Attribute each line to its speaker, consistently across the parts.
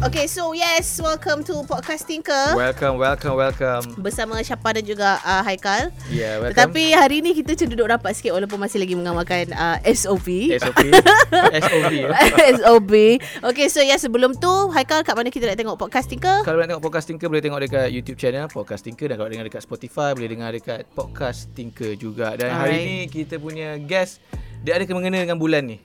Speaker 1: Okay, so yes, welcome to Podcasting ke
Speaker 2: Welcome, welcome, welcome.
Speaker 1: bersama Syapa dan juga uh, Haikal.
Speaker 2: Yeah, welcome.
Speaker 1: Tetapi hari ni kita macam duduk rapat sikit walaupun masih lagi mengamalkan uh, SOP.
Speaker 2: SOP. SOP.
Speaker 1: SOP. Okay, so yes, sebelum tu Haikal kat mana kita nak tengok Podcasting ke?
Speaker 2: Kalau nak tengok Podcast Tinker boleh tengok dekat YouTube channel Podcast Tinker dan kalau dengar dekat Spotify boleh dengar dekat Podcast Tinker juga. Dan hari
Speaker 1: Alright.
Speaker 2: ni kita punya guest dia ada kena-mengena dengan bulan ni.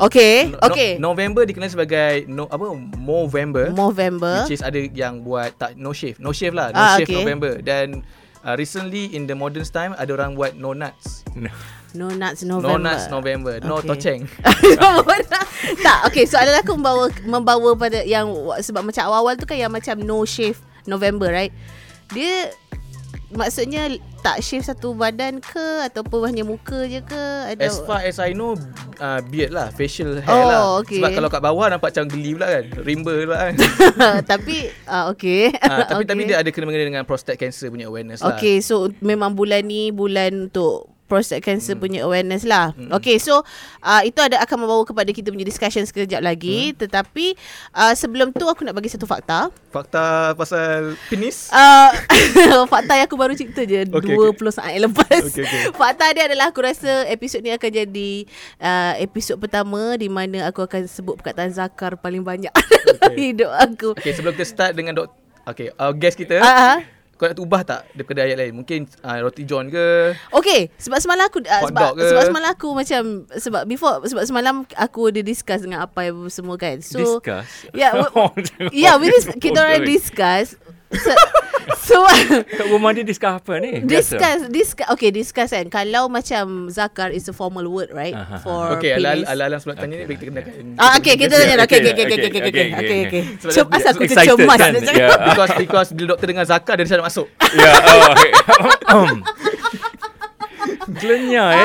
Speaker 1: Okay,
Speaker 2: No-
Speaker 1: okay.
Speaker 2: No, November dikenal sebagai no, apa Movember.
Speaker 1: November.
Speaker 2: Which is ada yang buat tak no shave, no shave lah, no
Speaker 1: Ah,
Speaker 2: shave
Speaker 1: okay.
Speaker 2: November dan uh, recently in the modern time ada orang buat no nuts.
Speaker 1: No nuts
Speaker 2: No
Speaker 1: November.
Speaker 2: nuts November, no
Speaker 1: Okay.
Speaker 2: toceng.
Speaker 1: tak, okay. Soalan aku membawa membawa pada yang sebab macam awal-awal tu kan yang macam no shave November, right? Dia maksudnya tak shave satu badan ke ataupun hanya muka je ke? Ada
Speaker 2: As far as I know uh, Beard lah Facial hair
Speaker 1: Oh,
Speaker 2: lah
Speaker 1: okay.
Speaker 2: Sebab kalau kat bawah Nampak macam geli pula kan Rimba pula kan
Speaker 1: tapi ah okay.
Speaker 2: uh, Tapi tapi
Speaker 1: Okay.
Speaker 2: dia ada kena-mengena Dengan prostate cancer punya awareness lah
Speaker 1: Okay, so memang bulan ni bulan untuk prostate cancer
Speaker 2: Hmm.
Speaker 1: punya awareness lah. Okay, so uh, itu ada akan membawa kepada kita punya discussion sekejap lagi.
Speaker 2: Hmm.
Speaker 1: Tetapi uh, sebelum tu aku nak bagi satu fakta.
Speaker 2: Fakta pasal penis
Speaker 1: Uh, fakta yang aku baru cipta je okay,
Speaker 2: Okay,
Speaker 1: 20 saat yang lepas.
Speaker 2: Okay, okay.
Speaker 1: Fakta dia adalah aku rasa episod ni akan jadi uh, episod pertama di mana aku akan sebut perkataan zakar paling banyak dalam hidup aku.
Speaker 2: Okay sebelum kita start Dengan dok Okay uh, Guest kita
Speaker 1: Ah, ah.
Speaker 2: Kau nak ubah tak Daripada ayat lain Mungkin uh, Roti John ke
Speaker 1: Okay, sebab semalam aku uh,
Speaker 2: Hot
Speaker 1: sebab
Speaker 2: dog ke?
Speaker 1: sebab semalam aku macam sebab before sebab semalam aku ada discuss dengan apa yang semua kan. So
Speaker 3: Discuss?
Speaker 1: Yeah, we,
Speaker 3: Oh, jangan
Speaker 1: yeah, we dis-
Speaker 3: pakai
Speaker 1: kita
Speaker 3: bodoh
Speaker 2: Oh,
Speaker 1: orang
Speaker 3: ni.
Speaker 1: discuss. So, so
Speaker 3: Kat rumah dia discuss apa ni? Biasa.
Speaker 1: Discuss, discuss. Okay, discuss kan. Kalau macam zakar is a formal word, right?
Speaker 3: Aha.
Speaker 1: For
Speaker 2: Okay
Speaker 1: Ah, penis.
Speaker 2: ala-ala ala sebelum tanya ni Boleh kita kenakan
Speaker 1: Ah, okay, kita tanya. Okay, okay, okay, okay, okay, okay,
Speaker 3: Okay,
Speaker 1: okay, okay. okay.
Speaker 2: Sebab
Speaker 1: Cem,
Speaker 2: dia
Speaker 1: asal aku
Speaker 3: excited
Speaker 1: cemas.
Speaker 3: kan?
Speaker 1: Kan?
Speaker 3: Yeah.
Speaker 2: Because because bila doktor dengar Zakar Dia nak masuk
Speaker 3: Ya. Oh, okay. Ahem. Gelenya eh.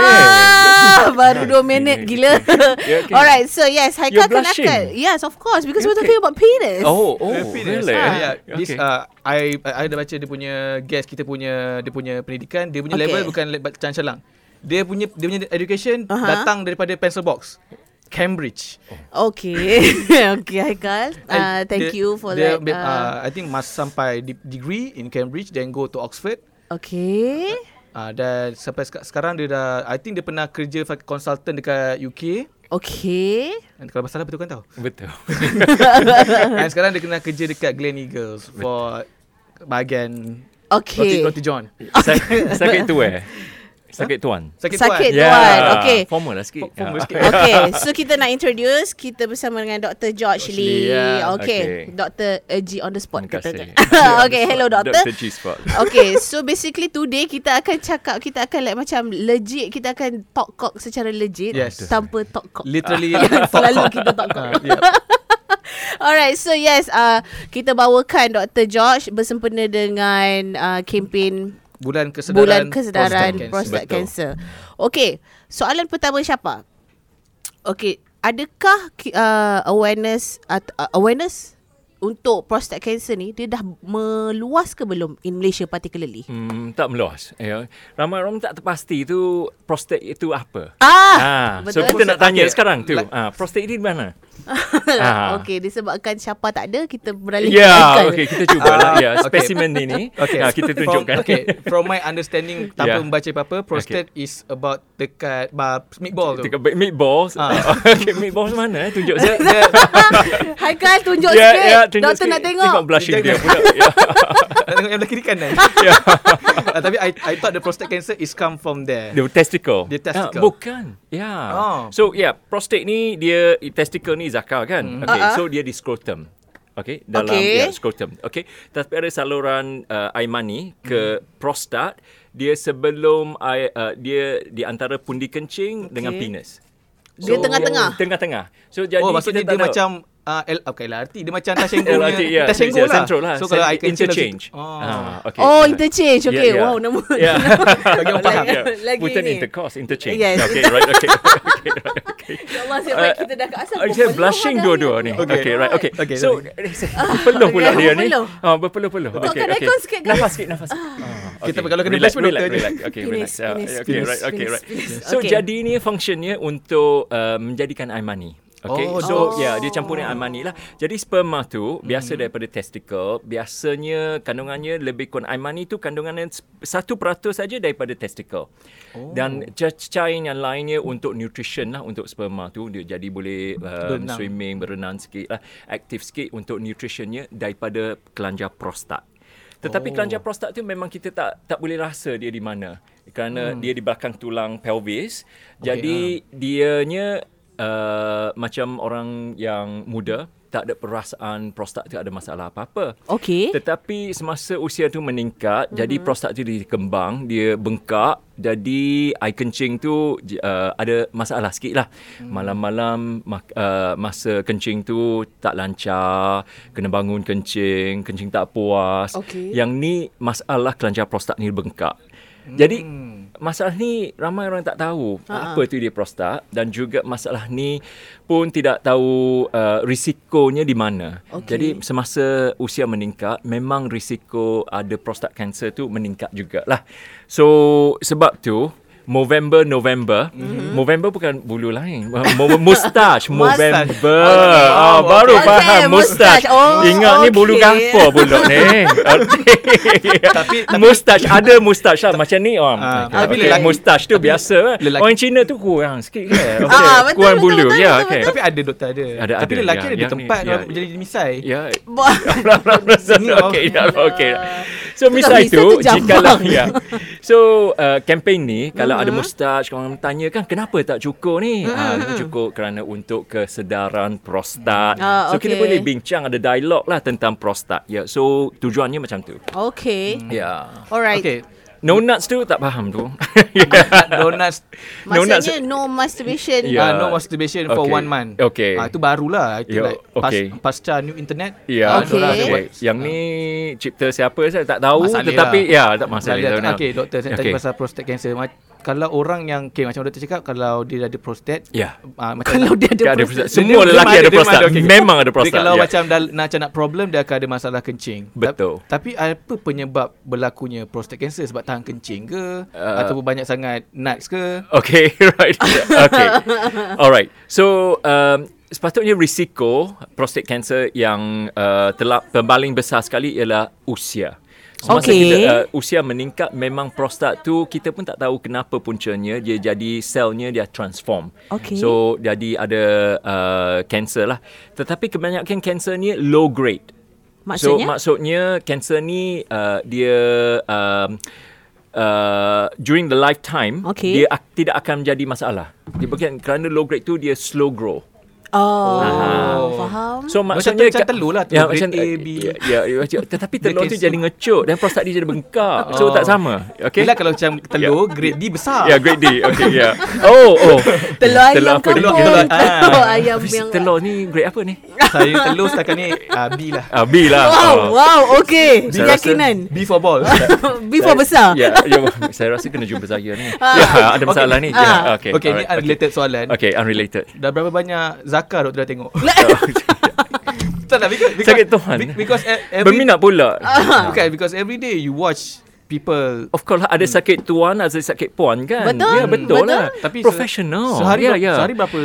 Speaker 1: Ah, baru 2 minit
Speaker 3: okay.
Speaker 1: gila.
Speaker 3: Yeah, okay.
Speaker 1: Alright, so yes, Haikal
Speaker 3: You're blushing.
Speaker 1: kenakan. Yes, of course, because we're
Speaker 3: Okay.
Speaker 1: talking about penis.
Speaker 3: Oh, oh,
Speaker 2: Happiness.
Speaker 3: really?
Speaker 2: Ah, yeah. This
Speaker 3: Okay.
Speaker 2: uh, I I I dah baca dia punya guest kita punya dia punya pendidikan, dia punya
Speaker 1: Okay.
Speaker 2: level bukan le- macam celang. Dia punya dia punya education
Speaker 1: Aha.
Speaker 2: uh-huh. datang daripada pencil box. Cambridge.
Speaker 1: Okay. okay, Haikal. Uh,
Speaker 2: I-
Speaker 1: thank
Speaker 2: dia-
Speaker 1: you for
Speaker 2: dia,
Speaker 1: that.
Speaker 2: ambil,
Speaker 1: Uh,
Speaker 2: Uh, I think must sampai di- degree in Cambridge then go to Oxford.
Speaker 1: okay.
Speaker 2: Uh, dan sampai seka- sekarang dia dah I think dia pernah kerja fa- consultant dekat UK.
Speaker 1: Okay.
Speaker 2: Dan kalau masalah betul kan tahu.
Speaker 3: Betul.
Speaker 2: dan sekarang dia kena kerja dekat Glen Eagles for bahagian
Speaker 1: Okay.
Speaker 2: Roti, Roti John.
Speaker 3: Sak- Sakit tu eh. Sakit tuan.
Speaker 2: Sakit,
Speaker 1: Sakit
Speaker 2: Sakit
Speaker 1: tuan. Yeah. Okay.
Speaker 3: Formal lah sikit.
Speaker 2: Formal
Speaker 3: Ah.
Speaker 2: sikit.
Speaker 1: Okay, so kita nak introduce kita bersama dengan Dr. George
Speaker 3: George
Speaker 1: Lee.
Speaker 3: Lee, ya.
Speaker 1: Okay.
Speaker 3: Okay.
Speaker 1: Dr. Uh, G on the spot
Speaker 3: Terima
Speaker 1: kita.
Speaker 3: kasih.
Speaker 1: okay, hello doctor.
Speaker 3: Dr. G Spot.
Speaker 1: Okay, so basically today kita akan cakap kita akan like macam legit kita akan talk cock secara legit
Speaker 2: Yes.
Speaker 1: tanpa talk cock.
Speaker 2: Literally
Speaker 1: Selalu
Speaker 2: talk cock.
Speaker 1: kita talk cock.
Speaker 2: Ah, yep.
Speaker 1: Alright, so yes, uh, kita bawakan Dr. George bersempena dengan uh, kempen
Speaker 2: Bulan kesedaran
Speaker 1: bulan kesedaran prostate,
Speaker 2: prostate cancer.
Speaker 1: cancer. Okey, soalan pertama siapa? Okey, adakah ki- uh, awareness uh, awareness untuk prostate cancer ni dia dah meluas ke belum in Malaysia particularly?
Speaker 3: Hmm, tak meluas. Ya. Ramai orang tak terpasti tu prostate itu apa.
Speaker 1: Ah,
Speaker 3: Ah, so
Speaker 1: betul.
Speaker 3: kita nak tanya
Speaker 2: Okay.
Speaker 3: sekarang tu.
Speaker 2: Like-
Speaker 3: Ah, prostate ini di mana?
Speaker 1: ah.
Speaker 3: ah.
Speaker 1: okey disebabkan siapa tak ada kita beralih
Speaker 3: Ya, yeah,
Speaker 1: Haikal.
Speaker 3: okey kita cubalah.
Speaker 2: Ah,
Speaker 3: Ya, yeah,
Speaker 2: okay.
Speaker 3: spesimen ini. Okay. Nah, kita tunjukkan.
Speaker 2: From, okay, from my understanding tanpa
Speaker 3: Yeah.
Speaker 2: membaca apa-apa, prostate is about dekat bah, meatball tu.
Speaker 3: Dekat ba- meatballs.
Speaker 2: Ah.
Speaker 3: okay, meatballs mana eh? Tunjuk
Speaker 2: Dia,
Speaker 3: saya.
Speaker 2: dia,
Speaker 1: Haikal tunjuk
Speaker 3: Ya,
Speaker 1: sikit.
Speaker 3: ya, tunjuk
Speaker 1: Doktor
Speaker 3: sikit.
Speaker 1: nak tengok.
Speaker 3: Tengok blushing
Speaker 2: Dia
Speaker 3: dia pula. Ya.
Speaker 2: nak tengok yang belah kiri kanan.
Speaker 3: Yeah.
Speaker 2: Ah, tapi I, I thought the prostate cancer is come from there.
Speaker 3: The testicle.
Speaker 2: The testicle.
Speaker 3: Ah, bukan. Ya. Yeah.
Speaker 2: Oh.
Speaker 3: So, yeah, prostate ni dia testicle ni zakar
Speaker 2: Hmm.
Speaker 3: kan? Okay,
Speaker 2: Uh-huh.
Speaker 1: Ah, ah.
Speaker 3: so dia di scrotum. Okay, dalam
Speaker 1: Okay.
Speaker 3: ya, scrotum. Okay, tapi ada saluran uh, air mani ke
Speaker 2: Hmm.
Speaker 3: prostat. Dia sebelum air, uh, dia di antara pundi kencing dengan penis.
Speaker 1: Dia tengah-tengah?
Speaker 3: dia- Tengah-tengah. So jadi
Speaker 2: oh, maksudnya
Speaker 3: kita tak
Speaker 2: dia
Speaker 3: tahu.
Speaker 2: macam uh, L, okay, LRT. Dia macam Tashengo
Speaker 3: LRT,
Speaker 2: punya-
Speaker 3: ya.
Speaker 2: Tashengo
Speaker 3: Ya,
Speaker 2: lah.
Speaker 3: Central lah.
Speaker 2: So, kalau I
Speaker 3: Cent-
Speaker 2: can
Speaker 3: interchange.
Speaker 2: Oh.
Speaker 3: Ah, okay.
Speaker 1: Oh, interchange. Okay,
Speaker 3: Ya, ya.
Speaker 1: wow, nama.
Speaker 3: Ya.
Speaker 2: Bagi orang faham.
Speaker 1: Lagi- lagi
Speaker 3: Bukan
Speaker 1: ni.
Speaker 3: intercourse, interchange.
Speaker 1: Yes.
Speaker 3: Okay, right, okay. okay, right, okay.
Speaker 1: Ya Allah, saya baik kita dah kat asal.
Speaker 3: Oh, saya blushing dua-dua ni. Okay, okay right. Okay.
Speaker 2: Okay,
Speaker 3: okay so, berpeluh pula
Speaker 1: Okay,
Speaker 3: dia ni.
Speaker 1: berpeluh.
Speaker 3: Ha, berpeluh-peluh.
Speaker 1: Ah, Kau kan aircon sikit, guys.
Speaker 3: Nafas sikit, nafas sikit. Ah,
Speaker 2: Kita
Speaker 3: okay.
Speaker 2: kalau kena
Speaker 3: Relax,
Speaker 2: blush pun doktor
Speaker 3: relax,
Speaker 2: je.
Speaker 3: relax. Okay,
Speaker 1: Penis,
Speaker 3: relax. Ah,
Speaker 1: penis,
Speaker 3: Okay,
Speaker 1: penis,
Speaker 3: right, okay,
Speaker 1: penis,
Speaker 3: right.
Speaker 1: penis.
Speaker 3: So,
Speaker 1: Okay.
Speaker 3: jadi ni fungsinya untuk uh, menjadikan air mani. Okay,
Speaker 2: Oh,
Speaker 3: oh, so
Speaker 2: dogs.
Speaker 3: oh. yeah, dia campur dengan amani lah. Jadi sperma tu mm. biasa daripada testicle, biasanya kandungannya lebih kurang amani tu kandungannya 1% saja daripada testicle. Oh. Dan cacing yang lainnya untuk nutrition lah untuk sperma tu dia jadi boleh um,
Speaker 2: Berenang.
Speaker 3: swimming, berenang sikit lah, aktif sikit untuk nutritionnya daripada kelanjar prostat. Tetapi oh. kelanjar prostat tu memang kita tak tak boleh rasa dia di mana kerana hmm. dia di belakang tulang pelvis. Jadi dianya uh, macam orang yang muda tak ada perasaan prostat tu ada masalah apa-apa.
Speaker 1: Okey. Mhm.
Speaker 3: Tetapi semasa usia tu meningkat, mm-hmm. jadi prostat tu dia kembang, dia bengkak, jadi air kencing tu j- uh, ada masalah sikit lah. Mm.
Speaker 1: Hmm.
Speaker 3: Malam-malam mak, uh, masa kencing tu tak lancar, kena bangun kencing, kencing tak puas.
Speaker 1: Okey.
Speaker 3: Yang ni masalah kelenjar prostat ni bengkak. Jadi masalah ni ramai orang tak tahu apa tu dia prostat dan juga masalah ni pun tidak tahu uh, risikonya di mana.
Speaker 1: Okey.
Speaker 3: Jadi semasa usia meningkat memang risiko ada prostat kanser tu meningkat jugalah. So sebab tu November November. Mm-hmm. November bukan bulu lain. Mo- Mustache November.
Speaker 2: Okay.
Speaker 3: Ah baru
Speaker 1: Okay,
Speaker 3: faham
Speaker 1: mustache.
Speaker 3: mustache.
Speaker 1: Oh,
Speaker 3: Ingat ni bulu
Speaker 1: okay.
Speaker 3: gangpo pula ni. Okay.
Speaker 2: Tapi
Speaker 3: Mustache ada mustache lah macam ni om.
Speaker 2: Ah,
Speaker 3: okay.
Speaker 2: tapi
Speaker 3: Tapi
Speaker 2: lelaki-
Speaker 3: mustache tu biasa.
Speaker 2: lelaki-
Speaker 3: Orang Cina tu kurang sikit kan. Okay.
Speaker 1: Ah, betul,
Speaker 3: kurang
Speaker 1: betul,
Speaker 3: bulu.
Speaker 1: betul,
Speaker 3: Ya,
Speaker 1: betul,
Speaker 3: okay.
Speaker 2: tapi ada doktor ada.
Speaker 3: Ada,
Speaker 2: tapi
Speaker 3: ada,
Speaker 2: lelaki
Speaker 3: ya.
Speaker 2: ada di
Speaker 3: Yang ni,
Speaker 2: tempat
Speaker 3: ya.
Speaker 2: orang jadi misai.
Speaker 3: Ya,
Speaker 1: Bo-
Speaker 3: Blah, blah, blah, blah,
Speaker 2: Sini,
Speaker 3: blah. Okay,
Speaker 2: oh.
Speaker 3: dah, okay. So
Speaker 1: Tu kalau
Speaker 3: misal
Speaker 1: misal tu
Speaker 3: itu
Speaker 1: jambang.
Speaker 3: jikalau ya. So uh, campaign ni kalau
Speaker 1: Ha.
Speaker 3: ada mustache kalau orang tanya kan kenapa tak cukur ni?
Speaker 1: ha.
Speaker 3: Ah uh, cukur kerana untuk kesedaran prostat.
Speaker 1: Ah,
Speaker 3: So kita
Speaker 1: okay.
Speaker 3: boleh bincang ada dialog lah tentang prostat. Ya. So tujuannya macam tu.
Speaker 1: Okay.
Speaker 3: Ya. Yeah.
Speaker 1: Alright.
Speaker 2: Okay.
Speaker 3: No nuts tu tak faham tu. Ya.
Speaker 2: Donuts
Speaker 3: No nuts.
Speaker 1: Maksudnya no, masturbation.
Speaker 3: Ya.
Speaker 2: yeah. uh, no masturbation okay. for
Speaker 3: Okay.
Speaker 2: one month.
Speaker 3: Okay.
Speaker 2: Ah uh, tu barulah itu
Speaker 3: Yo,
Speaker 2: like pas,
Speaker 3: okay.
Speaker 2: pasca new internet. Ah, lah.
Speaker 3: Ya,
Speaker 1: Okay.
Speaker 3: okay. okay. Yang ni cipta siapa saya tak tahu
Speaker 2: Masalah
Speaker 3: tetapi
Speaker 2: lah.
Speaker 3: ya tak masalah.
Speaker 2: Okey,
Speaker 3: tak tahu.
Speaker 2: Okey, doktor saya okay. tanya pasal prostate cancer. Ma- kalau orang yang okay, macam doktor cakap kalau dia ada prostate,
Speaker 3: Ya.
Speaker 2: ah, macam
Speaker 1: Kalau dia ada
Speaker 3: Dia ada
Speaker 1: prostat.
Speaker 3: prostat.
Speaker 2: Dia-
Speaker 3: Semua
Speaker 2: dia
Speaker 3: lelaki
Speaker 2: memang
Speaker 3: ada
Speaker 2: dia memang
Speaker 3: prostat.
Speaker 2: ada, okey.
Speaker 3: Memang ada
Speaker 2: dia
Speaker 3: prostat.
Speaker 2: kalau
Speaker 3: ya.
Speaker 2: macam dah nak macam nak problem dia akan ada masalah kencing. Ta-
Speaker 3: Betul.
Speaker 2: tapi apa penyebab berlakunya prostate cancer sebab tahan kencing ke uh,
Speaker 3: Uh,
Speaker 2: ataupun banyak sangat nuts ke?
Speaker 3: Okay, right. Okay. Alright. So, um, sepatutnya risiko prostate cancer yang uh, telah paling besar sekali ialah usia. Semasa
Speaker 1: Okay.
Speaker 3: kita uh, usia meningkat memang prostat tu kita pun tak tahu kenapa puncanya dia jadi selnya dia transform.
Speaker 1: Okay.
Speaker 3: So jadi ada uh, cancer lah. Tetapi kebanyakan cancer ni low grade.
Speaker 1: Maksudnya?
Speaker 3: So maksudnya cancer ni uh, dia um, uh, during the lifetime
Speaker 1: Okay.
Speaker 3: dia ak- tidak akan menjadi masalah. Dia bukan kerana low grade tu dia slow grow.
Speaker 1: Oh,
Speaker 3: Ah.
Speaker 1: faham.
Speaker 3: So
Speaker 2: Macam
Speaker 3: maksudnya
Speaker 2: macam telur lah tu,
Speaker 3: Ya,
Speaker 2: grade
Speaker 3: macam
Speaker 2: A,
Speaker 3: A,
Speaker 2: B.
Speaker 3: B. Ya, ya, macam, tetapi
Speaker 2: Dia
Speaker 3: telur tu
Speaker 2: cancel.
Speaker 3: jadi ngecut dan prostat dia jadi bengkak. So tak sama.
Speaker 2: Okay.
Speaker 3: Okay.
Speaker 2: Bila kalau macam telur grade D besar.
Speaker 3: Ya, yeah, grade D. Okay, ya. Yeah. Oh, oh.
Speaker 1: Telur ayam
Speaker 3: apa ni?
Speaker 1: kampung.
Speaker 2: Telur-
Speaker 1: Telur,
Speaker 2: telur- ah.
Speaker 1: ayam
Speaker 3: Habis
Speaker 1: yang...
Speaker 3: Telur ni grade apa ni?
Speaker 2: Saya telur setakat ni uh, B lah.
Speaker 3: Ah, B lah.
Speaker 1: Wow,
Speaker 3: Ah.
Speaker 1: wow, okay.
Speaker 3: Saya rasa-
Speaker 1: Keyakinan.
Speaker 2: B for ball.
Speaker 1: Before besar.
Speaker 3: Ya, ya, saya rasa kena jumpa saya ni. Ya, ada masalah ni.
Speaker 1: Ah.
Speaker 3: Ya, okay.
Speaker 2: okay, ni
Speaker 3: alright,
Speaker 2: unrelated soalan.
Speaker 3: Okay, unrelated.
Speaker 2: Dah berapa banyak zakar doktor dah tengok? tak lah because, because
Speaker 3: Sakit Tuhan.
Speaker 2: be- Because e- every Ah.
Speaker 3: Berminat pula.
Speaker 2: bukan because every day you watch people
Speaker 3: Of course lah, ada sakit tuan, ada sakit puan kan?
Speaker 1: Betul,
Speaker 3: Ya, betul,
Speaker 1: betul.
Speaker 3: lah.
Speaker 2: tapi se-
Speaker 3: professional.
Speaker 2: Sehari
Speaker 3: ya,
Speaker 2: ber-
Speaker 3: ya.
Speaker 2: sehari berapa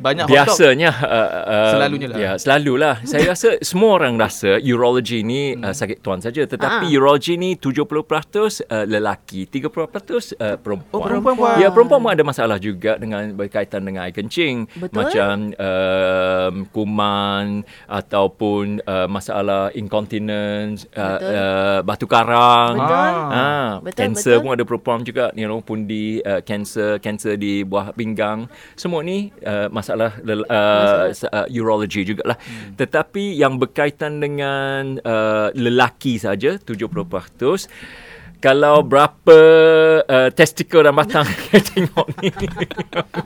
Speaker 2: banyak hot dog?
Speaker 3: Biasanya uh, uh,
Speaker 2: Selalunya lah.
Speaker 3: Ya, selalulah. Saya rasa semua orang rasa urology ni
Speaker 2: Hmm.
Speaker 3: uh, sakit tuan saja tetapi
Speaker 1: Ah.
Speaker 3: urology ni 70% uh, lelaki, 30% uh, perempuan.
Speaker 2: Oh, perempuan buat.
Speaker 3: Ya, perempuan pun ada masalah juga dengan berkaitan dengan air kencing.
Speaker 1: Betul.
Speaker 3: Macam um, kuman ataupun uh, masalah incontinence, uh,
Speaker 1: Betul.
Speaker 3: uh, batu karang.
Speaker 1: Betul.
Speaker 3: Ah,
Speaker 1: Betul, betul.
Speaker 3: cancer pun ada perempuan juga, you know, pundi, uh, cancer, cancer di buah pinggang. Semua ni uh, masalah, lel- uh, masalah. Uh, urology jugalah. Hmm. Tetapi yang berkaitan dengan uh, lelaki saja 70%. Kalau berapa uh, testicle dan batang kita tengok ni.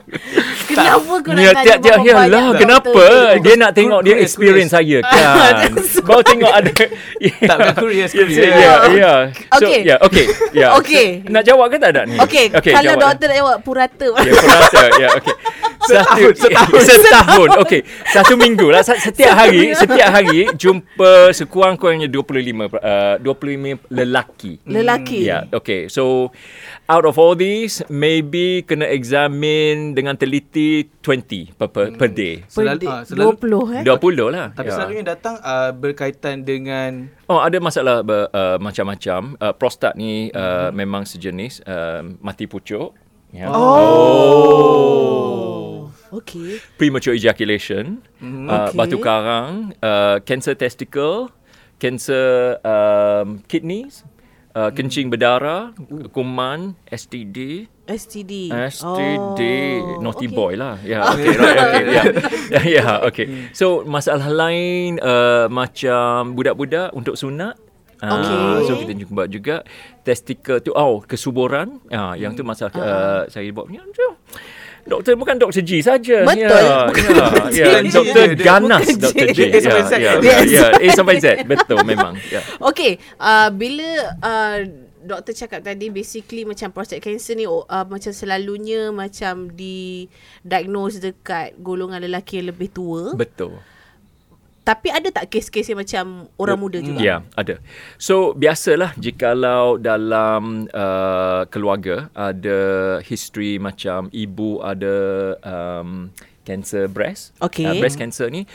Speaker 1: Kenapa kau nak
Speaker 3: Ya,
Speaker 1: tanya
Speaker 3: tiap tiap
Speaker 1: berapa
Speaker 3: ya
Speaker 1: banyak
Speaker 3: lah.
Speaker 1: doktor
Speaker 3: Kenapa?
Speaker 1: tengok?
Speaker 3: Dia nak tengok dia
Speaker 2: Curious,
Speaker 3: experience saya kan. Kau tengok ada.
Speaker 2: Tak, bukan curious, curious.
Speaker 3: Ya, ya, ya. So,
Speaker 1: Okay.
Speaker 3: ya, okay. Ya.
Speaker 1: Okay.
Speaker 3: So, Nak jawab ke tak ada ni?
Speaker 1: Okay, kalau
Speaker 3: jawab. eh.
Speaker 1: doktor nak jawab purata.
Speaker 3: Ya, kurasa. ya, okay. Satu setahun. setahun. Okey, satu minggu lah Sa- setiap hari, setiap hari jumpa sekurang-kurangnya 25 uh, 25 lelaki.
Speaker 1: Lelaki.
Speaker 3: Yeah, okay. So out of all these, maybe kena examine dengan teliti 20 per, per, per day.
Speaker 2: Selalu-
Speaker 1: Pendek,
Speaker 2: ah, selalu-
Speaker 1: 20 eh.
Speaker 3: 20 lah.
Speaker 2: Tapi
Speaker 3: Ya.
Speaker 2: selalunya datang uh, berkaitan dengan
Speaker 3: Oh ada masalah ber, uh, macam-macam. Uh, prostat ni uh, memang sejenis uh, mati pucuk. Ya. Yeah.
Speaker 1: Oh, Okey.
Speaker 3: Premature ejaculation, mm, uh,
Speaker 1: Okay.
Speaker 3: batu karang, uh, cancer testicle, cancer um, kidneys, uh, kencing berdarah, kuman, STD,
Speaker 1: STD.
Speaker 3: STD
Speaker 1: Oh,
Speaker 3: naughty
Speaker 1: okey.
Speaker 3: boy lah. Yeah, okay, right, okay, yeah, yeah, yeah, okay. So masalah lain uh, macam budak-budak untuk sunat. Ah,
Speaker 1: Okay.
Speaker 3: So kita jumpa juga testicle tu, oh kesuburan. Ah, yang tu masalah uh, saya buat punya. Jom. Doktor bukan Doktor G saja.
Speaker 1: Betul,
Speaker 3: Ya,
Speaker 1: bukan Dr. G.
Speaker 3: ya, ya. Doktor
Speaker 2: Bukan G.
Speaker 3: Ganas
Speaker 1: Bukan G.
Speaker 3: Doktor G.
Speaker 2: A sampai Z.
Speaker 3: Ya, ya, ya. A sampai Z. Betul memang. Ya.
Speaker 1: Okay, uh, bila uh, doktor cakap tadi basically macam prostate cancer ni oh, uh, macam selalunya macam di diagnose dekat golongan lelaki yang lebih tua. But,
Speaker 3: Betul.
Speaker 1: tapi ada tak kes-kes yang macam orang muda juga?
Speaker 3: Ya, yeah, ada. So, biasalah jikalau dalam uh, keluarga ada history macam ibu ada um, cancer breast.
Speaker 1: Okey.
Speaker 3: Uh, breast cancer ni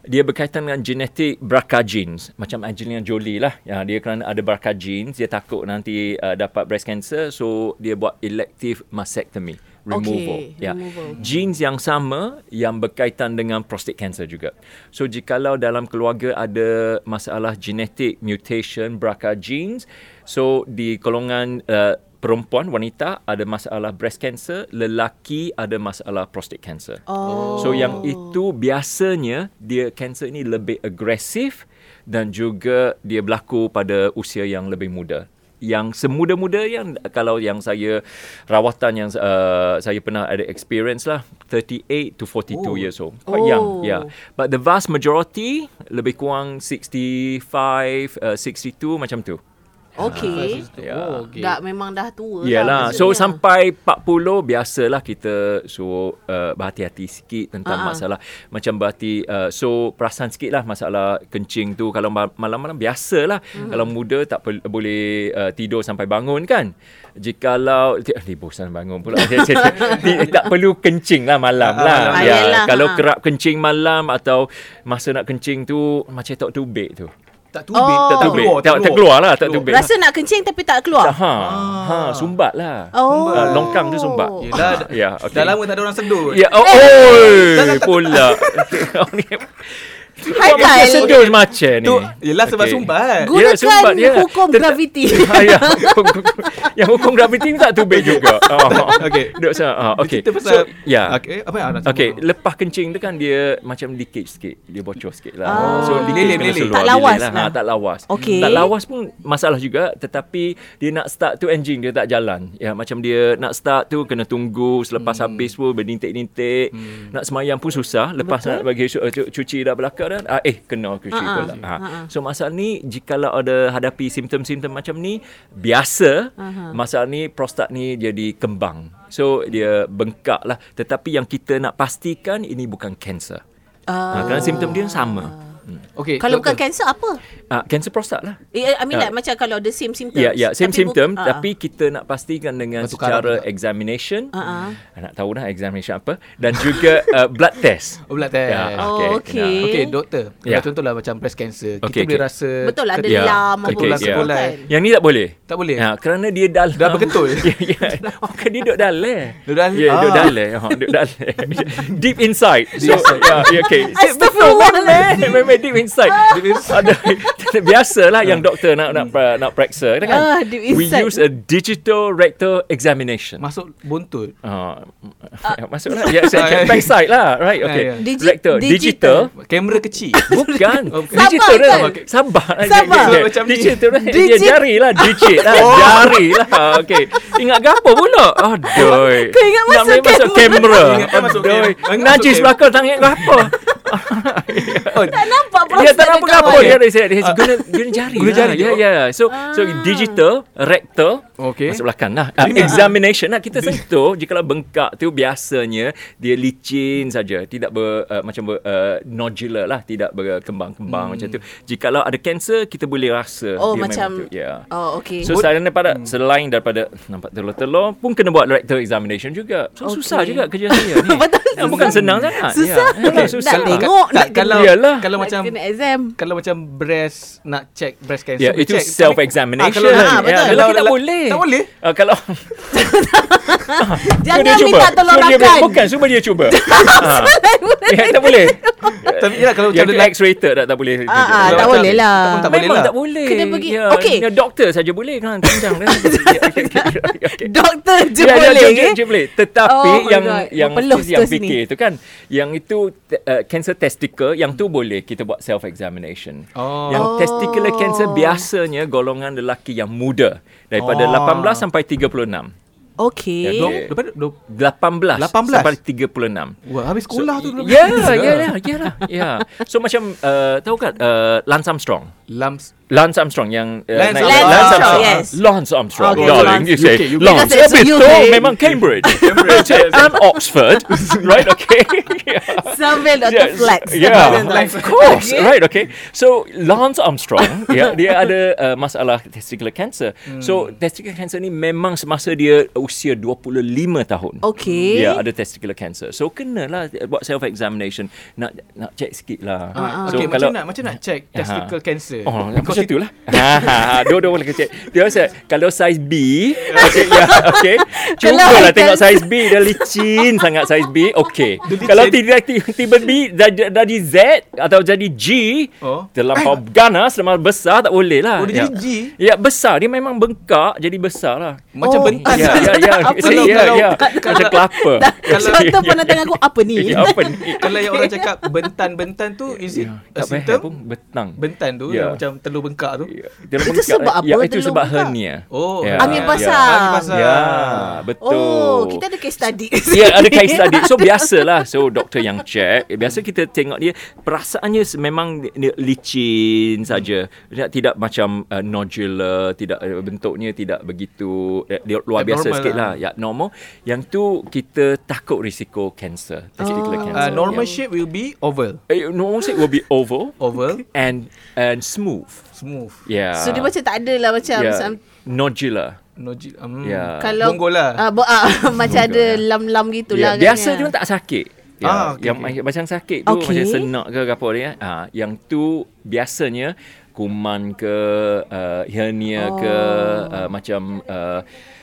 Speaker 3: dia berkaitan dengan genetik BRCA genes. Macam Angelina Jolie lah. Ya, dia kerana ada BRCA genes, dia takut nanti uh, dapat breast cancer. So, dia buat elective mastectomy. Removal.
Speaker 1: Okey,
Speaker 3: ya
Speaker 1: removal.
Speaker 3: genes yang sama yang berkaitan dengan prostate cancer juga. So jikalau dalam keluarga ada masalah genetik mutation BRCA genes, so di golongan uh, perempuan wanita ada masalah breast cancer, lelaki ada masalah prostate cancer.
Speaker 1: Oh.
Speaker 3: So yang itu biasanya dia kanser ini lebih agresif dan juga dia berlaku pada usia yang lebih muda. Yang semuda-muda yang kalau yang saya rawatan yang uh, saya pernah ada experience lah 38 to 42 oh. years old. Quite
Speaker 1: Oh.
Speaker 3: young. Yeah. But the vast majority lebih kurang 65 uh, 62 macam tu.
Speaker 1: Okay.
Speaker 3: Ya.
Speaker 2: Oh, okay.
Speaker 1: Dah memang dah tua
Speaker 3: Yalah.
Speaker 1: lah.
Speaker 3: So
Speaker 1: maksudnya.
Speaker 3: sampai 40 biasalah kita suruh uh, berhati-hati sikit tentang
Speaker 1: Ah, ah.
Speaker 3: uh-huh. masalah macam berhati uh, so perasan sikit lah masalah kencing tu kalau ma- malam-malam biasalah. Hmm. Kalau muda tak per- boleh uh, tidur sampai bangun kan. Jikalau ti- ah, ni bosan bangun pula. Saya- saya- ti- tak perlu kencing lah malam lah.
Speaker 1: Ah,
Speaker 3: ya.
Speaker 1: yalah,
Speaker 3: Kalau
Speaker 1: ha.
Speaker 3: kerap kencing malam atau masa nak kencing tu macam tak tubik tu.
Speaker 2: tak tubik,
Speaker 1: Oh.
Speaker 2: tak,
Speaker 3: Tak tubik.
Speaker 2: keluar,
Speaker 3: Tak, tak keluar lah, tak tubik.
Speaker 1: Rasa nak kencing tapi tak keluar.
Speaker 3: Ha, ha sumbat lah.
Speaker 1: Ah. Oh.
Speaker 3: Ah, longkang tu sumbat.
Speaker 2: Yelah,
Speaker 3: Ah, ya, okay.
Speaker 2: Dah lama tak ada orang sedut.
Speaker 3: Ya, oh, oi,
Speaker 2: Eh, Tak, tak, tak.
Speaker 3: pula. Kau ni-
Speaker 1: Hai,
Speaker 3: Kau
Speaker 1: Kyle.
Speaker 3: sedut macam ni.
Speaker 2: Tu, yelah sebab kan?
Speaker 3: Okey.
Speaker 2: sumbat.
Speaker 1: Gunakan
Speaker 3: Ya, sumbat, ya.
Speaker 1: kan hukum
Speaker 3: Tetap-
Speaker 1: graviti.
Speaker 3: Ah, ya, hukum- yang hukum graviti ni tak tubik juga. Oh.
Speaker 2: Okey.
Speaker 3: Duduk sana. Ah, okey.
Speaker 2: Kita pasal
Speaker 3: So, ya.
Speaker 2: Okey, apa yang orang
Speaker 3: Okey, lepas kencing tu kan dia macam leakage sikit. Dia bocor sikit lah.
Speaker 1: Ah.
Speaker 3: So leakage
Speaker 2: Meleleh,
Speaker 3: kena
Speaker 2: meleleh.
Speaker 3: seluar.
Speaker 1: Tak lawas
Speaker 3: Meleleh
Speaker 1: lah.
Speaker 3: Ha, tak lawas.
Speaker 1: Okey.
Speaker 3: Tak lawas pun masalah juga tetapi dia nak start tu engine dia tak jalan. Ya, macam dia nak start tu kena tunggu selepas
Speaker 1: Hmm.
Speaker 3: habis pun berdintik-dintik. Nak semayang pun susah. Lepas nak bagi su- cu- cuci dah belakang dah. Ah, eh, kena cuci
Speaker 1: Ha-ha.
Speaker 3: pula. Ha.
Speaker 1: Ha-ha.
Speaker 3: So masalah ni jikalau ada hadapi simptom-simptom macam ni biasa
Speaker 1: Aha.
Speaker 3: masalah ni prostat ni jadi kembang. So dia bengkak lah. Tetapi yang kita nak pastikan ini bukan kanser.
Speaker 1: Ah.
Speaker 3: Ha, kerana simptom dia sama. Hmm.
Speaker 2: Okey.
Speaker 1: Kalau bukan
Speaker 2: doktor.
Speaker 1: kanser apa?
Speaker 3: Ah, kanser prostat lah.
Speaker 1: Eh, I mean
Speaker 3: Ah.
Speaker 1: like macam kalau the same symptoms.
Speaker 3: Ya, ya,
Speaker 1: Tapi
Speaker 3: same
Speaker 1: bu-
Speaker 3: symptom
Speaker 1: Ah, ah.
Speaker 3: tapi kita nak pastikan dengan
Speaker 2: Batu karang
Speaker 3: secara
Speaker 2: juga.
Speaker 3: examination.
Speaker 1: Ah,
Speaker 3: Nak tahu dah examination apa dan juga uh, blood test.
Speaker 2: Oh, blood test.
Speaker 3: Ya,
Speaker 1: Oh,
Speaker 3: okey,
Speaker 1: okey.
Speaker 3: nah.
Speaker 2: Okey, doktor.
Speaker 3: Ya.
Speaker 2: Kalau Contohlah macam breast cancer, kita
Speaker 3: Okey,
Speaker 2: boleh
Speaker 3: okey.
Speaker 2: rasa
Speaker 1: Betul lah, ada
Speaker 3: Ya.
Speaker 1: lam apa
Speaker 3: Okey,
Speaker 1: semua
Speaker 3: ya.
Speaker 1: kan.
Speaker 3: Yang ni tak boleh.
Speaker 2: Tak boleh?
Speaker 3: Ya, kerana dia dalam.
Speaker 2: Dah berketul?
Speaker 3: ya, ya. Oh, kan dia duduk dalam.
Speaker 2: Duduk dalam.
Speaker 3: Ya, duduk
Speaker 2: Ah.
Speaker 3: dalam. Ha, duduk dalam. deep inside. So, ya, ya, okay.
Speaker 1: Astaghfirullahaladzim.
Speaker 3: Memang deep inside.
Speaker 1: Ah.
Speaker 3: deep inside. Ada, biasalah yang doktor nak nak pra- nak praksa kan.
Speaker 1: Ah, deep inside.
Speaker 3: We use a digital rectal examination.
Speaker 2: masuk buntut.
Speaker 3: Ah, masuklah. Ya, saya
Speaker 2: Ah, ya.
Speaker 3: backside lah. Right, okay.
Speaker 2: Ah, ya.
Speaker 1: Digi-
Speaker 3: rectal,
Speaker 1: digital.
Speaker 3: digital.
Speaker 2: Kamera kecil.
Speaker 3: Bukan.
Speaker 2: Oh, bukan.
Speaker 3: Digital
Speaker 1: Sabar,
Speaker 3: dah.
Speaker 1: kan?
Speaker 3: Sabar.
Speaker 1: Sabar.
Speaker 3: Dia- dia-
Speaker 2: So, macam ni.
Speaker 3: Digital dah. Dia
Speaker 1: Digit.
Speaker 3: jari lah. Digit lah. Jari lah. Okay. Ingat gapo pula? Aduh.
Speaker 1: Kau ingat masuk
Speaker 3: Nak boleh
Speaker 1: kamera.
Speaker 3: kamera.
Speaker 2: Ingat kan masuk
Speaker 3: Aduh.
Speaker 2: kamera. Ingat masuk
Speaker 3: Najis
Speaker 2: kamera.
Speaker 3: belakang tangan gapo?
Speaker 2: Oh,
Speaker 1: Tak nampak prostat
Speaker 3: Dia tak nampak
Speaker 1: dekat
Speaker 3: apa
Speaker 1: awal.
Speaker 3: Dia ada dia dia guna guna jari.
Speaker 2: Guna jari
Speaker 3: Ya
Speaker 1: oh.
Speaker 2: dia.
Speaker 3: ya. So
Speaker 1: Ah.
Speaker 3: so digital rectal
Speaker 2: Okey.
Speaker 3: masuk belakang lah. Ah, examination lah kita sentuh jika bengkak tu biasanya dia licin saja, tidak ber, uh, macam ber, uh, nodular lah, tidak
Speaker 2: Hmm.
Speaker 3: berkembang-kembang macam tu. Jikalau ada kanser kita boleh rasa
Speaker 1: Oh
Speaker 3: dia
Speaker 1: macam
Speaker 3: memang tu. Ya.
Speaker 1: Oh okay
Speaker 3: So selain daripada hmm. selain daripada nampak telur-telur pun kena buat rectal examination juga.
Speaker 1: Okey.
Speaker 3: So okay. susah juga kerja saya ni.
Speaker 1: Betul,
Speaker 3: Ya, bukan senang sangat.
Speaker 1: Susah.
Speaker 3: Ya.
Speaker 1: Nak
Speaker 3: Okay, susah.
Speaker 1: tengok. nak kena-
Speaker 2: kalau
Speaker 3: Yalah.
Speaker 2: kalau
Speaker 1: Nak
Speaker 2: macam
Speaker 1: kena exam
Speaker 2: kalau macam breast nak check breast cancer
Speaker 3: Ya,
Speaker 2: boleh
Speaker 3: itu
Speaker 2: check. Tapi-
Speaker 3: self-examination.
Speaker 2: Ah, kalau-
Speaker 1: Ah,
Speaker 2: ya,
Speaker 1: betul.
Speaker 2: kalau
Speaker 3: Lelaki tak
Speaker 2: lelaki-
Speaker 3: boleh.
Speaker 2: Tak boleh.
Speaker 3: Uh, kalau
Speaker 1: Jangan minta tolong
Speaker 3: semua dia
Speaker 1: makan
Speaker 3: boleh. Bukan semua dia cuba. ha. ya, tak boleh.
Speaker 2: Tapi yalah kalau macam
Speaker 3: Yang tu
Speaker 2: lelaki
Speaker 3: X-rated tak, tak boleh.
Speaker 1: Ah, ah,
Speaker 2: Kalau
Speaker 1: tak
Speaker 2: macam-
Speaker 1: boleh lah.
Speaker 2: Tak pun tak boleh
Speaker 3: Memang
Speaker 2: lah.
Speaker 3: tak boleh.
Speaker 1: Kena pergi-
Speaker 3: Ya,
Speaker 1: Okey.
Speaker 3: ya, doktor saja boleh kan. Panjang dah. Ya, okey, okey, okey.
Speaker 1: Doktor je
Speaker 3: Ya, ya,
Speaker 1: boleh eh?
Speaker 3: je, je, je boleh. Tetapi
Speaker 1: Oh
Speaker 3: oh
Speaker 1: my
Speaker 3: yang
Speaker 1: God.
Speaker 3: yang
Speaker 1: Berpeluh
Speaker 3: yang
Speaker 1: terus ni.
Speaker 3: fikir tu kan, yang itu te- uh, cancer testicle, yang tu boleh kita buat self examination.
Speaker 2: Oh.
Speaker 3: Yang
Speaker 1: Oh.
Speaker 3: testicular cancer biasanya golongan lelaki yang muda daripada
Speaker 2: Oh.
Speaker 3: 18 sampai 36.
Speaker 1: Okay
Speaker 3: Ya,
Speaker 2: Dua-
Speaker 3: boleh.
Speaker 2: Lepas tu dua-
Speaker 3: 18,
Speaker 2: 18?
Speaker 3: sampai 36.
Speaker 2: Wah, habis sekolah tu dulu.
Speaker 3: Ya, ya, ya, ya lah. Ya. So macam uh, tahu kan uh, Lance Armstrong.
Speaker 2: Lumps.
Speaker 3: Lance Armstrong yang uh,
Speaker 2: Lance
Speaker 3: naik-
Speaker 2: Armstrong.
Speaker 3: Lance Armstrong.
Speaker 1: Yes.
Speaker 3: Lance Armstrong.
Speaker 1: Okay,
Speaker 3: Darling,
Speaker 1: Lance.
Speaker 3: you say.
Speaker 2: UK, UK.
Speaker 3: Lance.
Speaker 1: Because
Speaker 3: Habis
Speaker 1: it's
Speaker 3: tu
Speaker 1: UK.
Speaker 3: memang Cambridge. Cambridge and Oxford. right, okay. yeah.
Speaker 1: Sambil Dr.
Speaker 3: Yes. Ya.
Speaker 1: Flex
Speaker 3: Yeah,
Speaker 1: Sambil Dr.
Speaker 3: of course. Right, okay. So, Lance Armstrong, yeah, dia ada uh, masalah testicular cancer.
Speaker 2: Hmm.
Speaker 3: So, testicular cancer ni memang semasa dia usia 25 tahun.
Speaker 1: Okay
Speaker 3: Dia Ya, ada testicular cancer. So, kenalah buat self-examination. Nak nak check sikit lah.
Speaker 2: Ah,
Speaker 3: so,
Speaker 2: okay, macam nak macam nak check testicle
Speaker 3: Aha.
Speaker 2: cancer.
Speaker 3: Oh,
Speaker 2: Kau
Speaker 3: macam
Speaker 2: kita-
Speaker 3: tu lah. Ha, ha, ha. Dua-dua boleh kecil. Dia rasa, kalau saiz B, okay, ya, okay.
Speaker 1: Kalau
Speaker 3: Cubalah
Speaker 1: ikan-
Speaker 3: tengok saiz B. Dia licin sangat saiz B. Okay. Kalau tidak ti- tiba B, jadi, jadi Z atau jadi G,
Speaker 2: Oh.
Speaker 3: terlampau ganas, terlampau besar, tak boleh
Speaker 2: Oh,
Speaker 3: lah.
Speaker 2: dia
Speaker 3: Ya.
Speaker 2: jadi G.
Speaker 3: Ya, besar. Dia memang bengkak, jadi besar lah.
Speaker 2: Macam
Speaker 1: Oh,
Speaker 2: bentas.
Speaker 3: Ya, ya, ya.
Speaker 1: Apa
Speaker 3: Ya,
Speaker 2: ni?
Speaker 3: ya,
Speaker 2: Kalau-
Speaker 3: ya. Macam kelapa.
Speaker 1: Doktor pernah tengok aku Apa ni
Speaker 3: Ya, Apa ni?
Speaker 2: Kalau yang orang cakap bentan-bentan tu is it
Speaker 3: Ya,
Speaker 2: a
Speaker 3: tak payah
Speaker 2: symptom?
Speaker 3: pun betang.
Speaker 2: Eh, Bentan tu
Speaker 3: Ya.
Speaker 2: yang macam telur bengkak tu.
Speaker 3: Ya, dia
Speaker 1: Itu
Speaker 3: bengkak,
Speaker 1: sebab
Speaker 3: eh. Ya,
Speaker 1: apa
Speaker 3: itu
Speaker 1: telur
Speaker 3: sebab
Speaker 1: bengkak?
Speaker 3: hernia.
Speaker 2: Oh,
Speaker 3: Ya.
Speaker 1: Angin
Speaker 3: Ya.
Speaker 1: pasar.
Speaker 2: Angin pasar.
Speaker 3: Ya, betul.
Speaker 1: Oh Kita ada case study
Speaker 3: Ya, ada case study. So, biasalah. So, doktor yang check. Biasa kita tengok dia, perasaannya se- memang dia- dia licin saja. Dia tidak macam uh, nodular, tidak uh, bentuknya tidak begitu eh, dia luar biasa
Speaker 2: Abnormal
Speaker 3: sikit
Speaker 2: lah.
Speaker 3: lah. Ya, normal. Yang tu, kita takut risiko kanser. Testicular
Speaker 1: Oh.
Speaker 3: cancer.
Speaker 2: Uh, normal
Speaker 3: yeah.
Speaker 2: shape will be oval.
Speaker 3: Eh, normal shape will be oval
Speaker 2: Oval,
Speaker 3: and and smooth.
Speaker 2: smooth.
Speaker 3: Yeah.
Speaker 1: So dia macam tak ada lah Macam
Speaker 3: yeah.
Speaker 1: some,
Speaker 3: nodular.
Speaker 2: No, j- um,
Speaker 3: Ya.
Speaker 1: Kalau
Speaker 2: Bonggol lah.
Speaker 1: Ah, bo- ah, Macam ada
Speaker 3: Bonggol lah.
Speaker 1: lam-lam lah, kan, gitulah
Speaker 3: Ya, biasa
Speaker 1: agaknya.
Speaker 3: cuma tak sakit. Ya,
Speaker 2: Ah, okey,
Speaker 3: yang
Speaker 2: okey.
Speaker 3: macam sakit tu
Speaker 1: Okey.
Speaker 3: okay. macam senak ke apa dia. Ha, yang tu biasanya kuman ke uh, hernia oh. ke uh, macam uh,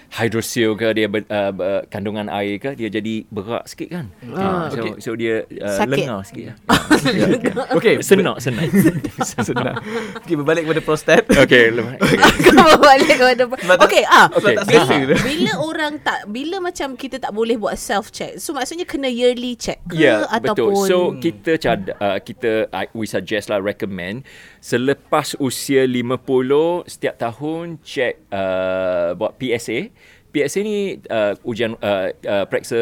Speaker 3: hydrocele ke dia ber, uh, ber, kandungan air ke dia jadi berat sikit kan. Ah, so,
Speaker 2: okey.
Speaker 3: so dia uh,
Speaker 1: Sakit.
Speaker 3: lengar sikit lah. Ya, ya.
Speaker 2: Okay,
Speaker 3: Senak, senak.
Speaker 2: senang. Okay, berbalik kepada prostat.
Speaker 3: okay, lemah. Okay.
Speaker 1: Kau balik kepada
Speaker 2: Sebab tak-
Speaker 1: Okay ah
Speaker 2: Sebab
Speaker 3: Okay.
Speaker 2: tak selesa
Speaker 1: bila,
Speaker 2: tu.
Speaker 1: bila orang tak bila macam kita tak boleh buat self check. So maksudnya kena yearly check ke
Speaker 3: Ya,
Speaker 1: ataupun
Speaker 3: betul. So kita cad, uh, kita I, we suggest lah recommend selepas usia 50 setiap tahun check uh, buat PSA. PSA ni uh, ujian uh, uh, periksa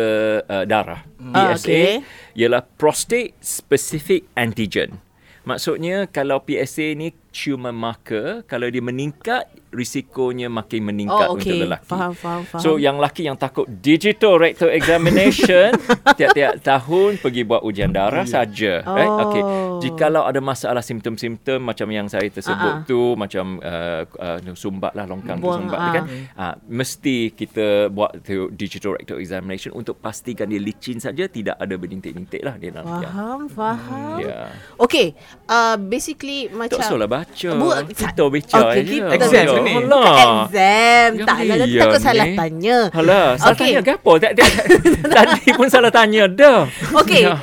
Speaker 3: uh, darah.
Speaker 1: Ah,
Speaker 3: PSA
Speaker 1: okey.
Speaker 3: ialah prostate specific antigen. Maksudnya kalau PSA ni tumor marker, kalau dia meningkat risikonya makin meningkat
Speaker 1: Oh, okey.
Speaker 3: untuk lelaki.
Speaker 1: Faham, faham, faham.
Speaker 3: So yang lelaki yang takut digital rectal examination tiap-tiap tahun pergi buat ujian darah saja right
Speaker 1: Oh.
Speaker 3: okay jikalau ada masalah simptom-simptom macam yang saya
Speaker 1: Ah,
Speaker 3: tersebut tu macam uh, uh, sumbat lah longkang tu
Speaker 1: Buang,
Speaker 3: sumbat
Speaker 1: ah.
Speaker 3: tu kan uh, mesti kita buat tu digital rectal examination untuk pastikan dia licin saja tidak ada berintik-intik lah dia dalam dia
Speaker 1: faham faham.
Speaker 3: ya
Speaker 1: Okay, uh, basically macam
Speaker 3: tak salah baca
Speaker 1: Bu-
Speaker 3: kita baca
Speaker 1: Okey,
Speaker 3: je.
Speaker 1: kita
Speaker 2: Exam baca. ni.
Speaker 3: Alah.
Speaker 1: exam
Speaker 3: Ya,
Speaker 1: tak lah
Speaker 3: iya
Speaker 1: takut
Speaker 3: ni.
Speaker 1: salah tanya.
Speaker 3: Alah, salah
Speaker 1: Okey.
Speaker 3: tanya kan. ke apa? Tak- tak- Tadi pun salah tanya dah.
Speaker 1: Okay,
Speaker 3: Ya.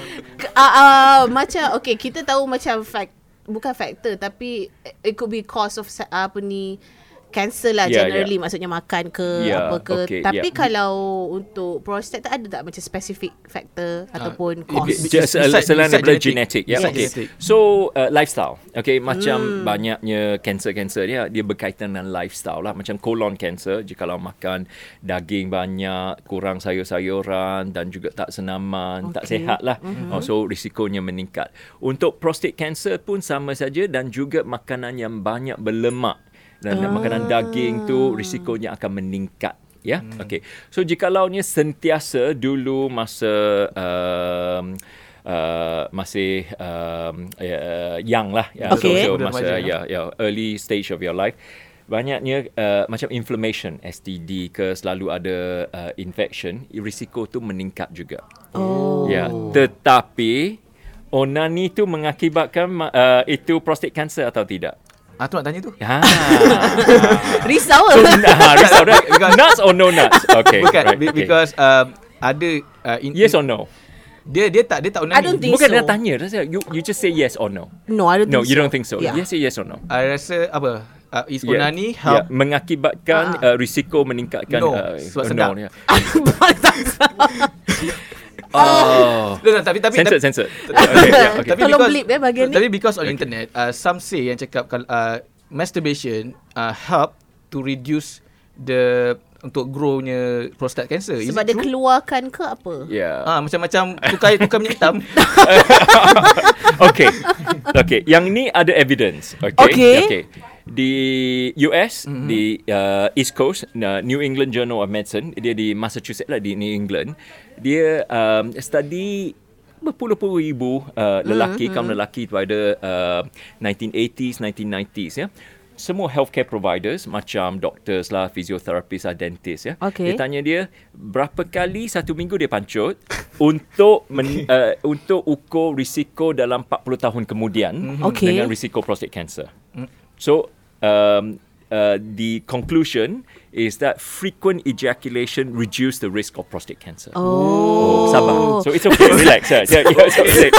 Speaker 1: K- uh, uh, macam okay kita tahu macam fact bukan factor tapi it could be cause of sa- apa ni cancer lah yeah,
Speaker 3: Yeah,
Speaker 1: generally yeah.
Speaker 3: yeah.
Speaker 1: maksudnya makan ke yeah,
Speaker 3: Yeah,
Speaker 1: apa ke okay,
Speaker 3: Ya, okay, ya.
Speaker 1: tapi yeah.
Speaker 3: yeah.
Speaker 1: kalau untuk prostate tak ada tak macam specific factor
Speaker 3: Ah.
Speaker 1: uh, ataupun
Speaker 2: it-
Speaker 1: cause
Speaker 2: it-
Speaker 1: it,
Speaker 2: it-
Speaker 3: Just uh,
Speaker 2: Beside-
Speaker 3: selain
Speaker 2: beside
Speaker 3: daripada
Speaker 2: genetik.
Speaker 3: genetik. Yeah,
Speaker 2: Beside
Speaker 3: okay.
Speaker 2: genetik.
Speaker 3: So uh, lifestyle. Okay,
Speaker 1: Hmm.
Speaker 3: macam banyaknya kanser-kanser dia dia berkaitan dengan lifestyle lah. Macam colon cancer, jika kalau makan daging banyak, kurang sayur-sayuran dan juga tak senaman, okay. tak
Speaker 1: Okay.
Speaker 3: sehat lah. Mm-hmm. Uh, so risikonya meningkat. Untuk prostate cancer pun sama saja dan juga makanan yang banyak berlemak dan makanan daging tu risikonya akan meningkat. Ya, yeah? hmm. okey. So jikalaunya sentiasa dulu masa um, uh, masih um, uh, young lah, yeah.
Speaker 1: Okay.
Speaker 3: so, so
Speaker 2: Muda remaja.
Speaker 3: masa yeah, yeah, early stage of your life, banyaknya uh, macam inflammation, STD ke selalu ada uh, infection, risiko tu meningkat juga.
Speaker 1: oh
Speaker 3: Ya, tetapi onani tu mengakibatkan ma- uh, itu prostate cancer atau tidak?
Speaker 2: Ah, tu nak tanya tu.
Speaker 3: Ha.
Speaker 1: risau
Speaker 3: so,
Speaker 1: lah.
Speaker 3: nah, risau dah.
Speaker 2: Because-
Speaker 3: Ah, Nuts or no nuts? Okay.
Speaker 2: Bukan
Speaker 3: right,
Speaker 2: be-
Speaker 3: okay.
Speaker 2: because um, ada uh, in,
Speaker 3: Yes or no?
Speaker 2: dia dia tak dia tak unani.
Speaker 1: I don't think
Speaker 3: Bukan
Speaker 1: so.
Speaker 3: dah tanya. dah saya- You you just say yes or no.
Speaker 1: no I don't
Speaker 3: No,
Speaker 1: think
Speaker 3: you
Speaker 1: so.
Speaker 3: don't think so.
Speaker 1: yeah.
Speaker 3: Yes, say yes or no.
Speaker 2: I rasa apa? Uh, is
Speaker 3: Yeah.
Speaker 2: unani
Speaker 3: Yeah,
Speaker 2: help?
Speaker 3: mengakibatkan
Speaker 1: Ah.
Speaker 3: uh, risiko meningkatkan
Speaker 2: No,
Speaker 3: uh,
Speaker 2: sebab
Speaker 3: no,
Speaker 2: sedap.
Speaker 3: yeah.
Speaker 2: Oh. No, no, tapi tapi
Speaker 3: Censored,
Speaker 2: tapi,
Speaker 3: censored. Okay, yeah, okay.
Speaker 1: Tolong blip, eh, bahagian ni.
Speaker 2: Tapi because on okay. internet, uh, some say yang cakap kalau uh, masturbation uh, help to reduce the untuk grownya prostate cancer. Is
Speaker 1: sebab
Speaker 2: it
Speaker 1: dia
Speaker 2: true?
Speaker 1: keluarkan ke apa
Speaker 3: Yeah.
Speaker 2: Ah macam-macam tukar tukar minyak hitam.
Speaker 3: okay. Okay, yang ni ada evidence. Okay.
Speaker 1: Okay.
Speaker 3: okay. Di US, mm-hmm. di uh, East Coast, uh, New England Journal of Medicine, dia di Massachusetts lah di New England. Dia um, study berpuluh-puluh ribu uh, lelaki, mm-hmm. kaum lelaki pada uh, 1980s, 1990s ya. Semua healthcare providers macam doctors lah, physiotherapists lah, dentist ya.
Speaker 1: Okay.
Speaker 3: Dia tanya dia berapa kali satu minggu dia pancut untuk men, uh, untuk ukur risiko dalam 40 tahun kemudian
Speaker 1: Okay.
Speaker 3: dengan risiko prostate cancer. So um, uh, the conclusion is that frequent ejaculation reduce the risk of prostate cancer.
Speaker 1: oh,
Speaker 3: Oh, sabar. So it's okay. Relax. Yeah, yeah, yeah, it's okay.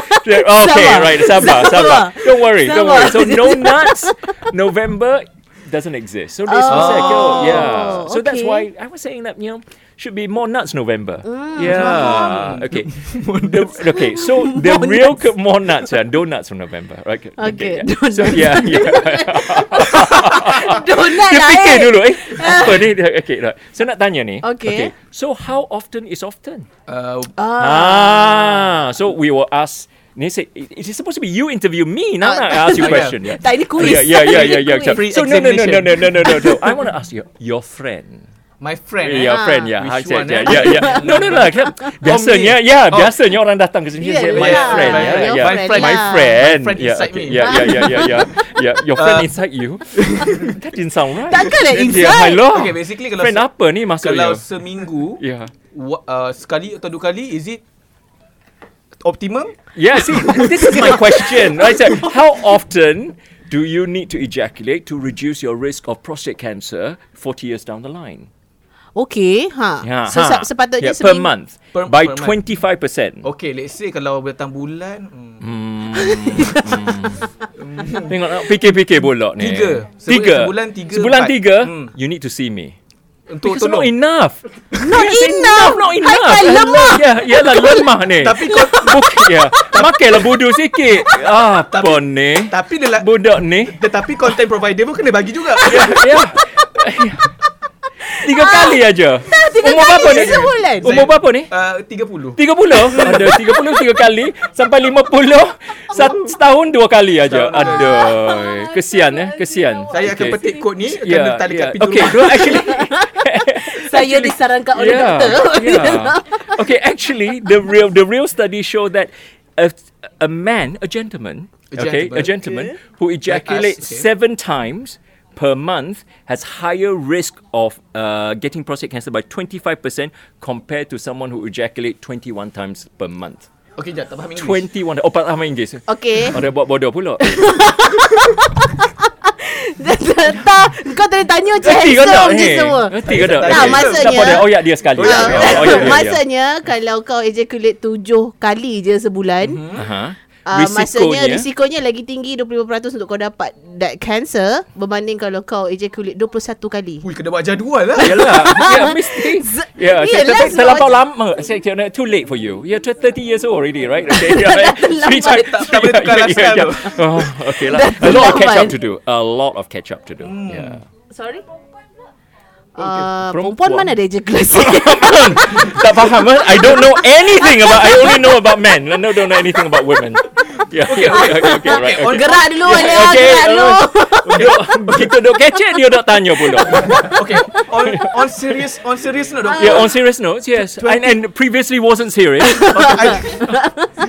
Speaker 3: okay,
Speaker 1: Sabar.
Speaker 3: right. Sabar, sabar.
Speaker 1: Sabar.
Speaker 3: Don't worry. Don't
Speaker 1: Sabar.
Speaker 3: worry. So no nuts. November doesn't exist. So this
Speaker 1: Oh,
Speaker 3: was like, oh, yeah. So that's
Speaker 1: okay.
Speaker 3: why I was saying that you know should be more nuts November.
Speaker 1: Mm,
Speaker 3: yeah. Okay. the, okay. So the
Speaker 1: More
Speaker 3: real co- more nuts and donuts on November. Right. Okay.
Speaker 1: Okay,
Speaker 3: yeah. So
Speaker 1: donuts.
Speaker 3: yeah, yeah.
Speaker 1: donat
Speaker 3: Dia
Speaker 1: lah
Speaker 3: fikir
Speaker 1: eh
Speaker 3: dulu eh. Apa ni? Okay. Right. So nak tanya ni.
Speaker 1: Okay.
Speaker 3: So how often is often?
Speaker 2: Uh,
Speaker 3: Ah, so we will ask. They say it is supposed to be you interview me, not I ask you
Speaker 2: yeah.
Speaker 3: question. Yeah.
Speaker 1: tak ini kuis
Speaker 3: Yeah, yeah, yeah, yeah, yeah.
Speaker 1: Quiz.
Speaker 3: exactly.
Speaker 2: Free
Speaker 3: So no, no, no, no,
Speaker 2: examination.
Speaker 3: no, no, no, no, no. I want to ask you, your friend.
Speaker 2: my friend.
Speaker 3: Yeah,
Speaker 2: eh.
Speaker 3: your
Speaker 1: Ah.
Speaker 3: friend, yeah.
Speaker 2: Which
Speaker 3: I said,
Speaker 2: one,
Speaker 3: yeah,
Speaker 2: eh?
Speaker 3: yeah, yeah. No, no, no. kan, Biasanya,
Speaker 2: me.
Speaker 3: yeah,
Speaker 2: Oh.
Speaker 3: biasanya orang datang ke sini
Speaker 1: Yeah,
Speaker 3: say, my
Speaker 2: yeah.
Speaker 3: friend,
Speaker 2: My friend,
Speaker 3: yeah, yeah.
Speaker 2: your friend
Speaker 3: my
Speaker 1: lah.
Speaker 3: friend,
Speaker 2: My friend
Speaker 3: yeah,
Speaker 2: inside
Speaker 3: okay,
Speaker 2: me.
Speaker 3: yeah, yeah, yeah, yeah, yeah, yeah. Your friend
Speaker 2: Uh,
Speaker 3: inside you. That didn't sound right.
Speaker 1: Takkan lah
Speaker 3: Yeah,
Speaker 1: inside.
Speaker 3: hello.
Speaker 2: Okay, basically kalau
Speaker 3: friend
Speaker 2: se-
Speaker 3: apa ni maksudnya?
Speaker 2: Kalau seminggu
Speaker 3: Yeah.
Speaker 2: wa- uh, sekali atau dua kali is it optimum?
Speaker 3: Yeah, see, this is my question. Right, so how often do you need to ejaculate to reduce your risk of prostate cancer 40 years down the line?
Speaker 1: Okay, ha.
Speaker 3: Yeah,
Speaker 1: so ha.
Speaker 3: ha.
Speaker 1: sepatutnya
Speaker 3: yeah, per
Speaker 1: seminggu-
Speaker 3: month
Speaker 2: Per-
Speaker 3: by
Speaker 2: per month.
Speaker 3: 25%.
Speaker 2: Okay, let's say kalau datang bulan hmm,
Speaker 3: Tengok nak fikir-fikir pula ni.
Speaker 2: Tiga. Sebu-
Speaker 3: Tiga.
Speaker 2: sebulan tiga,
Speaker 3: Sebulan
Speaker 2: empat.
Speaker 3: tiga,
Speaker 2: Hmm.
Speaker 3: you need to see me.
Speaker 2: untuk
Speaker 3: Because not
Speaker 2: tolong.
Speaker 3: enough.
Speaker 1: Not enough.
Speaker 3: Not enough.
Speaker 1: Haikal lemah.
Speaker 3: Yeah, yalah lemah ni. Tapi kau bukan ya. Makanlah bodoh sikit. Ah, apa ni?
Speaker 2: Tapi dia la-
Speaker 3: Budak ni.
Speaker 2: tetapi content provider pun kena bagi juga.
Speaker 3: Ya. Tiga kali aja.
Speaker 1: Ah, tiga
Speaker 3: Umur
Speaker 1: kali
Speaker 3: berapa ni?
Speaker 1: sebulan.
Speaker 3: Umur berapa ni?
Speaker 2: Uh, 30.
Speaker 3: 30? Ada 30 tiga kali sampai 50 sat, setahun dua kali aja. Aduh. Kesian eh, kesian.
Speaker 2: Saya akan
Speaker 3: Okay.
Speaker 2: petik kod ni akan
Speaker 3: Ya,
Speaker 2: letak dekat
Speaker 3: ya.
Speaker 2: pintu
Speaker 3: Okay,
Speaker 2: rumah.
Speaker 3: no, actually
Speaker 1: Saya disarankan oleh
Speaker 3: yeah,
Speaker 1: doktor. Ya.
Speaker 3: yeah. Okay, actually the real the real study show that a, a man, a gentleman,
Speaker 2: A
Speaker 3: okay,
Speaker 2: gentleman.
Speaker 3: a gentleman
Speaker 2: Okay.
Speaker 3: who ejaculates
Speaker 2: okay.
Speaker 3: seven times per month has higher risk of uh, getting prostate cancer by 25% compared to someone who ejaculates 21 times per month.
Speaker 2: Okey, jap, tak faham English.
Speaker 3: 21 oh faham Inggeris.
Speaker 1: Okay.
Speaker 3: Ada Oh, buat bodoh pula.
Speaker 1: tak, kau tadi tanya je
Speaker 3: Reti kau tak?
Speaker 1: handsome je
Speaker 3: Eh,
Speaker 1: semua.
Speaker 3: Reti kau tak?
Speaker 2: Tak,
Speaker 3: Eh,
Speaker 1: maksudnya- Ah.
Speaker 3: siapa dia? Oh ya dia sekali.
Speaker 2: Oh, ya,
Speaker 3: Oh ya dia.
Speaker 1: Maksudnya kalau kau ejaculate tujuh kali je sebulan,
Speaker 3: Aha.
Speaker 1: Uh, maksudnya
Speaker 3: Mhm. Uh-huh. Risikonya-
Speaker 1: risikonya lagi tinggi 25% untuk kau dapat that cancer berbanding kalau kau ejaculate 21 kali.
Speaker 2: Ui, kena buat jadual lah.
Speaker 3: Yalah, yeah, mistake.
Speaker 1: yelah,
Speaker 3: Yeah, yeah ter-
Speaker 1: sebab
Speaker 3: terlampau
Speaker 1: macam-
Speaker 3: lama. Saya kira too late for you. You're 30 years old already, right? Okay, yeah, right.
Speaker 1: Terlambat.
Speaker 3: Three times.
Speaker 2: Tak- tak boleh tukar lifestyle
Speaker 3: yeah,
Speaker 2: tu.
Speaker 3: yeah. Oh, okay lah.
Speaker 1: Dah
Speaker 3: A lot of catch up
Speaker 1: terlambat.
Speaker 3: to do. A lot of catch up to do. Yeah.
Speaker 1: Sorry? Uh,
Speaker 3: Perempuan.
Speaker 1: perempuan mana ada ejaculasi?
Speaker 3: tak faham eh? I don't know anything about I only know about men. I don't know anything about women. Yeah, okay, okay, okay, okay, right. Okay.
Speaker 1: Oh, gerak dulu Alia,
Speaker 3: okay, Oh, uh,
Speaker 1: gerak dulu.
Speaker 3: alright. Duk, kita duk kecek dia duk tanya pula.
Speaker 2: okay. On, on serious, on serious note, doktor.
Speaker 3: Yeah, on serious notes, yes. And, and previously wasn't serious.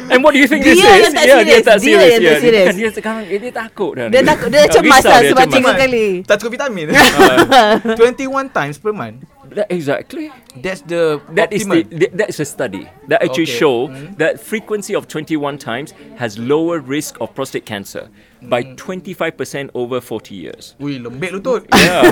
Speaker 3: and what do you think
Speaker 1: Dia
Speaker 3: this
Speaker 1: yang
Speaker 3: is?
Speaker 1: tak
Speaker 3: yeah, dia
Speaker 1: serious.
Speaker 3: tak
Speaker 1: Dia
Speaker 3: serious.
Speaker 1: yang
Speaker 3: yeah.
Speaker 1: tak serious.
Speaker 3: Dia, dia sekarang eh, dia takut dah.
Speaker 1: Dia takut, dia cemas
Speaker 3: risau,
Speaker 1: lah
Speaker 3: dia
Speaker 1: sebab
Speaker 3: cemas.
Speaker 1: tiga kali.
Speaker 2: tak cukup vitamin. 21 times per month.
Speaker 3: That- Exactly.
Speaker 2: That's the
Speaker 3: That is the,
Speaker 2: optimum.
Speaker 3: that- that's a study that actually
Speaker 2: Okay.
Speaker 3: show that frequency of 21 times has lower risk of prostate cancer by 25% over 40 years.
Speaker 2: Ui, lembek lutut.
Speaker 3: Yeah.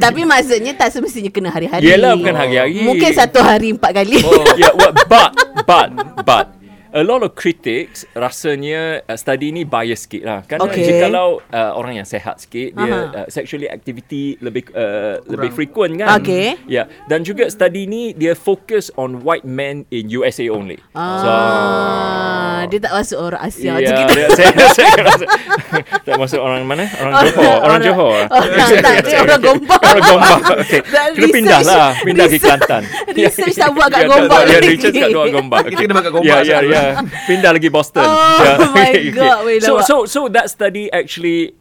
Speaker 1: Tapi maksudnya tak semestinya kena hari-hari.
Speaker 3: Yelah, bukan hari-hari.
Speaker 1: Mungkin satu hari empat kali.
Speaker 3: Oh, yeah, well, but but but a lot of critics rasanya uh, study ni bias sikit lah. Kan
Speaker 1: Okay.
Speaker 3: okay. kalau uh, orang yang sehat sikit dia
Speaker 1: Aha.
Speaker 3: uh, sexually activity lebih uh, lebih frequent kan.
Speaker 1: Okay.
Speaker 3: Yeah, dan juga study ni dia focus on white men in USA only. So
Speaker 1: Ah, dia tak masuk orang Asia. je
Speaker 3: Yeah,
Speaker 1: kita.
Speaker 3: dia, saya, saya rasa tak masuk orang mana? Orang Johor, orang Johor.
Speaker 1: Orang, Oh, tak, dia orang Gombak.
Speaker 3: Orang Gombak. Okay.
Speaker 1: Dan
Speaker 3: Kita pindah
Speaker 1: research-
Speaker 3: lah, pindah ke
Speaker 1: research-
Speaker 3: Kelantan.
Speaker 1: research tak buat kat
Speaker 3: Ya,
Speaker 1: Gombak
Speaker 3: tak, Ya,
Speaker 1: lagi.
Speaker 3: research kat luar Gombak.
Speaker 2: Kita kena buat kat Gombak
Speaker 3: Ya, ya,
Speaker 2: sekarang.
Speaker 3: ya. Pindah lagi Boston.
Speaker 1: Oh
Speaker 3: Ya,
Speaker 1: my
Speaker 3: okay, okay.
Speaker 1: God, weh,
Speaker 3: So
Speaker 1: lawak.
Speaker 3: so so that study actually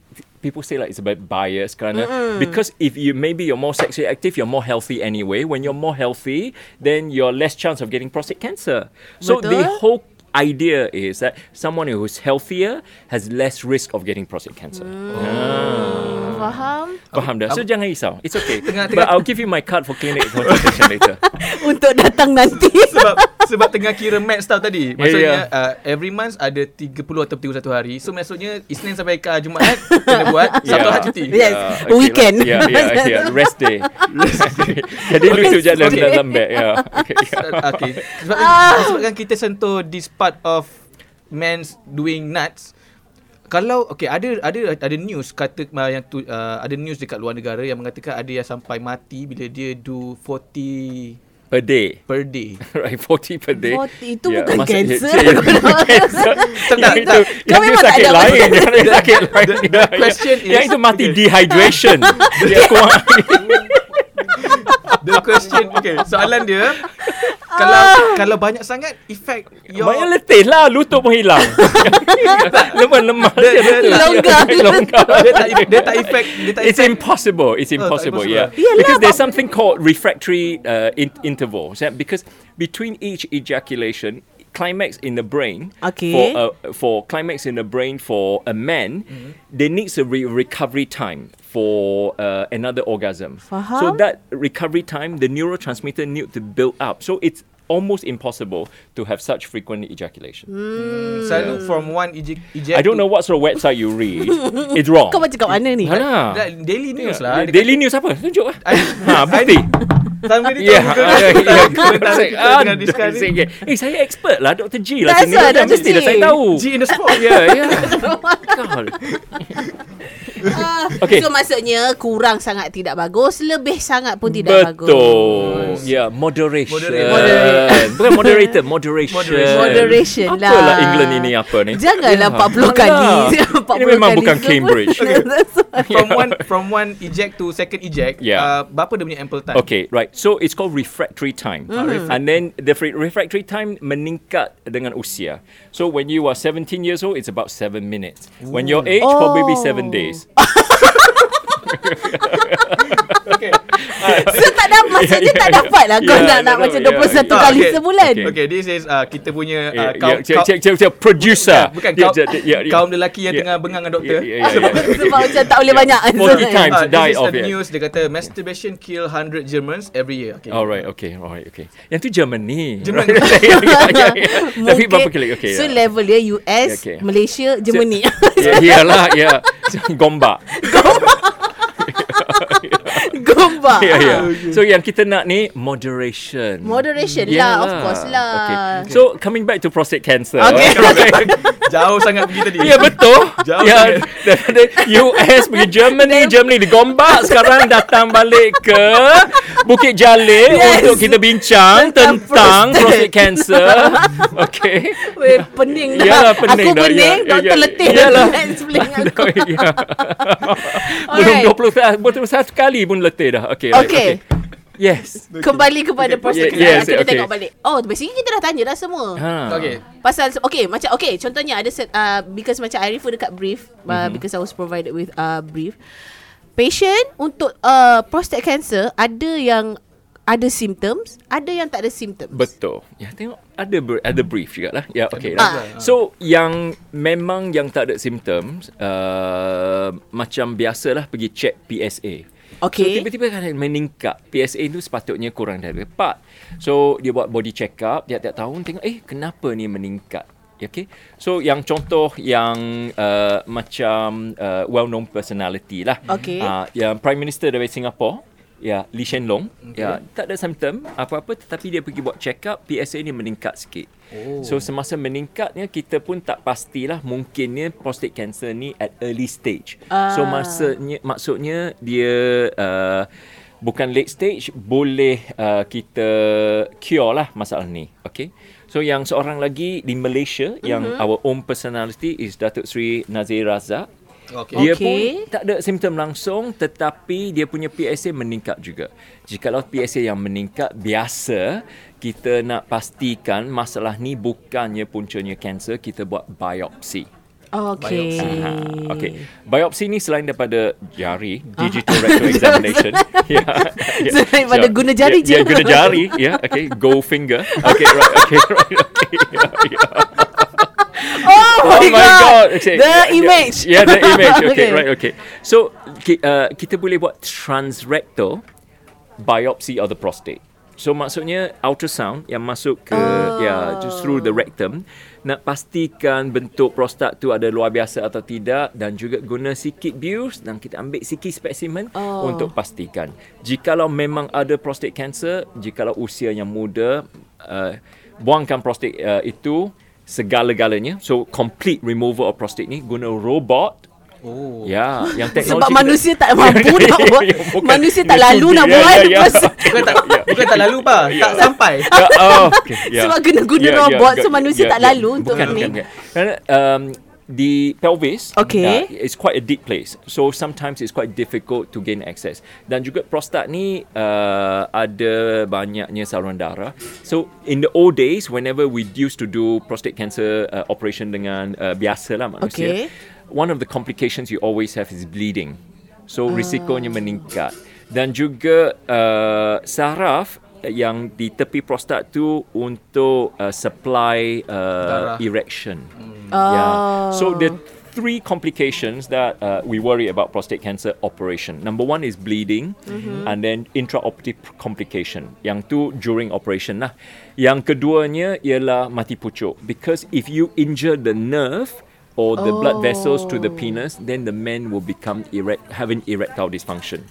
Speaker 3: People say like it's a bit biased kerana because if you maybe you're more sexually active, you're more healthy anyway. When you're more healthy, then you're less chance of getting prostate cancer. So the
Speaker 1: Betul.
Speaker 3: whole idea is that someone who's healthier has less risk of getting prostate cancer.
Speaker 1: Mm. Faham?
Speaker 3: Faham dah? So jangan risau. It's okay.
Speaker 2: Tengah-
Speaker 3: But
Speaker 2: tengah-
Speaker 3: I'll give you my card for clinic consultation later.
Speaker 1: Untuk datang nanti.
Speaker 2: sebab sebab tengah kira match tau tadi. Maksudnya yeah,
Speaker 3: yeah.
Speaker 2: Uh, every month ada 30 atau 31 hari. So maksudnya Isnin sampai ke Jumaat eh, kena buat Sabtu
Speaker 3: Yeah.
Speaker 2: Ahad cuti.
Speaker 1: Yes,
Speaker 3: lah.
Speaker 1: weekend.
Speaker 3: Yeah, yeah, yeah. Rest day. Rest day. Jadi lucu je dalam
Speaker 1: day.
Speaker 3: lembek. Yeah. Okay. yeah.
Speaker 2: Uh, Okay. Sebab sebabkan kita sentuh this part of men's doing nuts. Kalau okay ada ada ada news kata uh, yang tu uh, ada news dekat luar negara yang mengatakan ada yang sampai mati bila dia do 40
Speaker 3: Per day.
Speaker 2: per day.
Speaker 3: Right, 40 per day.
Speaker 1: 40, itu bukan cancer.
Speaker 3: Ya, bukan cancer.
Speaker 2: Tak,
Speaker 3: yang itu,
Speaker 2: tak.
Speaker 1: Kau
Speaker 3: yang itu
Speaker 1: memang tak
Speaker 3: sakit
Speaker 1: ada
Speaker 3: lain. Yang itu
Speaker 2: The-
Speaker 3: sakit lain.
Speaker 2: the-
Speaker 3: Ya,
Speaker 2: the question
Speaker 3: ya. Yang
Speaker 2: is-
Speaker 3: itu mati
Speaker 2: Okay.
Speaker 3: dehydration. Dia kurang
Speaker 2: The question okay soalan dia kalau kalau banyak sangat effect your
Speaker 3: Banyak letih lah Lutut pun hilang Lemah-lemah
Speaker 2: Dia-
Speaker 3: je
Speaker 2: dia
Speaker 3: letih.
Speaker 1: Longgar.
Speaker 3: Longgar
Speaker 2: dia tak dia tak effect dia tak
Speaker 3: It's
Speaker 2: effect
Speaker 3: impossible. Oh, It's
Speaker 2: impossible.
Speaker 3: impossible. yeah,
Speaker 1: Yelah,
Speaker 3: because
Speaker 1: but-
Speaker 3: there's something called refractory uh, in- intervals. Yeah? Because between each ejaculation, climax in the brain
Speaker 1: Okay.
Speaker 3: for uh, for climax in the brain for a man, there needs a re- recovery time for uh, another orgasm. So
Speaker 1: Faham.
Speaker 3: that recovery time, the neurotransmitter need to build up. So it's almost impossible to have such frequent ejaculation.
Speaker 2: selalu from one E eject, eject
Speaker 3: I don't know what sort of website you read. it's wrong.
Speaker 1: Kau baca kat mana ni?
Speaker 3: Alah.
Speaker 2: Like, daily news lah
Speaker 3: Yeah. Daily news apa? Tunjuk lah. ha, bukti.
Speaker 2: Time kali
Speaker 3: Ya. Ah,
Speaker 2: Kita tengah discuss ni
Speaker 3: Ya. Eh, saya expert lah. Dr. G lah.
Speaker 1: That's
Speaker 3: sini.
Speaker 1: why,
Speaker 3: Dah
Speaker 1: Dr.
Speaker 3: Mesti dah
Speaker 1: G.
Speaker 3: saya tahu.
Speaker 2: G in the sport
Speaker 3: Ya, ya. God.
Speaker 1: Ah,
Speaker 3: Okay.
Speaker 1: So maksudnya kurang sangat tidak bagus, lebih sangat pun tidak bagus.
Speaker 3: Betul. Ya, yeah, moderation.
Speaker 2: Moderate.
Speaker 1: Moderate.
Speaker 3: Bukan moderator, moderation.
Speaker 2: Moderation.
Speaker 1: Moderation lah.
Speaker 3: Apalah England ini apa ni?
Speaker 1: Janganlah
Speaker 3: Ya.
Speaker 1: 40 kali.
Speaker 3: Alah.
Speaker 1: 40
Speaker 3: Ini memang
Speaker 1: kali
Speaker 3: bukan
Speaker 1: semua.
Speaker 3: Cambridge.
Speaker 1: That's why.
Speaker 2: From one From one eject to second eject
Speaker 3: Yeah.
Speaker 2: uh, Berapa dia punya ample time
Speaker 3: Okay, right. So it's called refractory time.
Speaker 1: Mm-hmm.
Speaker 3: And then the fre- refractory time meningkat dengan usia. So when you are 17 years old, it's about 7 minutes. When you're age, probably 7
Speaker 1: Oh.
Speaker 3: days.
Speaker 2: Okay
Speaker 1: So tak dapat
Speaker 3: Ya,
Speaker 1: maksudnya tak dapat lah kau
Speaker 3: Yeah,
Speaker 1: nak
Speaker 3: no,
Speaker 1: nak
Speaker 3: no,
Speaker 1: macam
Speaker 3: yeah,
Speaker 1: 21
Speaker 2: yeah.
Speaker 1: kali
Speaker 2: Okay.
Speaker 1: sebulan.
Speaker 3: ya, Okay.
Speaker 2: Okay this is uh, Kita punya uh,
Speaker 3: Yeah,
Speaker 2: kaum,
Speaker 3: yeah,
Speaker 2: kaum,
Speaker 3: check, check, check, producer. Ya,
Speaker 2: Bukan
Speaker 3: Yeah,
Speaker 2: kaum,
Speaker 3: yeah, yeah, yeah.
Speaker 2: kaum lelaki yang
Speaker 3: Yeah.
Speaker 2: tengah bengang dengan doktor
Speaker 3: Yeah, yeah, yeah, yeah.
Speaker 1: Sebab macam tak boleh
Speaker 3: Yeah.
Speaker 1: banyak.
Speaker 3: 40 times
Speaker 2: Uh,
Speaker 3: die
Speaker 2: this is
Speaker 3: of
Speaker 2: the
Speaker 3: it.
Speaker 2: news Dia kata Masturbation kill 100 Germans Every year Okay
Speaker 3: Alright, ya. okay, alright, okay. Yang tu Germany. Ya,
Speaker 2: Jerman.
Speaker 3: Right, yeah, yeah, yeah, yeah. Tapi berapa
Speaker 1: Mungkin-
Speaker 3: kali? Okay. ya.
Speaker 1: So
Speaker 3: yeah.
Speaker 1: level dia US,
Speaker 3: Yeah, okay.
Speaker 1: Malaysia, Germany.
Speaker 3: Ya, iyalah, ya. Gombak.
Speaker 1: Gombak.
Speaker 3: Ya, ya.
Speaker 2: Ah,
Speaker 3: So yang kita nak ni moderation.
Speaker 1: Moderation
Speaker 3: Ya
Speaker 1: lah, of course lah.
Speaker 3: Okay. So coming back to prostate cancer.
Speaker 1: Okay.
Speaker 2: Jauh sangat pergi tadi.
Speaker 3: Ya betul.
Speaker 2: Jauh
Speaker 3: ya daripada US pergi Germany, Germany di Gombak sekarang datang balik ke Bukit Jalil
Speaker 1: Yes.
Speaker 3: untuk kita bincang
Speaker 1: Tentang
Speaker 3: tentang
Speaker 1: prostate.
Speaker 3: prostate cancer. Okay.
Speaker 1: Weh, pening dah.
Speaker 3: Yalah, pening
Speaker 1: aku
Speaker 3: dah,
Speaker 1: pening,
Speaker 3: ya,
Speaker 1: doktor
Speaker 3: ya, ya.
Speaker 1: letih
Speaker 3: Yalah.
Speaker 1: dah explain aku.
Speaker 3: ya.
Speaker 1: Alright.
Speaker 3: Belum 20 tahun, belum satu kali pun letih dah. Okay. right,
Speaker 1: Okay.
Speaker 3: Yes.
Speaker 1: Kembali kepada proses
Speaker 3: yeah,
Speaker 1: kesalahan
Speaker 3: yes,
Speaker 1: kita
Speaker 3: okay.
Speaker 1: tengok balik. Oh, basically kita dah tanya dah semua.
Speaker 3: Ha.
Speaker 2: Okay.
Speaker 1: Pasal okay macam okay contohnya ada set, uh, because macam I refer dekat brief uh,
Speaker 3: Mhm.
Speaker 1: mm-hmm. because I was provided with uh, brief. Patient untuk uh, prostate cancer ada yang ada symptoms, ada yang tak ada symptoms.
Speaker 3: Betul. Ya tengok ada ber, ada brief juga lah. Ya okey
Speaker 1: Ah.
Speaker 3: lah. So yang memang yang tak ada symptoms uh, macam biasalah pergi check PSA. So
Speaker 1: Okay.
Speaker 3: tiba-tiba kan meningkat. PSA tu sepatutnya kurang dari 4. So dia buat body check up tiap-tiap tahun tengok eh kenapa ni meningkat. Okay. So yang contoh yang uh, macam uh, well known personality lah.
Speaker 1: Okey.
Speaker 3: Ah, yang Prime Minister dari Singapura ya Lee Hsien Loong ya tak ada symptom apa-apa tetapi dia pergi buat check up PSA ni meningkat sikit. Oh. So semasa meningkatnya kita pun tak pastilah mungkinnya prostate cancer ni at early stage.
Speaker 1: Ah.
Speaker 3: So maksudnya maksudnya dia uh, bukan late stage boleh uh, kita cure lah masalah ni. Okay. So yang seorang lagi di Malaysia mm-hmm.
Speaker 2: Mhm.
Speaker 3: yang our own personality is Datuk Seri Nazir Razak.
Speaker 2: Okay.
Speaker 3: Dia
Speaker 1: Okey.
Speaker 3: pun tak ada simptom langsung tetapi dia punya PSA meningkat juga. Jikalau PSA yang meningkat biasa kita nak pastikan masalah ni bukannya puncanya kanser kita buat biopsi.
Speaker 1: Okay.
Speaker 3: Ha, okay. Biopsi ni selain daripada jari, digital rectal examination. ya. ya.
Speaker 1: Selain daripada
Speaker 3: So,
Speaker 1: guna jari
Speaker 3: ya,
Speaker 1: je.
Speaker 3: Ya, guna jari. Ya, okay. Go finger. Okay, right. Okay, right. Okay. Ya, ya.
Speaker 1: Oh, my god.
Speaker 3: Okay.
Speaker 1: The image.
Speaker 3: Yeah, the image. Okay,
Speaker 1: Okay.
Speaker 3: right, okay. So, ki- uh, kita boleh buat transrectal biopsy of the prostate. So, maksudnya ultrasound yang masuk ke, oh. ya, just through the rectum, nak pastikan bentuk prostat tu ada luar biasa atau tidak dan juga guna sikit bius dan kita ambil sikit spesimen
Speaker 1: Oh.
Speaker 3: oh. untuk pastikan. Jikalau memang ada prostate cancer, jikalau usianya muda, uh, buangkan prostate uh, itu segala-galanya. So complete removal of prostate ni guna robot.
Speaker 2: Oh.
Speaker 3: Ya, yang teknologi
Speaker 1: Sebab
Speaker 3: kita-
Speaker 1: manusia tak mampu nak buat.
Speaker 3: Ya, bukan.
Speaker 1: Manusia tak
Speaker 3: Ya,
Speaker 1: lalu
Speaker 3: sudi.
Speaker 1: nak
Speaker 3: Ya,
Speaker 1: buat.
Speaker 3: ya, ya.
Speaker 1: Pasal-
Speaker 2: Bukan tak bukan tak lalu pa, tak sampai.
Speaker 3: Ya, oh, okay, ya.
Speaker 1: Sebab kena guna robot, so manusia tak lalu untuk
Speaker 3: bukan,
Speaker 1: ni.
Speaker 3: Bukan, bukan. Kerana um, di pelvis
Speaker 1: Okay.
Speaker 3: ya, it's quite a deep place so sometimes it's quite difficult to gain access dan juga prostat ni uh, ada banyaknya saluran darah so in the old days whenever we used to do prostate cancer uh, operation dengan uh, biasa lah
Speaker 1: Okay.
Speaker 3: manusia one of the complications you always have is bleeding so risikonya meningkat dan juga uh, saraf yang di tepi prostat tu untuk uh, supply uh,
Speaker 2: Darah.
Speaker 3: erection Yeah. So the three complications that uh, we worry about prostate cancer operation. Number one is bleeding, and then intraoperative complication. Yang tu during operation lah. Yang keduanya ialah mati pucuk because if you injure the nerve or the blood vessels to the penis, then the man will become erect, have an erectile dysfunction.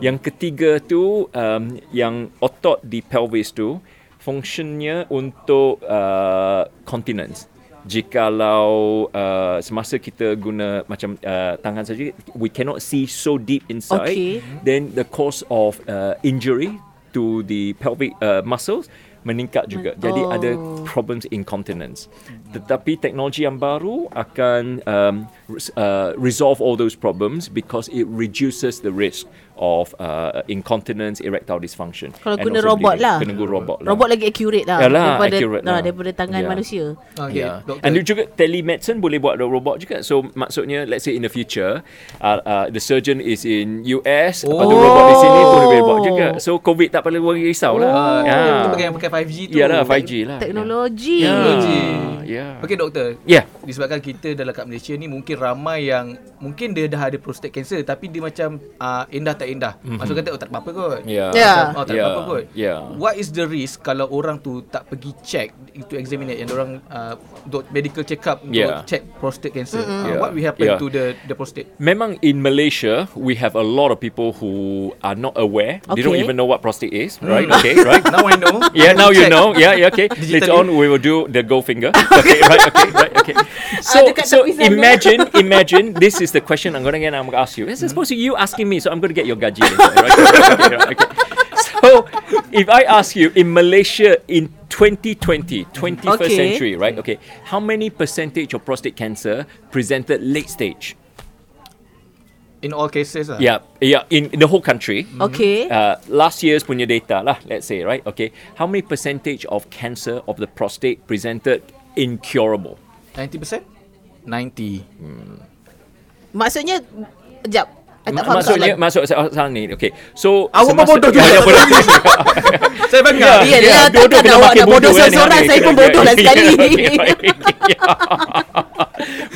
Speaker 3: Yang ketiga tu um, yang otot di pelvis tu fungsinya untuk uh, continence jikalau uh, semasa kita guna macam uh, tangan saja we cannot see so deep inside
Speaker 1: Okay.
Speaker 3: then the cause of uh, injury to the pelvic uh, muscles meningkat juga jadi
Speaker 1: Oh.
Speaker 3: ada problems incontinence tetapi teknologi yang baru akan um, res- uh, resolve all those problems because it reduces the risk of uh, incontinence erectile dysfunction
Speaker 1: Kalau
Speaker 3: and
Speaker 1: guna
Speaker 3: also
Speaker 1: robot
Speaker 3: bleeding.
Speaker 1: lah.
Speaker 3: kena guna robot lah
Speaker 1: Robot lagi accurate lah.
Speaker 3: Yalah,
Speaker 1: daripada,
Speaker 3: accurate
Speaker 1: ah,
Speaker 3: lah.
Speaker 1: Daripada tangan
Speaker 3: Ya.
Speaker 1: manusia.
Speaker 2: Okay,
Speaker 3: Okay, yeah.
Speaker 2: doktor.
Speaker 3: And juga telemedicine boleh buat robot juga. So maksudnya let's say in the future uh, uh, the surgeon is in US, oh. lepas tu
Speaker 2: Oh.
Speaker 3: robot di sini pun boleh buat juga. So COVID tak perlu worry risau lah.
Speaker 2: Ah,
Speaker 3: Ya.
Speaker 2: kita pakai yang pakai 5G tu.
Speaker 3: Yalah 5G lah.
Speaker 1: Teknologi.
Speaker 3: Ya.
Speaker 2: Teknologi.
Speaker 3: Ya.
Speaker 2: Okey doktor.
Speaker 3: Ya.
Speaker 2: Disebabkan kita dalam kat Malaysia ni mungkin ramai yang mungkin dia dah ada prostate cancer tapi dia macam uh, endah tak endah. Mm-hmm. Maksud kata oh tak apa-apa kot.
Speaker 3: Mhm. Ya.
Speaker 1: Ya.
Speaker 2: Macam, Oh tak
Speaker 3: Ya.
Speaker 2: apa-apa kot.
Speaker 3: Ya.
Speaker 2: What is the risk kalau orang tu tak pergi check itu examine yang orang uh, untuk medical check up untuk
Speaker 3: Ya.
Speaker 2: check prostate cancer. Mm-hmm. Uh,
Speaker 3: Ya.
Speaker 2: What will happen
Speaker 3: Ya.
Speaker 2: to the the prostate?
Speaker 3: Memang in Malaysia, we have a lot of people who are not aware. They don't
Speaker 1: Okay. Mm.
Speaker 3: even know what prostate is, right? Okay, right?
Speaker 2: Now I know.
Speaker 3: Yeah, now you know. Yeah, yeah, okay. Later
Speaker 2: Digitally.
Speaker 3: on, we will do the gold finger. Okay, right, okay, right, okay. So,
Speaker 1: Uh, dekat
Speaker 3: so
Speaker 1: tepi sana.
Speaker 3: imagine, imagine, this is the question I'm going to get and I'm going to ask you.
Speaker 1: Mm.
Speaker 3: It's supposed to you asking me, so I'm going to get your gaji later, right? Okay, right, okay. So, if I ask you, in Malaysia, in 2020, 21st
Speaker 1: Okay.
Speaker 3: century, right? Okay, how many percentage of prostate cancer presented late stage?
Speaker 2: In all cases lah.
Speaker 3: Yeah, yeah, in, in the whole country.
Speaker 1: Mm. Okay.
Speaker 3: Uh, last year's punya data lah, let's say, right? Okay. How many percentage of cancer of the prostate presented incurable?
Speaker 2: 90%? 90.
Speaker 1: Maksudnya Sekejap I tak
Speaker 3: Ma-
Speaker 1: faham
Speaker 3: maksudnya,
Speaker 1: soalan
Speaker 3: masuk soal soalan ni. Okay. So,
Speaker 2: Awak pun
Speaker 3: semasa-
Speaker 2: bodoh juga.
Speaker 3: Ya, bodoh.
Speaker 2: Saya bangga.
Speaker 1: Ya,
Speaker 3: Ya,
Speaker 1: dia
Speaker 3: bodoh
Speaker 1: takkan
Speaker 3: kena
Speaker 1: awak
Speaker 3: makin
Speaker 1: nak bodoh
Speaker 3: bodoh kan
Speaker 1: seorang-seorang
Speaker 3: ni.
Speaker 1: Saya
Speaker 3: Okay,
Speaker 1: pun
Speaker 3: okay,
Speaker 1: bodoh lah
Speaker 3: okay,
Speaker 1: sekali
Speaker 3: okay, right, yeah.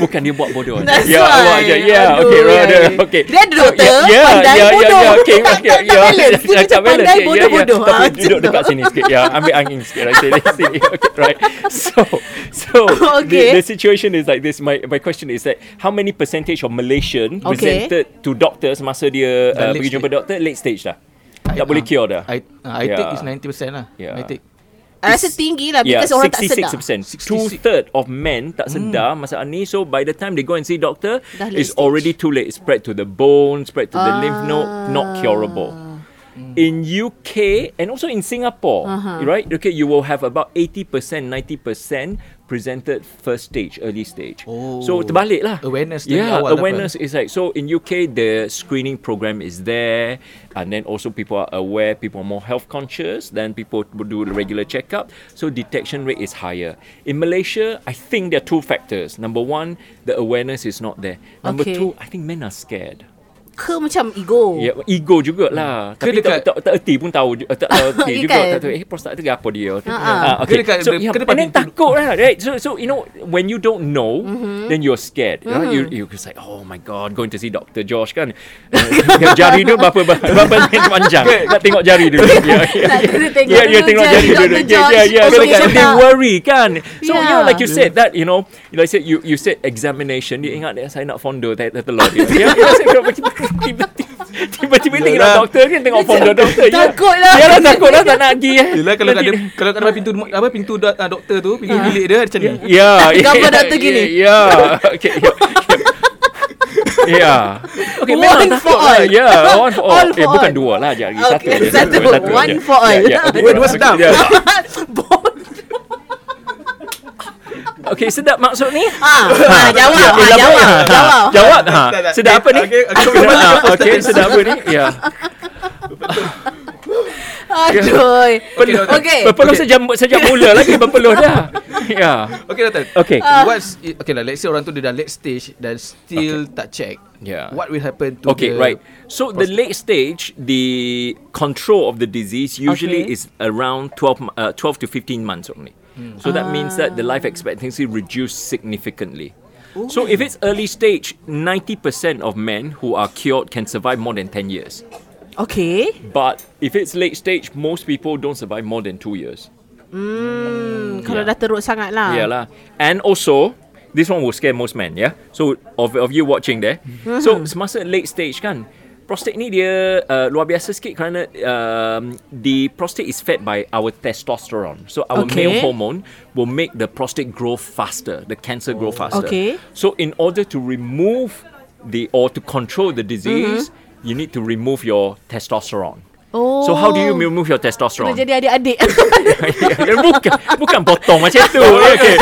Speaker 3: Bukan dia buat bodoh.
Speaker 1: That's
Speaker 3: Ya,
Speaker 1: why.
Speaker 3: awak je. Ya,
Speaker 1: Aduh,
Speaker 3: okay, right.
Speaker 1: ya, ya.
Speaker 3: Okay.
Speaker 1: Dia ada
Speaker 3: So,
Speaker 1: doktor,
Speaker 3: ya,
Speaker 1: pandai
Speaker 3: ya, ya,
Speaker 1: bodoh.
Speaker 3: ya, okay,
Speaker 1: Tak-
Speaker 3: okay,
Speaker 1: tak- tak
Speaker 3: ya.
Speaker 1: balance. Dia
Speaker 3: Tak
Speaker 1: macam
Speaker 3: balance,
Speaker 1: pandai
Speaker 3: ya, ya, ya.
Speaker 1: bodoh-bodoh.
Speaker 3: Tapi
Speaker 1: Ah,
Speaker 3: duduk
Speaker 1: macam
Speaker 3: dekat sini sikit. Ya, ambil angin sikit. Right, sini, sini. Okay, right. So, so
Speaker 1: Okay.
Speaker 3: the, the situation is like this. My my question is that how many percentage of Malaysian
Speaker 1: Okay.
Speaker 3: presented to doctors masa dia
Speaker 2: Dah
Speaker 3: uh,
Speaker 2: late
Speaker 3: pergi jumpa
Speaker 2: stage.
Speaker 3: doktor late stage dah?
Speaker 2: I-
Speaker 3: Tak boleh
Speaker 2: ah,
Speaker 3: cure dah.
Speaker 2: I, uh, I
Speaker 3: Ya.
Speaker 2: take is 90% lah.
Speaker 3: Ya.
Speaker 2: I take.
Speaker 1: I rasa tinggi lah
Speaker 3: Yeah,
Speaker 1: Because orang tak sedar
Speaker 3: 66%.
Speaker 2: 66%.
Speaker 3: Two-third of men tak
Speaker 2: Hmm.
Speaker 3: sedar masalah ni. So, by the time they go and see doctor,
Speaker 1: Dah late
Speaker 3: it's
Speaker 1: stage.
Speaker 3: already too late. It's spread to the bone, spread to the lymph node,
Speaker 1: Ah.
Speaker 3: not curable.
Speaker 2: Hmm.
Speaker 3: In UK and also in Singapore,
Speaker 1: Uh-huh.
Speaker 3: right? Okay, you will have about 80%, 90% presented first stage, early stage.
Speaker 2: Oh.
Speaker 3: So, terbalik lah.
Speaker 2: Awareness dari
Speaker 3: Yeah,
Speaker 2: awal dapat.
Speaker 3: awareness is like, so in UK, the screening program is there. And then also people are aware, people are more health conscious. Then people would do the regular checkup. So detection rate is higher. In Malaysia, I think there are two factors. Number one, the awareness is not there. Number
Speaker 1: Okay.
Speaker 3: two, I think men are scared.
Speaker 1: Ke macam ego
Speaker 3: Ya, ego jugalah.
Speaker 2: Ke
Speaker 3: Tapi
Speaker 2: dekat-
Speaker 3: tak, tak, tak erti pun tahu, ju- tak tahu erti
Speaker 1: Ya
Speaker 3: juga.
Speaker 1: kan?
Speaker 3: Tak tahu, eh prostat tu apa dia.
Speaker 1: Ha, ha.
Speaker 3: Ah,
Speaker 2: Ke dekat-
Speaker 3: So,
Speaker 2: dia-
Speaker 3: yeah,
Speaker 2: ke depan
Speaker 3: and then
Speaker 2: pintu.
Speaker 3: takut lah, right? So, so, you know, when you don't know, then you're scared. You, know? you, you just like, oh my God, going to see Dr. Josh kan. Eh, jari tu berapa, berapa minit panjang. Nak tengok jari dulu. Ya, ya.
Speaker 1: Nak kena tengok
Speaker 3: Yeah, you
Speaker 1: dulu
Speaker 3: tengok Ya,
Speaker 1: jari
Speaker 3: jari
Speaker 1: Dr. Oh,
Speaker 3: dulu. Yeah, yeah,
Speaker 1: Josh.
Speaker 3: yeah. So,
Speaker 1: Okey
Speaker 3: so
Speaker 1: ke
Speaker 3: they
Speaker 1: tak?
Speaker 3: worry kan. So,
Speaker 1: Yeah.
Speaker 3: yeah, like you said that, you know, like I said, you you said examination. Dia ingat dia saya nak fondor tak tak telur dia. Ya, ya, saya kira tiba- tiba-tiba tiba-tiba
Speaker 2: Yalah.
Speaker 3: tengok doktor kan tengok fondor doktor. Ya.
Speaker 1: Takut lah.
Speaker 3: Yalah takut lah tak nak pergi. eh.
Speaker 2: Yelah kalau kat
Speaker 3: Nanti-
Speaker 2: de- kalau kat depan pintu rumah- apa pintu do- ah, doktor tu, pintu bilik dia macam ni.
Speaker 3: Ya. ya,
Speaker 1: Gambar doktor
Speaker 3: ya,
Speaker 1: gini.
Speaker 3: Ya. Okay. ya, Ya. Ya. Okay,
Speaker 1: One
Speaker 3: memang
Speaker 1: for
Speaker 3: takut lah.
Speaker 1: all.
Speaker 3: Ya, one for all.
Speaker 1: All
Speaker 3: Eh,
Speaker 1: for
Speaker 3: bukan
Speaker 1: all.
Speaker 3: dua lah. Jari.
Speaker 1: Okay,
Speaker 3: Satu. je,
Speaker 1: satu. One
Speaker 3: je.
Speaker 1: for all.
Speaker 3: Ya, ya, okay,
Speaker 2: Dua-dua
Speaker 3: right.
Speaker 2: sedap.
Speaker 3: Ya.
Speaker 1: Bodoh
Speaker 3: Okay, sedap maksud ni?
Speaker 1: Ah, ah, Jawab ah, Jawab
Speaker 3: Elaborate.
Speaker 1: Jawab
Speaker 3: Ha, Jawab. Ha.
Speaker 2: Tak, tak.
Speaker 3: Sedap apa ni?
Speaker 2: Okay, okay,
Speaker 3: Sedap-
Speaker 2: kembali ke
Speaker 3: ah,
Speaker 2: poster
Speaker 3: Okay,
Speaker 2: ni.
Speaker 3: sedap apa ni? Ya.
Speaker 1: Aduh
Speaker 2: Penuh.
Speaker 1: Okay
Speaker 3: Berpeluh sejak sejak mula lagi berpeluh dah. Ya.
Speaker 2: Okay doktor.
Speaker 3: Okay.
Speaker 2: What's i- okay lah, let's say orang tu dia dah late stage dan still tak check.
Speaker 3: Yeah.
Speaker 2: What will happen to
Speaker 3: Okay,
Speaker 2: the
Speaker 3: right. So the late stage, the control of the disease usually
Speaker 1: Okay. Hmm.
Speaker 3: is around 12, m- uh, 12 to 15 months only. So that means that the
Speaker 1: Ah.
Speaker 3: life expectancy reduced significantly. So if it's early stage, 90% of men who are cured can survive more than 10 years.
Speaker 1: Okay
Speaker 3: But if it's late stage, most people don't survive more than 2 years.
Speaker 1: Hmm, Kalau
Speaker 3: Ya.
Speaker 1: dah teruk sangat lah
Speaker 3: Yeah, lah. And also, this one will scare most men, yeah? So, of, of you watching there. So, semasa late stage kan, prostate ni dia uh, luar biasa sikit kerana um, the prostate is fed by our testosterone. So, our
Speaker 1: Okay.
Speaker 3: male hormone will make the prostate grow faster, the cancer grow faster.
Speaker 1: Oh. Okay.
Speaker 3: So, in order to remove the, or to control the disease, you need to remove your testosterone.
Speaker 1: Mm-hmm. Oh
Speaker 3: So, how do you remove your testosterone?
Speaker 1: Kena jadi adik-adik
Speaker 3: Ya, bukan bukan potong macam tu. Okay.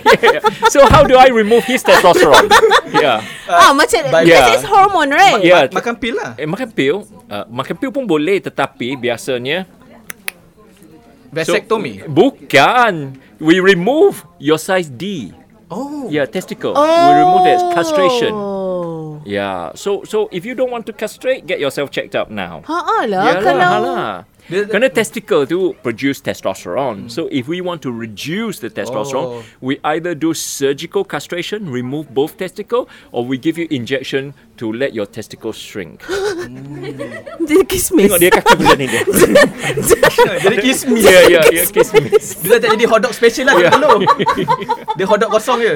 Speaker 3: so how do I remove his testosterone? Ya. Yeah.
Speaker 1: Ah macam Because
Speaker 2: by-
Speaker 3: Yeah.
Speaker 1: it's hormone right
Speaker 3: Yeah.
Speaker 2: Makan pil lah.
Speaker 3: Eh, makan pil, uh, makan pil pun boleh tetapi biasanya so-
Speaker 2: Vasectomy.
Speaker 3: bukan. We remove your size D.
Speaker 2: Oh.
Speaker 3: Yeah, testicle. We remove
Speaker 1: Oh.
Speaker 3: that castration. Ya. Yeah. So so if you don't want to castrate, get yourself checked up now.
Speaker 1: Ha lah
Speaker 3: Yalah,
Speaker 1: kalau
Speaker 3: halah.
Speaker 2: Dia- Hmm.
Speaker 3: Kerana testicle tu produce testosterone. So if we want to reduce the testosterone,
Speaker 2: Oh.
Speaker 3: we either do surgical castration, remove both testicle, or we give you injection to let your testicles shrink.
Speaker 1: Dia kismis.
Speaker 3: Tengok dia kaki bulan ni dia.
Speaker 2: Jadi kismis.
Speaker 3: Ya, ya, ya, kismis.
Speaker 2: Dia tak jadi hotdog special lah yeah. telur. Dia hotdog kosong je.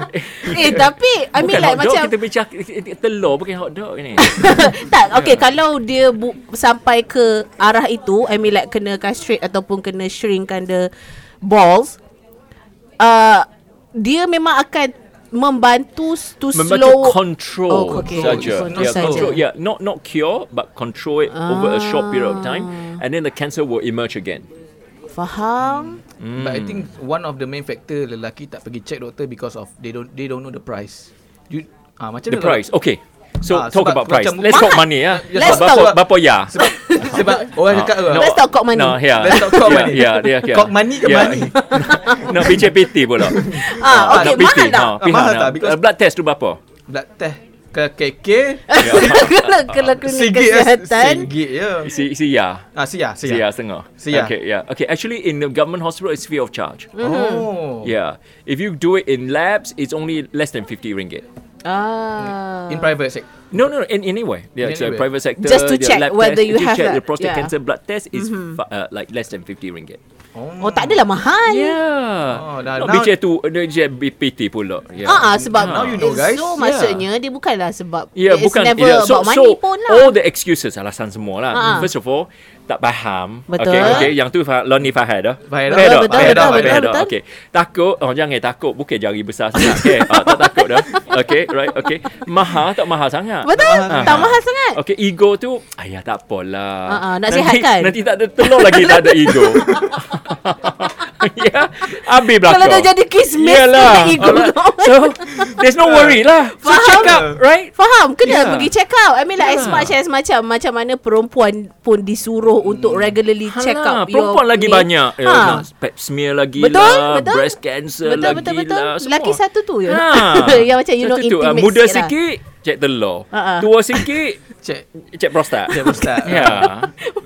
Speaker 1: Eh tapi I mean
Speaker 3: Bukan
Speaker 1: like
Speaker 3: hot dog,
Speaker 1: macam
Speaker 3: kita Ya. bicara eh, telur, bukan hot dog ni.
Speaker 1: tak okay kalau dia bu- sampai ke arah itu I mean like kena castrate ataupun kena shrinkkan the balls uh, dia memang akan membantu s- to
Speaker 3: Membantu
Speaker 1: slow
Speaker 3: control
Speaker 1: Oh, okay.
Speaker 3: saja.
Speaker 1: Control
Speaker 3: yeah,
Speaker 1: saja. Ah.
Speaker 3: control. Yeah, not not cure, but control it over a short period of time,
Speaker 1: Ah.
Speaker 3: and then the cancer will emerge again.
Speaker 1: faham
Speaker 2: Mm. But I
Speaker 3: Hmm.
Speaker 2: think one of the main factor lelaki tak pergi check doktor because of they don't they don't know the price. You ah macam mana
Speaker 3: The
Speaker 2: kalau-
Speaker 3: price. Okay. So
Speaker 2: Ah,
Speaker 3: talk
Speaker 2: sebab
Speaker 3: about price.
Speaker 2: macam-
Speaker 3: Let's talk
Speaker 1: Mahal.
Speaker 3: money ya.
Speaker 1: Let's talk.
Speaker 3: Bapa- Bapa ya.
Speaker 2: Sebab sebab
Speaker 3: Ah.
Speaker 2: orang cakap apa?
Speaker 1: no. Let's talk cock money.
Speaker 3: No, yeah.
Speaker 2: Let's talk cock
Speaker 3: Yeah,
Speaker 2: money.
Speaker 3: Yeah, yeah, yeah.
Speaker 2: Cock money ke money?
Speaker 3: Nak BJPT
Speaker 1: ah
Speaker 3: pula. Nak
Speaker 1: okay
Speaker 3: PT.
Speaker 1: mahal tak
Speaker 3: Ha, pihak
Speaker 2: Mahal
Speaker 3: nak.
Speaker 2: tak? Because-
Speaker 3: Uh, Blood test tu berapa?
Speaker 2: Blood test ke KK
Speaker 1: kalau kalau klinik
Speaker 2: Sigit eh,
Speaker 1: kesihatan
Speaker 2: Sigit ya.
Speaker 3: Si si ya.
Speaker 2: Ah sia
Speaker 3: Si
Speaker 2: sia.
Speaker 3: ya setengah.
Speaker 2: Siya.
Speaker 3: Okay, yeah. Okay, actually in the government hospital it's free of charge.
Speaker 2: Oh.
Speaker 3: Yeah. If you do it in labs, it's only less than 50 ringgit.
Speaker 1: ah
Speaker 2: In private sec.
Speaker 3: No, no, in anywhere. Yeah,
Speaker 2: In
Speaker 3: so
Speaker 2: anywhere.
Speaker 3: private sector.
Speaker 1: Just to
Speaker 3: the
Speaker 1: check
Speaker 3: lab
Speaker 1: whether
Speaker 3: test,
Speaker 1: you
Speaker 3: to
Speaker 1: have
Speaker 3: check
Speaker 1: that.
Speaker 3: the prostate
Speaker 1: Yeah. Mm-hmm.
Speaker 3: cancer blood test is fa- uh, like less than 50 ringgit.
Speaker 1: oh tak adalah mahal
Speaker 3: Yeah.
Speaker 2: Oh,
Speaker 3: Oh,
Speaker 2: dah-
Speaker 3: dah, no,
Speaker 2: now-
Speaker 3: BJ tu, uh, BJ BPT pula. Ya. Yeah.
Speaker 1: Ah, ah, sebab
Speaker 2: Now you know, guys.
Speaker 1: So
Speaker 2: Yeah.
Speaker 1: maksudnya dia bukanlah sebab
Speaker 3: Yeah,
Speaker 1: it's
Speaker 3: Ya, bukan.
Speaker 1: never
Speaker 3: yeah.
Speaker 1: about money pun lah.
Speaker 3: All the excuses, alasan semua lah.
Speaker 1: Ah.
Speaker 3: First of all, tak faham.
Speaker 1: Betul.
Speaker 3: Okay, okay. Yang tu fah- Lonnie ah. faham dah.
Speaker 2: Faham dah.
Speaker 3: Fair dah,
Speaker 1: Betul, betul,
Speaker 3: fair dah,
Speaker 1: betul, betul,
Speaker 3: fair dah.
Speaker 1: betul.
Speaker 3: ah. Okay. Takut, oh jangan takut. Bukan jari besar sangat. Okay, ah, tak takut dah. Okay, right, okay. Mahal tak mahal sangat.
Speaker 1: Betul?
Speaker 2: mahal
Speaker 1: Tak
Speaker 3: sangat.
Speaker 1: mahal sangat.
Speaker 3: Okay, ego tu, ayah tak apalah.
Speaker 1: Ah, ah, nak
Speaker 3: nanti,
Speaker 1: sihatkan.
Speaker 3: Nanti tak ada telur lagi, tak ada ego. ya, habis belakang.
Speaker 1: Kalau dah jadi kismis, kena ego.
Speaker 3: So, there's no worry lah. So,
Speaker 1: Faham?
Speaker 3: check up, right?
Speaker 1: Faham kena
Speaker 3: Yeah.
Speaker 1: yeah. pergi check out. I mean like yeah. as
Speaker 3: Yeah.
Speaker 1: much as macam macam mana perempuan pun disuruh untuk regularly
Speaker 3: Hmm. Alah,
Speaker 1: check out
Speaker 3: Perempuan
Speaker 1: your
Speaker 3: lagi
Speaker 1: ni.
Speaker 3: banyak. Ya,
Speaker 1: Ha.
Speaker 3: nak Pap smear lagi
Speaker 1: Betul,
Speaker 3: lah.
Speaker 1: betul.
Speaker 3: Breast cancer
Speaker 1: Betul,
Speaker 3: lagi
Speaker 1: betul, betul.
Speaker 3: lah. Semua.
Speaker 1: Lelaki satu tu je.
Speaker 3: Ha.
Speaker 1: Yang macam, you know,
Speaker 3: Satu tu, ah,
Speaker 1: intimate
Speaker 3: Muda
Speaker 1: sikit lah.
Speaker 3: sikit, cek telur.
Speaker 1: Ha, ha.
Speaker 3: Tua sikit,
Speaker 2: Check.
Speaker 3: cek prostat.
Speaker 2: Check prostat.
Speaker 3: Ya.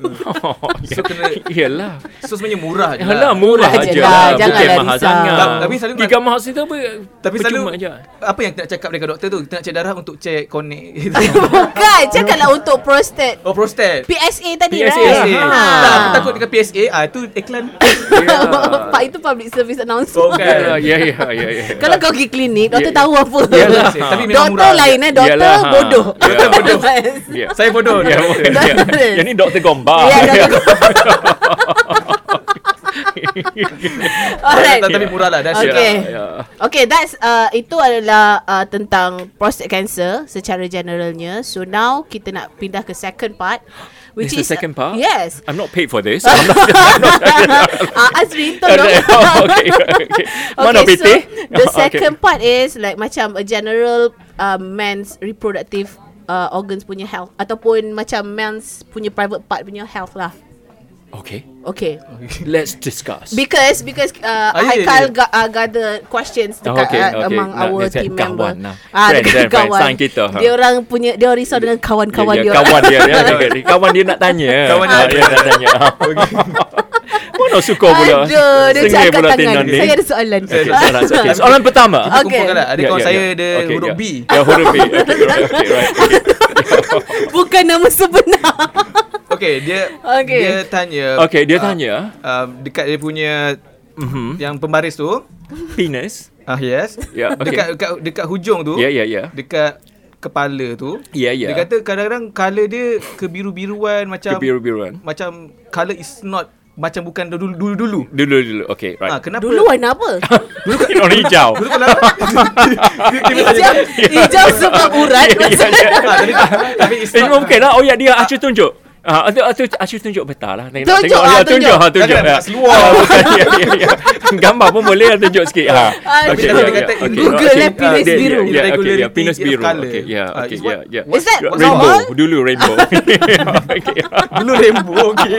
Speaker 2: So, kena-
Speaker 3: Yalah.
Speaker 2: So sebenarnya murah je.
Speaker 3: Yalah
Speaker 2: lah.
Speaker 3: murah
Speaker 1: Murah je
Speaker 3: je
Speaker 1: lah,
Speaker 3: lah. Bukan
Speaker 1: janganlah
Speaker 3: mahal
Speaker 1: risau.
Speaker 3: sangat.
Speaker 2: Tak, tapi selalu-
Speaker 3: Tiga mahal situ apa?
Speaker 2: Tapi
Speaker 3: percuma
Speaker 2: selalu
Speaker 3: je.
Speaker 2: apa yang kita nak cakap dengan doktor tu? Kita nak cek darah untuk cek konek.
Speaker 1: Bukan, cakaplah untuk prostate.
Speaker 2: oh prostat.
Speaker 1: PSA tadi
Speaker 3: PSA.
Speaker 1: right?
Speaker 2: PSA.
Speaker 1: Ha.
Speaker 2: Tak, aku takut dengan PSA. Ah tu iklan.
Speaker 1: Pak itu public service announcement.
Speaker 2: Oh kan.
Speaker 3: Ya, ya, ya, ya, ya.
Speaker 1: Kalau kau pergi klinik, doktor
Speaker 3: Yeah.
Speaker 1: tahu apa.
Speaker 3: Yalah.
Speaker 2: Tapi memang
Speaker 1: Doktor
Speaker 2: murah. ya.
Speaker 1: lain eh, doktor
Speaker 3: Yalah, ha.
Speaker 1: bodoh.
Speaker 3: Doktor bodoh. Ya.
Speaker 2: Saya bodoh.
Speaker 3: Ya,
Speaker 2: doktor.
Speaker 3: ya. Yang ni Dr. Gombar.
Speaker 1: Ya, doktor. Alright.
Speaker 2: Tapi murah lah dah.
Speaker 1: Okay.
Speaker 2: siap.
Speaker 3: Ya.
Speaker 1: Okay, that's uh, itu adalah uh, tentang prostate cancer secara generalnya. So now kita nak pindah ke second part, which
Speaker 3: It's
Speaker 1: is
Speaker 3: the second part?
Speaker 1: Yes.
Speaker 3: I'm not paid for this. I'm not,
Speaker 1: Ah, Azri
Speaker 3: oh,
Speaker 1: tolong.
Speaker 3: okay, okay. Mana PT?
Speaker 1: so the second part is like macam a general uh, men's reproductive uh, organs punya health ataupun macam men's punya private part punya health lah.
Speaker 3: Okay. okay.
Speaker 1: Okay.
Speaker 3: Let's discuss.
Speaker 1: Because because uh,
Speaker 2: Ah, ya,
Speaker 1: Haikal
Speaker 2: ya.
Speaker 1: ga- uh, gather questions dekat
Speaker 3: Ah, Okay,
Speaker 1: okay,
Speaker 3: okay.
Speaker 1: uh, among
Speaker 3: Nak-
Speaker 1: our
Speaker 3: dia cakap
Speaker 1: team member.
Speaker 3: kawan lah.
Speaker 1: Ah,
Speaker 3: Friend,
Speaker 1: dekat
Speaker 3: friend, friend. Sign kita, ha.
Speaker 1: Dia orang punya dia orang risau dengan kawan-kawan
Speaker 3: dia,
Speaker 1: dia.
Speaker 3: dia,
Speaker 1: orang.
Speaker 3: kawan dia, dia, dia, dia kawan dia nak tanya.
Speaker 2: Kawan dia.
Speaker 3: Ah, dia nak tanya. Mana suka pula.
Speaker 1: Aduh, dia
Speaker 3: Sengih
Speaker 1: cakap
Speaker 3: pula
Speaker 1: tangan.
Speaker 3: tenang ni.
Speaker 1: Saya ada soalan.
Speaker 2: Saya ada
Speaker 3: Salah, salah. Okay, Soalan pertama.
Speaker 2: Aku
Speaker 1: Okay.
Speaker 2: kumpulkan lah. Ada
Speaker 3: Ya,
Speaker 2: kawan
Speaker 3: ya,
Speaker 2: saya
Speaker 3: ya.
Speaker 2: dia
Speaker 3: Okay,
Speaker 2: huruf
Speaker 3: ya.
Speaker 2: B.
Speaker 3: Ya, huruf B. Okay, right, okay, right.
Speaker 1: Bukan nama sebenar.
Speaker 2: Okay, dia
Speaker 1: Okay.
Speaker 2: dia tanya.
Speaker 3: Okay, dia
Speaker 2: ah,
Speaker 3: tanya.
Speaker 2: ah, dekat dia punya
Speaker 3: Mhm.
Speaker 2: yang pembaris tu.
Speaker 3: Penis.
Speaker 2: Ah yes.
Speaker 3: Ya, okay.
Speaker 2: Dekat dekat dekat hujung tu.
Speaker 3: Ya, ya, ya.
Speaker 2: Dekat kepala tu.
Speaker 3: Ya, ya.
Speaker 2: Dia kata kadang-kadang color dia kebiru-biruan macam
Speaker 3: Kebiru-biruan.
Speaker 2: macam color is not macam bukan dulu dulu dulu.
Speaker 3: Dulu, dulu. Okay,
Speaker 2: Ah
Speaker 3: right.
Speaker 2: kenapa?
Speaker 1: Dulu warna apa?
Speaker 3: Orang hijau.
Speaker 2: Dulu kalau
Speaker 1: hijau, hijau sebab urat.
Speaker 2: Ah, tadi- tapi it's
Speaker 3: Ya, Eh,
Speaker 2: not
Speaker 3: bukan lah. Oh, ya, dia Acu tunjuk. Ah, tu Acu Acu tunjuk betah lah. Tengok,
Speaker 1: Tunjuk,
Speaker 3: tengok.
Speaker 1: ah,
Speaker 3: Ya, tunjuk,
Speaker 1: tunjuk.
Speaker 3: ha, tunjuk.
Speaker 2: Jangan
Speaker 3: Ya.
Speaker 2: lepas luar.
Speaker 3: Ah, bukan, ya, ya, ya. Gambar pun boleh lah tunjuk sikit. Ha.
Speaker 1: Aduh.
Speaker 3: Okey,
Speaker 2: Tapi
Speaker 3: ya,
Speaker 2: dia
Speaker 3: ya,
Speaker 2: kata
Speaker 3: okey.
Speaker 1: Google
Speaker 3: Okey,
Speaker 1: lah
Speaker 3: ah,
Speaker 1: penis
Speaker 3: dia-
Speaker 1: biru.
Speaker 3: ya, ya, okey, ya,
Speaker 2: Irregularity
Speaker 3: penis
Speaker 2: of
Speaker 3: biru.
Speaker 2: colour.
Speaker 3: Okey, ya,
Speaker 2: Ah,
Speaker 3: okey,
Speaker 2: is
Speaker 3: ya,
Speaker 2: what-
Speaker 3: ya.
Speaker 1: Is that
Speaker 3: Rainbow.
Speaker 1: normal?
Speaker 3: Dulu rainbow. Okey.
Speaker 2: dulu rainbow okey.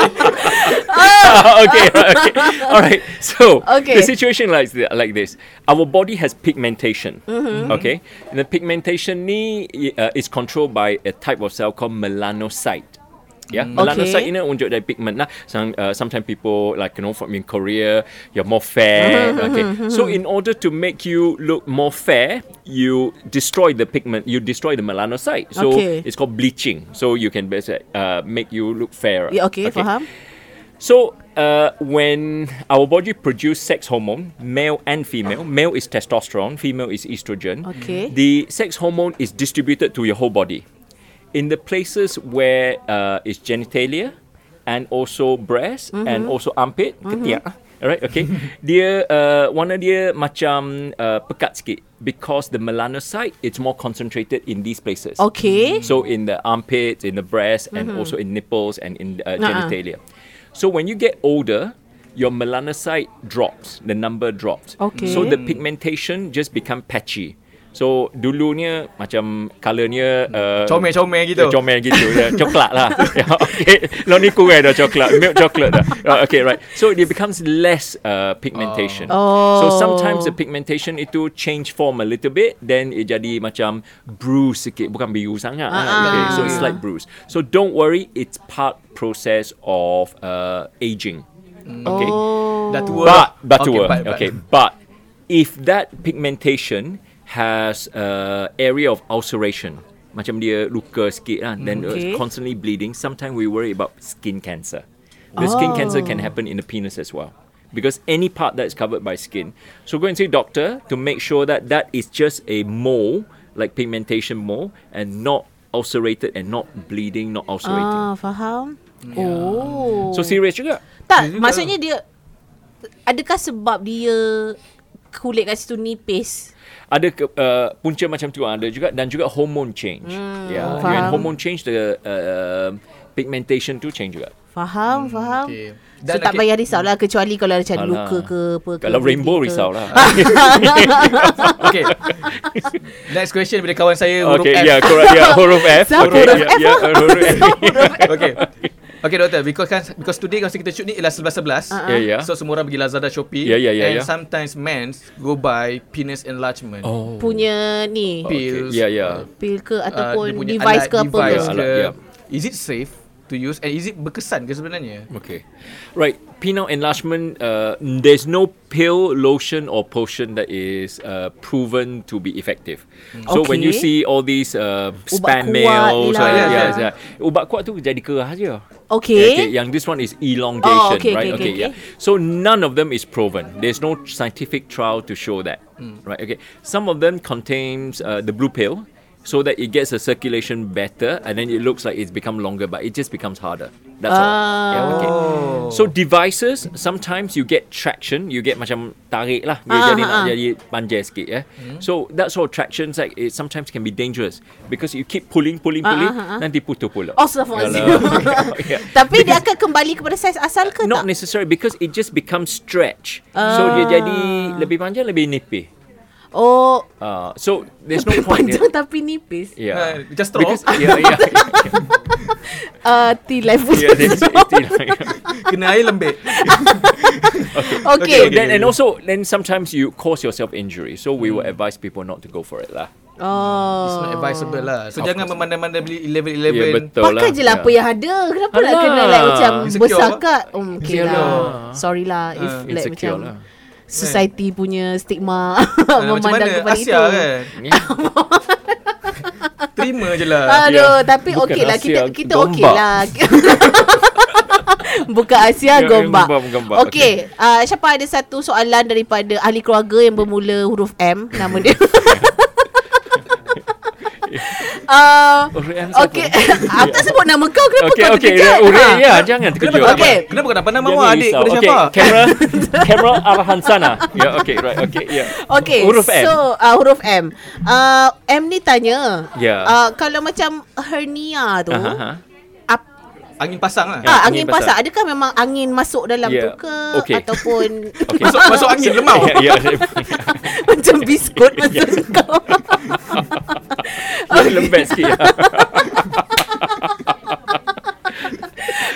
Speaker 3: Ah, okay, okay. All right. So
Speaker 1: Okay.
Speaker 3: the situation like th- like this. Our body has pigmentation.
Speaker 1: Mm-hmm.
Speaker 3: Okay, and the pigmentation ni uh, is controlled by a type of cell called melanocyte. Yeah,
Speaker 1: Mm. Okay.
Speaker 3: melanocyte unjuk dari pigment lah. Some, uh, sometimes people like you know from in Korea, you're more
Speaker 1: Mm-hmm,
Speaker 3: fair. okay, so in order to make you look more fair, you destroy the pigment. You destroy the melanocyte. So
Speaker 1: Okay.
Speaker 3: it's called bleaching. So you can basically uh, make you look fairer.
Speaker 1: Ya, okay, okay, faham.
Speaker 3: So uh, when our body produce sex hormone, male and female, male is testosterone, female is estrogen.
Speaker 1: Okay.
Speaker 3: The sex hormone is distributed to your whole body. In the places where uh, it's genitalia, and also breast, and
Speaker 1: Mm-hmm.
Speaker 3: also armpit, ketiak. Alright, okay. dia uh, warna dia macam uh, pekat sikit because the melanocyte it's more concentrated in these places.
Speaker 1: Okay.
Speaker 3: So in the armpits, in the breast,
Speaker 1: Mm-hmm.
Speaker 3: and also in nipples and in
Speaker 1: Uh-uh.
Speaker 3: uh, genitalia. So when you get older, your melanocyte drops, the number drops.
Speaker 1: Okay.
Speaker 3: So the pigmentation just become patchy. So dulunya macam colournya uh,
Speaker 2: Comel-comel gitu.
Speaker 3: uh, Comel gitu ya. Coklat lah yeah, Okay Lo ni kurang dah coklat Milk chocolate dah Uh, Okay right So it becomes less uh, pigmentation
Speaker 1: Oh.
Speaker 3: So sometimes the pigmentation itu Change form a little bit Then it jadi macam Bruise sikit Bukan biru sangat uh okay, So it's like bruise So don't worry It's part process of uh, Aging Okay
Speaker 2: Dah tua.
Speaker 3: but but
Speaker 2: Okay,
Speaker 3: to work.
Speaker 2: but- but-
Speaker 3: okay, but if that pigmentation has uh, area of ulceration, macam dia luka sikit lah, then uh,
Speaker 1: Okay.
Speaker 3: constantly bleeding. Sometimes we worry about skin cancer. The
Speaker 1: Oh.
Speaker 3: skin cancer can happen in the penis as well. Because any part that is covered by skin, so go and see doctor to make sure that that is just a mole, like pigmentation mole, and not ulcerated and not bleeding, not ulcerating.
Speaker 1: Ah, faham. Oh.
Speaker 3: Ya. So serious juga.
Speaker 1: tak,
Speaker 2: Dia juga.
Speaker 1: maksudnya dia adakah sebab dia kulit kat situ nipis?
Speaker 3: ada ke, uh, punca macam tu ada juga dan juga hormone change. yeah,
Speaker 1: Hmm, faham.
Speaker 3: when hormone change the uh, pigmentation tu change juga.
Speaker 1: Faham, faham.
Speaker 2: okay.
Speaker 1: So
Speaker 2: Hmm, Dan
Speaker 1: tak
Speaker 2: lagi-
Speaker 1: payah risau lah kecuali kalau macam
Speaker 3: Alah.
Speaker 1: luka ke apa ke.
Speaker 3: Kalau
Speaker 1: apa
Speaker 3: rainbow
Speaker 1: ke. Ah,
Speaker 3: risau lah.
Speaker 2: Okay. Next question bila kawan saya huruf
Speaker 3: okay, ya,
Speaker 2: F.
Speaker 3: yeah, correct. Yeah, huruf F.
Speaker 1: Siapa
Speaker 3: okay,
Speaker 1: huruf
Speaker 3: yeah, yeah, huruf F.
Speaker 2: Okay. Okay doktor, because kan because today masa kita shoot ni ialah 11 11.
Speaker 1: Ah,
Speaker 3: Ya, ya.
Speaker 2: So semua orang pergi Lazada, Shopee.
Speaker 3: Ya, ya, ya,
Speaker 2: And
Speaker 3: ya.
Speaker 2: sometimes men go buy penis enlargement.
Speaker 3: Oh.
Speaker 1: Punya ni
Speaker 3: Okay,
Speaker 2: Pills.
Speaker 3: Yeah, yeah.
Speaker 1: pil ke
Speaker 2: Uh,
Speaker 1: ataupun
Speaker 2: dia punya
Speaker 1: device
Speaker 2: alat-
Speaker 1: ke apa
Speaker 2: device
Speaker 1: ke.
Speaker 3: Alat,
Speaker 2: ke.
Speaker 3: ya.
Speaker 2: Is it safe to use and is it berkesan ke sebenarnya?
Speaker 3: Okay. Right. Penile enlargement, uh, there's no pill, lotion, or potion that is uh, proven to be effective. So when you
Speaker 1: Hmm. Okay.
Speaker 3: see all these uh,
Speaker 1: Ubat kuat
Speaker 3: spam
Speaker 1: ni
Speaker 3: mails, uh,
Speaker 1: lah.
Speaker 3: yeah, yeah, yeah. ubat kuat tu jadi kerah je.
Speaker 1: Okay.
Speaker 3: Okay, yang this one is
Speaker 1: Oh,
Speaker 3: elongation,
Speaker 1: okay,
Speaker 3: right?
Speaker 1: okay, okay, okay.
Speaker 3: yeah. So none of them is proven. There's no scientific trial to show that,
Speaker 1: Hmm.
Speaker 3: right? Okay, some of them contains uh, the blue pill, so that it gets the circulation better, and then it looks like it's become longer, but it just becomes harder. That's all. Yeah, okay.
Speaker 1: Oh.
Speaker 3: So devices sometimes you get traction, you get macam tarik lah, dia
Speaker 1: Ah,
Speaker 3: jadi
Speaker 1: ah,
Speaker 3: nak
Speaker 1: Hmm. ah.
Speaker 3: jadi panjang sikit, yeah. So that sort of tractions like it sometimes can be dangerous because you keep pulling, pulling,
Speaker 1: Ah,
Speaker 3: pulling,
Speaker 1: ah, ah, ah.
Speaker 3: nanti putus pula.
Speaker 1: Oh, Astaghfirullahalazim.
Speaker 3: Yalah. Yeah.
Speaker 1: Tapi dia akan kembali kepada saiz asal ke tak? Ah.
Speaker 3: Not necessary because it just becomes stretch. So dia jadi lebih panjang, lebih nipis.
Speaker 1: Oh,
Speaker 3: Uh, so there's no point.
Speaker 1: panjang tapi nipis.
Speaker 3: Yeah.
Speaker 2: Uh, just straw.
Speaker 3: Ya. Because, yeah, yeah,
Speaker 1: Ah, tea life.
Speaker 3: yeah. there's-
Speaker 2: Kena air lembik.
Speaker 1: Okay.
Speaker 3: So then, and also, then sometimes you cause yourself injury. So we
Speaker 1: Hmm.
Speaker 3: will advise people not to go for it lah.
Speaker 1: Oh.
Speaker 2: It's not advisable lah. So
Speaker 3: Of
Speaker 2: jangan
Speaker 3: course.
Speaker 2: memandai-mandai beli
Speaker 3: Ya,
Speaker 2: 11-11.
Speaker 3: betul lah.
Speaker 1: Pakai je lah apa yang ada. Kenapa nak
Speaker 3: Alah.
Speaker 1: kena like macam
Speaker 2: Insecure
Speaker 1: besar
Speaker 2: lah.
Speaker 1: kat? Oh, okay
Speaker 3: Insecure
Speaker 1: lah.
Speaker 3: lah.
Speaker 1: Sorry lah if
Speaker 2: Ah,
Speaker 1: like
Speaker 3: insecure
Speaker 1: macam
Speaker 3: lah.
Speaker 1: society punya stigma
Speaker 2: Ah, macam
Speaker 1: memandang
Speaker 2: mana?
Speaker 1: kepada
Speaker 2: Asia
Speaker 1: itu.
Speaker 2: kan? Terima je lah.
Speaker 1: Aduh,
Speaker 3: Ya.
Speaker 1: tapi
Speaker 3: Bukan
Speaker 1: okey lah
Speaker 3: Asia,
Speaker 1: kita kita
Speaker 3: Gombak.
Speaker 1: okey lah. Bukan Asia
Speaker 3: Ya,
Speaker 1: gombak.
Speaker 3: gombak, gombak.
Speaker 1: Okey, uh, siapa ada satu soalan daripada ahli keluarga yang bermula huruf M nama dia. uh,
Speaker 3: Huruf M siapa?
Speaker 1: Okey, aku tak sebut nama kau kenapa
Speaker 3: Okay,
Speaker 1: kau
Speaker 3: okay.
Speaker 1: terkejut?
Speaker 3: Uri,
Speaker 1: Ha.
Speaker 3: ya, jangan
Speaker 2: Kenapa
Speaker 3: terkejut.
Speaker 2: kau
Speaker 1: Okay.
Speaker 2: okay. kenapa kau tak pandang mama adik
Speaker 3: Jangan
Speaker 2: kepada
Speaker 3: risau.
Speaker 2: siapa?
Speaker 3: Okay, camera, camera arahan sana. Yeah, okay, right, okay, yeah.
Speaker 1: Okay,
Speaker 3: Huruf M. Uh-huh,
Speaker 1: So, uh, huruf M. Uh, M ni tanya,
Speaker 3: Ya.
Speaker 1: uh, kalau macam hernia tu,
Speaker 3: Aha, aha.
Speaker 1: ap,
Speaker 2: Angin pasang lah.
Speaker 1: ah, angin
Speaker 3: angin
Speaker 1: pasang,
Speaker 3: pasang.
Speaker 1: adakah memang angin masuk dalam
Speaker 3: Kan, Ya.
Speaker 1: tu ke?
Speaker 3: Okey.
Speaker 1: Ataupun
Speaker 3: Okay.
Speaker 2: Masuk, masuk angin lemau.
Speaker 3: Yeah, yeah.
Speaker 1: macam biskut masuk kau?
Speaker 3: Ya. Dia lembek sikit ya.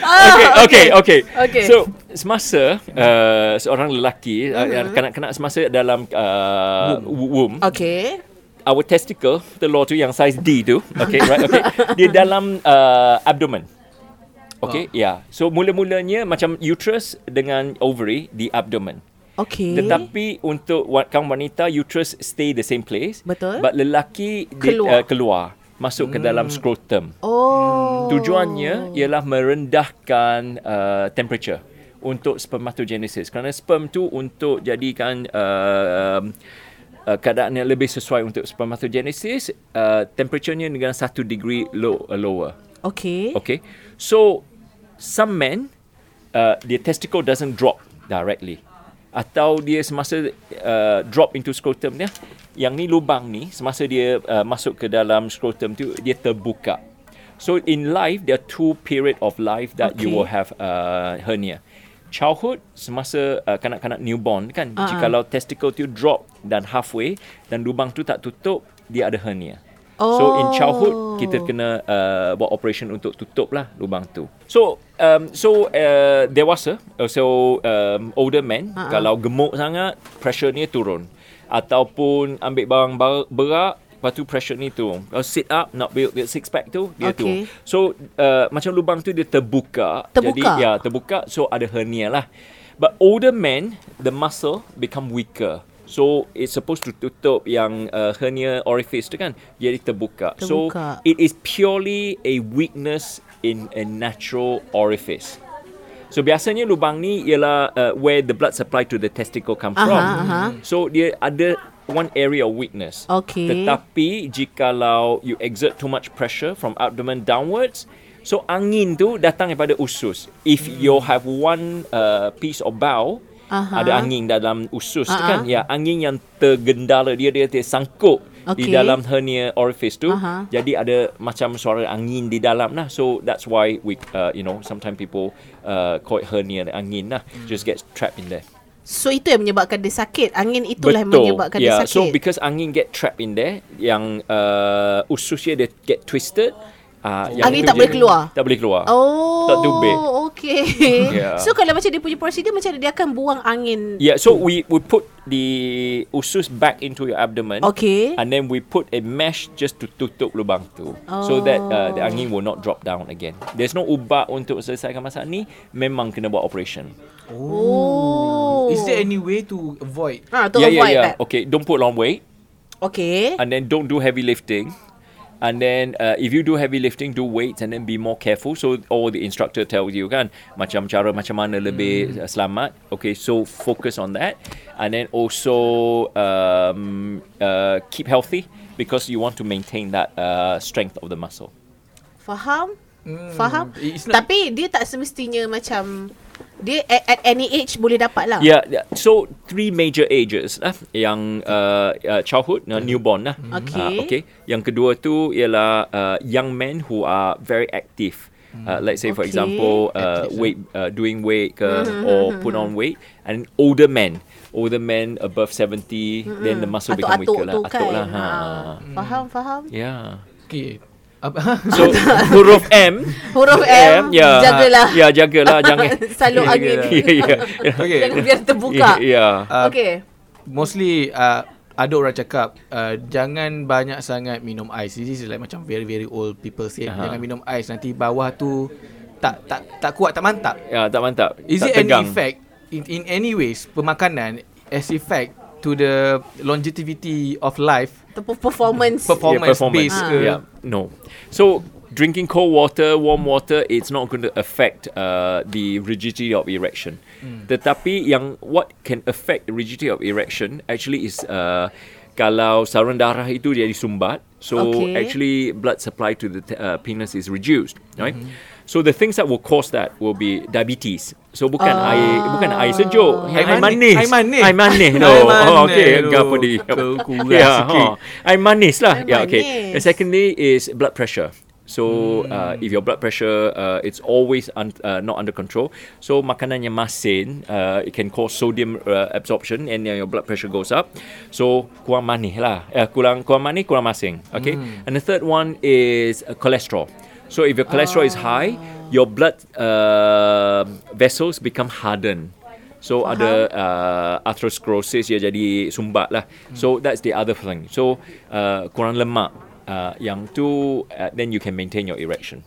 Speaker 1: Ah,
Speaker 3: okay, okay, okay.
Speaker 1: Okay.
Speaker 3: So semasa uh, seorang lelaki uh, yang
Speaker 1: Mm-hmm.
Speaker 3: kanak-kanak semasa dalam uh, womb. womb
Speaker 1: Okay.
Speaker 3: our testicle telur tu yang size D tu okay right okay dia dalam uh, abdomen Okay, yeah. So mula-mulanya macam uterus dengan ovary di abdomen.
Speaker 1: Okay.
Speaker 3: Tetapi untuk wa- kaum wanita uterus stay the same place.
Speaker 1: Betul.
Speaker 3: But lelaki
Speaker 1: Keluar. Hmm.
Speaker 3: Di, uh, keluar masuk ke dalam scrotum.
Speaker 1: oh.
Speaker 3: Tujuannya ya. ialah merendahkan uh, temperature untuk spermatogenesis kerana sperm tu untuk jadikan uh, um, uh, keadaan yang lebih sesuai untuk spermatogenesis uh, temperaturenya dengan 1 degree low, uh, lower
Speaker 1: Okay.
Speaker 3: Okay. So some men uh, their testicle doesn't drop directly atau dia semasa uh, drop into scrotum dia yang ni lubang ni semasa dia uh, masuk ke dalam scrotum tu dia terbuka. So in life there are two period of life that you
Speaker 1: Okay.
Speaker 3: will have uh, hernia. Childhood semasa uh, kanak-kanak newborn kan
Speaker 1: Ah, ah.
Speaker 3: uh-huh. jikalau testicle tu drop dan halfway dan lubang tu tak tutup dia ada hernia. So
Speaker 1: Oh.
Speaker 3: in childhood kita kena uh, buat operation untuk tutup lah lubang tu. So um, so uh, dewasa uh, so um, older
Speaker 1: Ha,
Speaker 3: men uh-huh. kalau gemuk sangat pressure ni turun ataupun ambil barang bar- berat lepas tu pressure ni turun. Kalau sit up nak build the six pack tu
Speaker 1: Okay.
Speaker 3: dia turun. So uh, macam lubang tu dia terbuka. Jadi
Speaker 1: Terbuka?
Speaker 3: ya terbuka so ada hernia lah. But older men the muscle become weaker. So it's supposed to tutup yang uh, hernia orifice tu kan jadi terbuka. So
Speaker 1: Terbuka.
Speaker 3: it is purely a weakness in a natural orifice. So biasanya lubang ni ialah uh, where the blood supply to the testicle come
Speaker 1: Aha,
Speaker 3: from.
Speaker 1: aha.
Speaker 3: So dia ada one area of weakness.
Speaker 1: Okay.
Speaker 3: Tetapi jikalau you exert too much pressure from abdomen downwards, so angin tu datang daripada usus. If you have one uh, piece of bowel,
Speaker 1: Aha.
Speaker 3: ada angin dalam usus tu
Speaker 1: Ah-ah.
Speaker 3: kan. Ya, angin yang tergendala dia dia tersangkut di
Speaker 1: Okay.
Speaker 3: dalam hernia orifice tu.
Speaker 1: Aha.
Speaker 3: Jadi ada macam suara angin di dalam lah. So that's why we uh, you know sometimes people uh, call it hernia angin lah.
Speaker 1: Hmm.
Speaker 3: Just gets trapped in there.
Speaker 1: So itu yang menyebabkan dia sakit. Angin itulah yang menyebabkan
Speaker 3: yeah.
Speaker 1: dia sakit.
Speaker 3: Ya, So because angin get trapped in there, yang uh, usus dia dia get twisted. Uh,
Speaker 1: Angin tak boleh keluar?
Speaker 3: Tak boleh keluar.
Speaker 1: Oh,
Speaker 3: Tak Ya. tubik.
Speaker 1: Okay.
Speaker 3: Yeah.
Speaker 1: So kalau macam dia punya prosedur macam dia akan buang angin.
Speaker 3: Yeah, so we we put the usus back into your abdomen.
Speaker 1: Okay.
Speaker 3: And then we put a mesh just to tutup lubang tu. So that
Speaker 1: Oh.
Speaker 3: uh, the angin will not drop down again. There's no ubat untuk selesaikan masalah ni. Memang kena buat operation.
Speaker 1: Oh.
Speaker 2: Is there any way to avoid?
Speaker 1: Ah, to
Speaker 3: yeah,
Speaker 1: avoid
Speaker 3: yeah, yeah.
Speaker 1: that.
Speaker 3: Okay, don't put long weight.
Speaker 1: Okay.
Speaker 3: and then don't do heavy lifting and then uh, if you do heavy lifting do weights and then be more careful so all the instructor tells you kan macam cara macam mana
Speaker 1: Hmm.
Speaker 3: lebih uh, selamat okay so focus on that and then also um, uh, keep healthy because you want to maintain that uh, strength of the muscle
Speaker 1: Faham? Faham?
Speaker 2: It's Hmm. not-
Speaker 1: Tapi dia tak semestinya macam dia at, at any age boleh dapat lah.
Speaker 3: Yeah, yeah. So three major ages lah. Yang uh, uh, childhood, uh, newborn lah.
Speaker 1: Okay.
Speaker 3: Ah, okay. Yang kedua tu ialah uh, young men who are very active. Uh, let's say for
Speaker 1: Okay. Hmm,
Speaker 3: example uh,
Speaker 2: Athletes,
Speaker 3: weight uh, doing weight ke, or put on weight and older men older men above 70 then the muscle become
Speaker 1: Hmm, Atuk-atuk tu
Speaker 3: weaker lah
Speaker 1: kan.
Speaker 3: atuk lah ha. Ya.
Speaker 1: Faham, faham.
Speaker 3: yeah
Speaker 2: Okay. Apa?
Speaker 3: so huruf M
Speaker 1: Huruf M,
Speaker 3: yeah,
Speaker 1: jagalah.
Speaker 3: ya yeah, jagalah jangan Ya,
Speaker 1: Selalu angin.
Speaker 3: yeah, yeah.
Speaker 2: Okay.
Speaker 1: Jangan biar terbuka.
Speaker 3: yeah.
Speaker 2: Ah,
Speaker 1: Okay.
Speaker 2: mostly uh, ada orang cakap uh, jangan banyak sangat minum ais. This is like macam very very old people say
Speaker 3: Aha.
Speaker 2: uh-huh. jangan minum ais nanti bawah tu tak tak tak kuat tak mantap.
Speaker 3: Ya, tak mantap.
Speaker 2: Is
Speaker 3: tak
Speaker 2: it
Speaker 3: tegang.
Speaker 2: any effect in, in any ways pemakanan as effect to the longevity of life
Speaker 1: The per- performance.
Speaker 2: performance, yeah,
Speaker 3: performance.
Speaker 2: based ke?
Speaker 3: Yeah, no. So drinking cold water, warm water, it's not going to affect uh, the rigidity of erection.
Speaker 2: Hmm.
Speaker 3: Tetapi yang what can affect the rigidity of erection actually is uh, kalau saluran darah itu jadi sumbat, so
Speaker 1: Okay.
Speaker 3: actually blood supply to the t- uh, penis is reduced, right?
Speaker 2: Hmm.
Speaker 3: So the things that will cause that will be diabetes. So bukan air bukan air sejuk,
Speaker 2: Air
Speaker 3: air,
Speaker 2: manis.
Speaker 3: manis.
Speaker 2: Air manis.
Speaker 3: Air manis. No.
Speaker 2: Air
Speaker 3: Oh,
Speaker 2: manis.
Speaker 3: okay.
Speaker 2: Aduh,
Speaker 3: Gapo di.
Speaker 2: kau kurang sikit.
Speaker 3: ha. Air manis lah.
Speaker 1: Air
Speaker 3: yeah, okay.
Speaker 1: manis.
Speaker 3: The secondly is blood pressure. So uh, if your blood pressure uh, it's always un- uh, not under control, so makanan yang masin uh, it can cause sodium uh, absorption and then your blood pressure goes up. So kurang manis lah, uh, kurang kurang manis kurang masin. Okay. And the third one is uh, cholesterol. So if your cholesterol is high, your blood uh, vessels become hardened. So Faham. ada uh, atherosclerosis dia jadi sumbat lah.
Speaker 2: Hmm.
Speaker 3: So that's the other thing. So uh, kurang lemak uh, yang tu uh, then you can maintain your erection.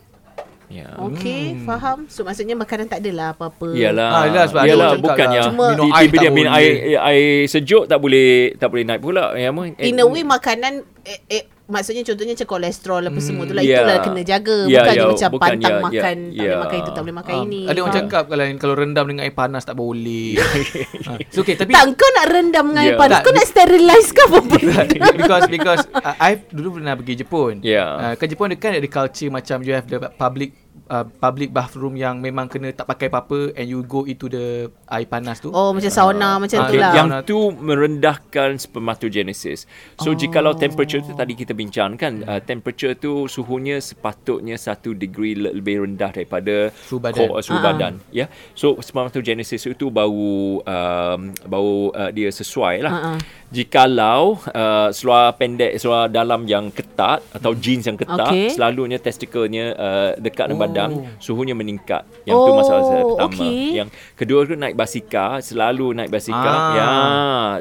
Speaker 3: Ya.
Speaker 1: Okay, hmm. faham. So maksudnya makanan tak adalah apa-apa.
Speaker 3: Yalah.
Speaker 2: Ah, yalah, sebab ada
Speaker 3: yalah
Speaker 2: orang cakap
Speaker 3: bukan
Speaker 2: lah,
Speaker 3: yang
Speaker 2: minum air
Speaker 3: minum air,
Speaker 2: tak
Speaker 3: minum
Speaker 2: boleh.
Speaker 3: air, air, sejuk tak boleh tak boleh naik pula. Ya, apa?
Speaker 1: In a way makanan eh, eh, maksudnya contohnya macam kolesterol apa semua tu lah
Speaker 3: Yeah.
Speaker 1: itulah kena jaga
Speaker 3: Yeah,
Speaker 1: bukannya macam
Speaker 3: yeah, ya. bukan, ya,
Speaker 1: pantang
Speaker 3: yeah,
Speaker 1: makan tak
Speaker 3: yeah,
Speaker 1: boleh
Speaker 3: yeah.
Speaker 1: makan itu tak boleh makan
Speaker 2: Ah,
Speaker 1: ini.
Speaker 2: Ada orang
Speaker 1: Faham?
Speaker 2: cakap kalau kalau rendam dengan air panas tak boleh. ha. So okay tapi
Speaker 1: tak kau nak rendam dengan air
Speaker 3: Yeah.
Speaker 1: panas
Speaker 2: Tak,
Speaker 1: kau nak sterilize ke apa benda?
Speaker 2: because because uh, I dulu pernah pergi Jepun.
Speaker 3: Yeah.
Speaker 2: Uh, kan Jepun dia kan ada culture macam you have the public uh, public bathroom yang memang kena tak pakai apa-apa and you go into the air panas tu.
Speaker 1: Oh macam sauna macam
Speaker 2: ah,
Speaker 1: tu
Speaker 3: Okay,
Speaker 1: lah.
Speaker 3: yang tu merendahkan spermatogenesis. So oh. jikalau temperature tu tadi kita bincang kan, uh, temperature tu suhunya sepatutnya 1 degree le- lebih rendah daripada
Speaker 2: Suhu badan.
Speaker 3: ko-
Speaker 1: Ah.
Speaker 3: suhu badan, ya. Yeah? So spermatogenesis itu baru um, baru uh, dia sesuai lah.
Speaker 1: Ah, ah.
Speaker 3: Jikalau uh, seluar pendek, seluar dalam yang ketat atau jeans yang ketat,
Speaker 1: Hmm. Okay.
Speaker 3: selalunya testikelnya uh, dekat dengan
Speaker 2: Oh.
Speaker 3: badan, suhunya meningkat. Yang tu
Speaker 1: Oh,
Speaker 3: masalah saya pertama.
Speaker 1: okay.
Speaker 3: Yang kedua tu naik basikal, selalu naik basikal basikal.
Speaker 2: Ah.
Speaker 3: Ah. Ya,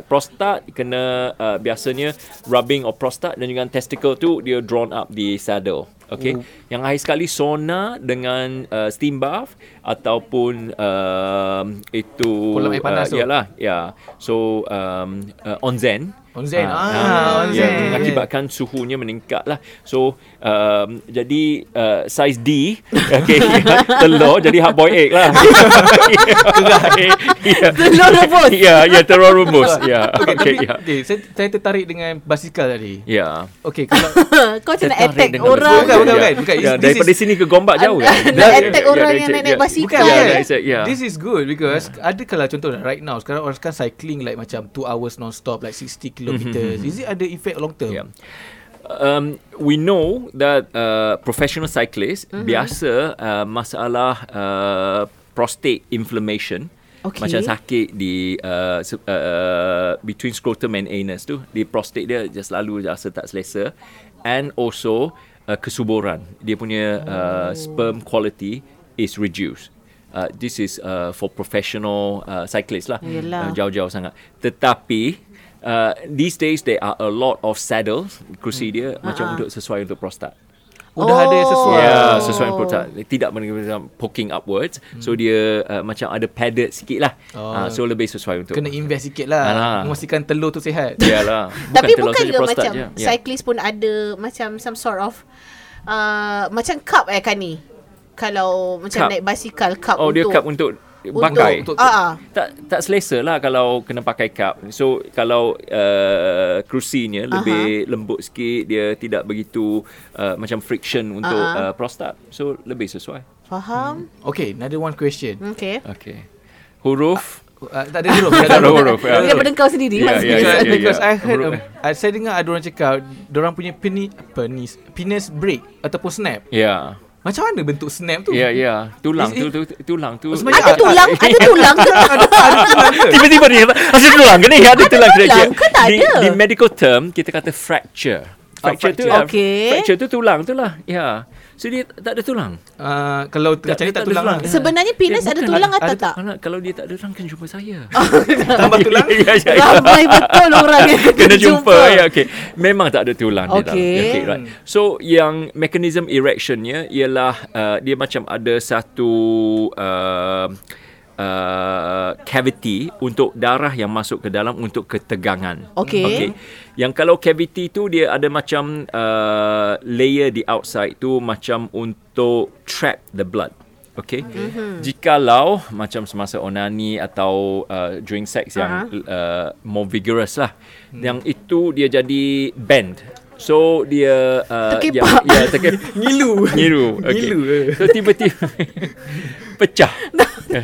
Speaker 3: prostat kena uh, biasanya rubbing of prostat dan juga testicle tu dia drawn up di saddle. Okay.
Speaker 2: Hmm.
Speaker 3: Oh. Yang akhir sekali sauna dengan uh, steam bath ataupun uh, itu
Speaker 2: Kolam air panas
Speaker 3: uh,
Speaker 2: tu.
Speaker 3: Yalah, ya. Yeah. So um, uh, onsen. Ha. Ya,
Speaker 2: Onsen. Ah, onsen.
Speaker 3: yang mengakibatkan suhunya meningkat lah. So, um, jadi uh, size D, okay, telur jadi hard boiled egg lah. yeah.
Speaker 1: Telur rebus.
Speaker 3: Ya, ya teror rumus. Ya.
Speaker 2: Okay,
Speaker 3: Okey,
Speaker 2: tapi,
Speaker 3: ya.
Speaker 2: okay, saya, saya tertarik dengan basikal tadi.
Speaker 3: Ya.
Speaker 2: Okay, kalau
Speaker 1: kau macam nak
Speaker 3: Tertarik
Speaker 1: attack
Speaker 3: dengan
Speaker 1: orang.
Speaker 2: Bukan,
Speaker 3: betul.
Speaker 2: bukan,
Speaker 3: Ya.
Speaker 2: bukan, bukan.
Speaker 3: Ya,
Speaker 2: This
Speaker 3: daripada
Speaker 2: is-
Speaker 3: sini ke Gombak jauh.
Speaker 1: Nak
Speaker 3: Ya, ya,
Speaker 1: attack
Speaker 3: ya,
Speaker 1: orang
Speaker 3: ya,
Speaker 1: yang
Speaker 3: ya,
Speaker 1: naik- naik
Speaker 3: ya.
Speaker 1: basikal.
Speaker 2: Bukan,
Speaker 3: Ya,
Speaker 2: bukan.
Speaker 3: ya, exact, ya.
Speaker 2: This is good because yeah. ada kalau contoh right now sekarang orang sekarang cycling like macam 2 hours non-stop like 60 kilometers.
Speaker 3: Mm-hmm.
Speaker 2: Is it ada effect long term?
Speaker 3: Yeah. Ya. Um, we know that uh, professional cyclists
Speaker 1: Mhm.
Speaker 3: biasa uh, masalah uh, prostate inflammation
Speaker 1: Okey.
Speaker 3: macam sakit di uh, se- uh, between scrotum and anus tu di prostate dia dia selalu rasa tak selesa and also uh, kesuburan dia punya uh, sperm quality is reduced uh, this is uh, for professional uh, cyclists lah
Speaker 1: Yelah.
Speaker 3: Uh, jauh-jauh sangat. Tetapi uh, these days there are a lot of saddles kerusi dia macam untuk sesuai untuk prostat.
Speaker 2: Udah ada sesuai.
Speaker 3: Ya, yeah, sesuai untuk prostat. Dia Tidak menggunakan poking upwards. So dia uh, macam ada padded sikit lah.
Speaker 2: Hmm. Oh.
Speaker 3: Uh, so lebih sesuai untuk.
Speaker 2: Kena invest sikit lah
Speaker 3: Alah.
Speaker 2: Memastikan telur tu sihat
Speaker 3: Yalah.
Speaker 1: Tapi
Speaker 3: telur
Speaker 1: bukan
Speaker 3: saja,
Speaker 1: ke
Speaker 3: prostat
Speaker 1: macam
Speaker 3: je. Ya.
Speaker 1: cyclist pun ada macam some sort of uh, macam cup eh kan ni. Kalau macam
Speaker 3: Cup.
Speaker 1: naik basikal cup
Speaker 3: Oh,
Speaker 1: untuk
Speaker 3: dia cup untuk pakai.
Speaker 1: Untuk,
Speaker 2: Untuk-
Speaker 1: ah, ah.
Speaker 3: tak tak selesa lah kalau kena pakai cup. So kalau uh, kerusinya lebih lembut sikit, dia tidak begitu uh, macam friction untuk
Speaker 1: Aha.
Speaker 3: uh, prostat. So lebih sesuai.
Speaker 1: Faham?
Speaker 2: Okay another one question
Speaker 3: Hmm.
Speaker 1: Okay.
Speaker 3: Okay. Huruf
Speaker 2: uh, Tak ada huruf
Speaker 3: Tak ada huruf, ya.
Speaker 1: Daripada kau sendiri yeah,
Speaker 3: Ya, ya,
Speaker 2: Because,
Speaker 3: ya.
Speaker 2: because I heard
Speaker 3: Huruf,
Speaker 2: um, uh, Saya dengar ada orang cakap Diorang punya penis, penis Penis break Ataupun snap
Speaker 3: ya.
Speaker 2: Macam mana bentuk snap tu?
Speaker 3: Ya ya,
Speaker 2: Ah.
Speaker 3: tulang
Speaker 2: Is
Speaker 3: tu
Speaker 2: it-
Speaker 3: tu tulang tu.
Speaker 2: Oh,
Speaker 1: Ada
Speaker 2: sebenarnya-
Speaker 1: tulang,
Speaker 3: ah,
Speaker 1: ada
Speaker 3: ya.
Speaker 1: tulang ke tak?
Speaker 3: Tiba-tiba ni ada tulang ke ni? Ada tulang ke?
Speaker 1: tulang ke tak
Speaker 3: Di,
Speaker 1: ada? Oh,
Speaker 3: di medical term kita kata fracture.
Speaker 2: Ah,
Speaker 3: Fracture tu
Speaker 2: fracture.
Speaker 3: ya,
Speaker 1: Okey.
Speaker 3: Fracture tu tulang tu lah. Ya. So dia tak ada tulang.
Speaker 2: Uh, kalau tengah
Speaker 3: Tak-
Speaker 2: cari
Speaker 3: tak
Speaker 2: tak
Speaker 3: ada
Speaker 2: tulang lah
Speaker 3: tulang.
Speaker 1: Sebenarnya penis
Speaker 3: Ya,
Speaker 1: ada
Speaker 3: bukan.
Speaker 1: tulang
Speaker 3: Ada-
Speaker 1: atau
Speaker 3: ada-
Speaker 1: tak? Oh.
Speaker 3: Anak, kalau dia tak ada tulang kan jumpa saya.
Speaker 2: Tambah tulang
Speaker 3: ya, ya, ya.
Speaker 1: Ramai betul orang yang
Speaker 3: Ah, Kena jumpa. Ya, okay. Memang tak ada tulang dia
Speaker 1: Okey.
Speaker 3: dalam. Okay, right. So yang mekanisme erectionnya ialah uh, dia macam ada satu uh, uh, cavity untuk darah yang masuk ke dalam untuk ketegangan.
Speaker 1: Okey.
Speaker 3: Okay. Yang kalau cavity tu dia ada macam uh, layer di outside tu macam untuk trap the blood. Okay. Mm-hmm. Jikalau macam semasa onani atau uh, during sex yang uh, more vigorous lah. Yang itu dia jadi bend. So dia uh,
Speaker 1: Terkepak.
Speaker 3: yang- Ya, terkepak. Ngilu. Ngilu. Okay.
Speaker 2: Ngilu, eh.
Speaker 3: So tiba-tiba pecah.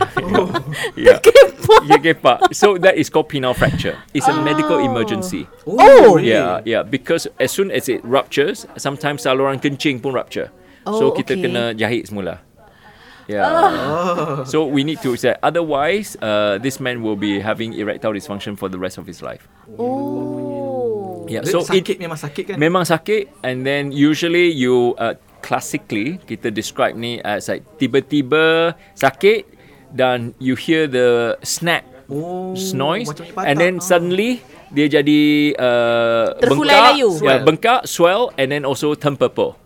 Speaker 3: ya.
Speaker 1: Kepo.
Speaker 3: Ya kepak. So that is called penile fracture. It's a medical
Speaker 1: Oh.
Speaker 3: emergency.
Speaker 1: Oh.
Speaker 2: really?
Speaker 3: Yeah, yeah. Ya, Because as soon as it ruptures, sometimes saluran kencing pun rupture.
Speaker 1: Oh,
Speaker 3: so kita
Speaker 1: okay.
Speaker 3: kena jahit semula. Yeah.
Speaker 2: Oh.
Speaker 3: So we need to say otherwise, uh, this man will be having erectile dysfunction for the rest of his life.
Speaker 1: Oh.
Speaker 3: Yeah.
Speaker 2: So
Speaker 3: So it
Speaker 2: sakit memang sakit kan?
Speaker 3: memang sakit, and then usually you uh, classically kita describe ni as like tiba-tiba sakit dan you hear the snap
Speaker 2: oh,
Speaker 3: noise
Speaker 2: macam Ah. punya
Speaker 3: and
Speaker 2: patah.
Speaker 3: then suddenly dia jadi uh,
Speaker 1: Terkulai
Speaker 3: bengkak
Speaker 1: layu.
Speaker 3: yeah,
Speaker 2: Swell.
Speaker 3: bengkak swell and then also turn purple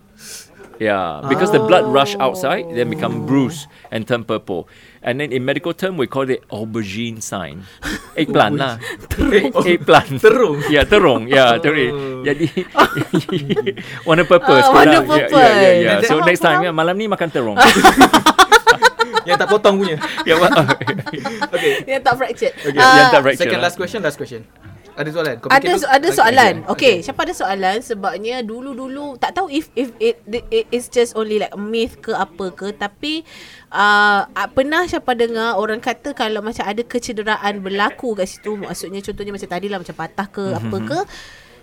Speaker 3: Yeah, because the blood rush
Speaker 2: Oh.
Speaker 3: outside, then become bruised and turn purple. And then in medical term, we call it aubergine sign. Eggplant lah. Eggplant.
Speaker 2: Terung. Oh.
Speaker 3: Yeah, terung. Yeah, terung. Jadi, warna purple.
Speaker 1: Ah,
Speaker 3: sekarang.
Speaker 1: warna
Speaker 3: Yeah, yeah, yeah.
Speaker 2: purple.
Speaker 3: yeah. So
Speaker 1: Faham,
Speaker 3: next time,
Speaker 1: faham.
Speaker 3: yeah, malam ni makan terung.
Speaker 2: Yang Ya, tak potong punya.
Speaker 3: yeah, well,
Speaker 2: Okay.
Speaker 1: Yang tak fractured. Ah.
Speaker 3: okay, yang tak lah. right.
Speaker 2: Second last question, last question. Ada soalan? Kau
Speaker 1: ada
Speaker 2: fikir
Speaker 1: so,
Speaker 2: dulu.
Speaker 1: ada
Speaker 2: Okay,
Speaker 1: soalan.
Speaker 2: okay.
Speaker 1: Okay, siapa ada soalan sebabnya dulu-dulu tak tahu if if it it is just only like a myth ke apa ke tapi uh, pernah siapa dengar orang kata kalau macam ada kecederaan berlaku kat situ maksudnya contohnya macam tadi lah macam patah ke apa ke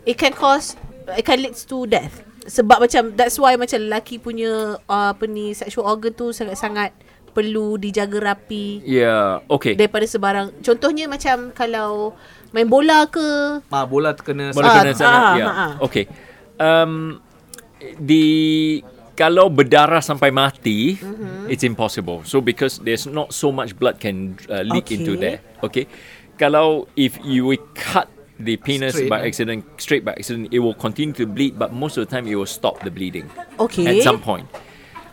Speaker 1: it can cause it can leads to death. Sebab macam that's why macam lelaki punya uh, apa ni sexual organ tu sangat-sangat perlu dijaga rapi
Speaker 3: Yeah, okay.
Speaker 1: daripada sebarang contohnya macam kalau main bola ke
Speaker 2: Ah, bola terkena
Speaker 3: Bola
Speaker 1: Ah,
Speaker 3: kena sana.
Speaker 1: ah,
Speaker 3: ya.
Speaker 1: ah.
Speaker 3: Okey. Um, di kalau berdarah sampai mati, mm-hmm. it's impossible. So because there's not so much blood can uh, leak
Speaker 1: Okay.
Speaker 3: okay. into there. Okay. Kalau if you will cut the penis
Speaker 2: Straight,
Speaker 3: straight, by
Speaker 2: eh?
Speaker 3: accident, straight by accident, it will continue to bleed. But most of the time, it will stop the bleeding
Speaker 1: okay
Speaker 3: at some point.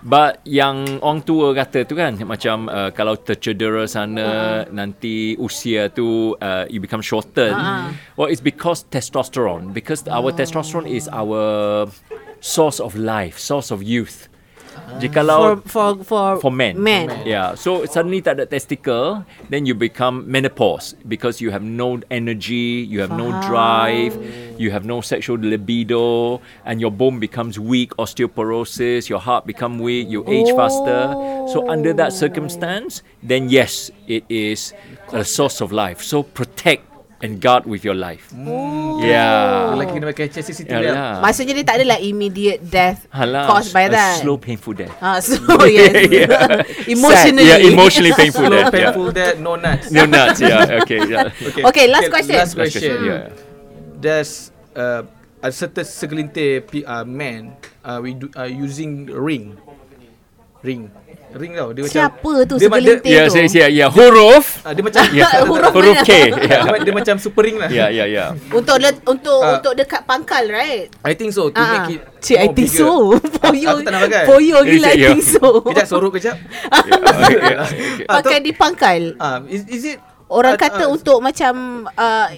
Speaker 3: But yang orang tua kata tu kan macam uh, kalau tercedera sana uh-huh. nanti usia tu uh, you become shortened.
Speaker 1: Ah.
Speaker 3: Uh-huh. Well it's because testosterone because
Speaker 1: Oh.
Speaker 3: our testosterone is our source of life, source of youth.
Speaker 1: for
Speaker 3: Jikalau
Speaker 1: for for
Speaker 3: for men.
Speaker 1: men
Speaker 3: Yeah. So suddenly tak ada testicle, then you become menopause because you have no energy, you have no drive, you have no sexual libido, and your bone becomes weak, osteoporosis, your heart become weak, you age faster. So under
Speaker 1: Oh.
Speaker 3: that circumstance, then yes, it is a source of life. So protect and guard with your life.
Speaker 1: Mm.
Speaker 3: Yeah.
Speaker 2: Lelaki kena pakai chassis city
Speaker 3: Yeah,
Speaker 2: belt.
Speaker 3: lah.
Speaker 1: maksudnya dia tak adalah immediate death
Speaker 3: Halah,
Speaker 1: caused by
Speaker 3: a
Speaker 1: that
Speaker 3: slow painful death.
Speaker 1: Ah, slow yes.
Speaker 3: Yeah.
Speaker 1: Emotionally.
Speaker 3: Sad. Yeah, emotionally painful
Speaker 2: Slow,
Speaker 3: death. Yeah.
Speaker 2: painful death, no nuts.
Speaker 3: No nuts. Yeah. Okay. Yeah.
Speaker 1: Okay, last question.
Speaker 2: Last
Speaker 3: Last
Speaker 2: question.
Speaker 3: question. Yeah.
Speaker 2: There's uh, a certain segelintir P- uh, men uh, we do, uh, using ring. Ring. Ring tau. Dia
Speaker 1: Siapa
Speaker 2: macam,
Speaker 1: tu
Speaker 2: dia, ma- dia,
Speaker 1: segelintir?
Speaker 3: Yeah,
Speaker 1: tu.
Speaker 3: saya saya yeah. Huruf.
Speaker 2: uh, dia macam
Speaker 3: Yeah.
Speaker 1: Huruf
Speaker 3: Huruf
Speaker 1: mana?
Speaker 3: K.
Speaker 2: dia,
Speaker 3: Yeah.
Speaker 2: ma- dia macam super ring lah.
Speaker 3: Yeah, yeah, yeah.
Speaker 1: untuk le, untuk
Speaker 2: Ah.
Speaker 1: untuk dekat pangkal right
Speaker 2: I think so. To
Speaker 1: Ah,
Speaker 2: make it
Speaker 1: Cik, I
Speaker 2: more
Speaker 1: think
Speaker 2: bigger.
Speaker 1: so. For
Speaker 2: Aku-
Speaker 1: you,
Speaker 2: Aku tak nak pakai.
Speaker 1: for you
Speaker 3: Eh,
Speaker 1: gila, I
Speaker 3: yeah.
Speaker 1: think so.
Speaker 2: Kejap, sorok kejap.
Speaker 3: Okay, yeah. Okay.
Speaker 2: Ah,
Speaker 1: Pakai
Speaker 2: tu-
Speaker 1: di pangkal.
Speaker 2: Ah, is, is it
Speaker 1: Orang
Speaker 2: ah,
Speaker 1: kata
Speaker 2: ah,
Speaker 1: untuk macam uh,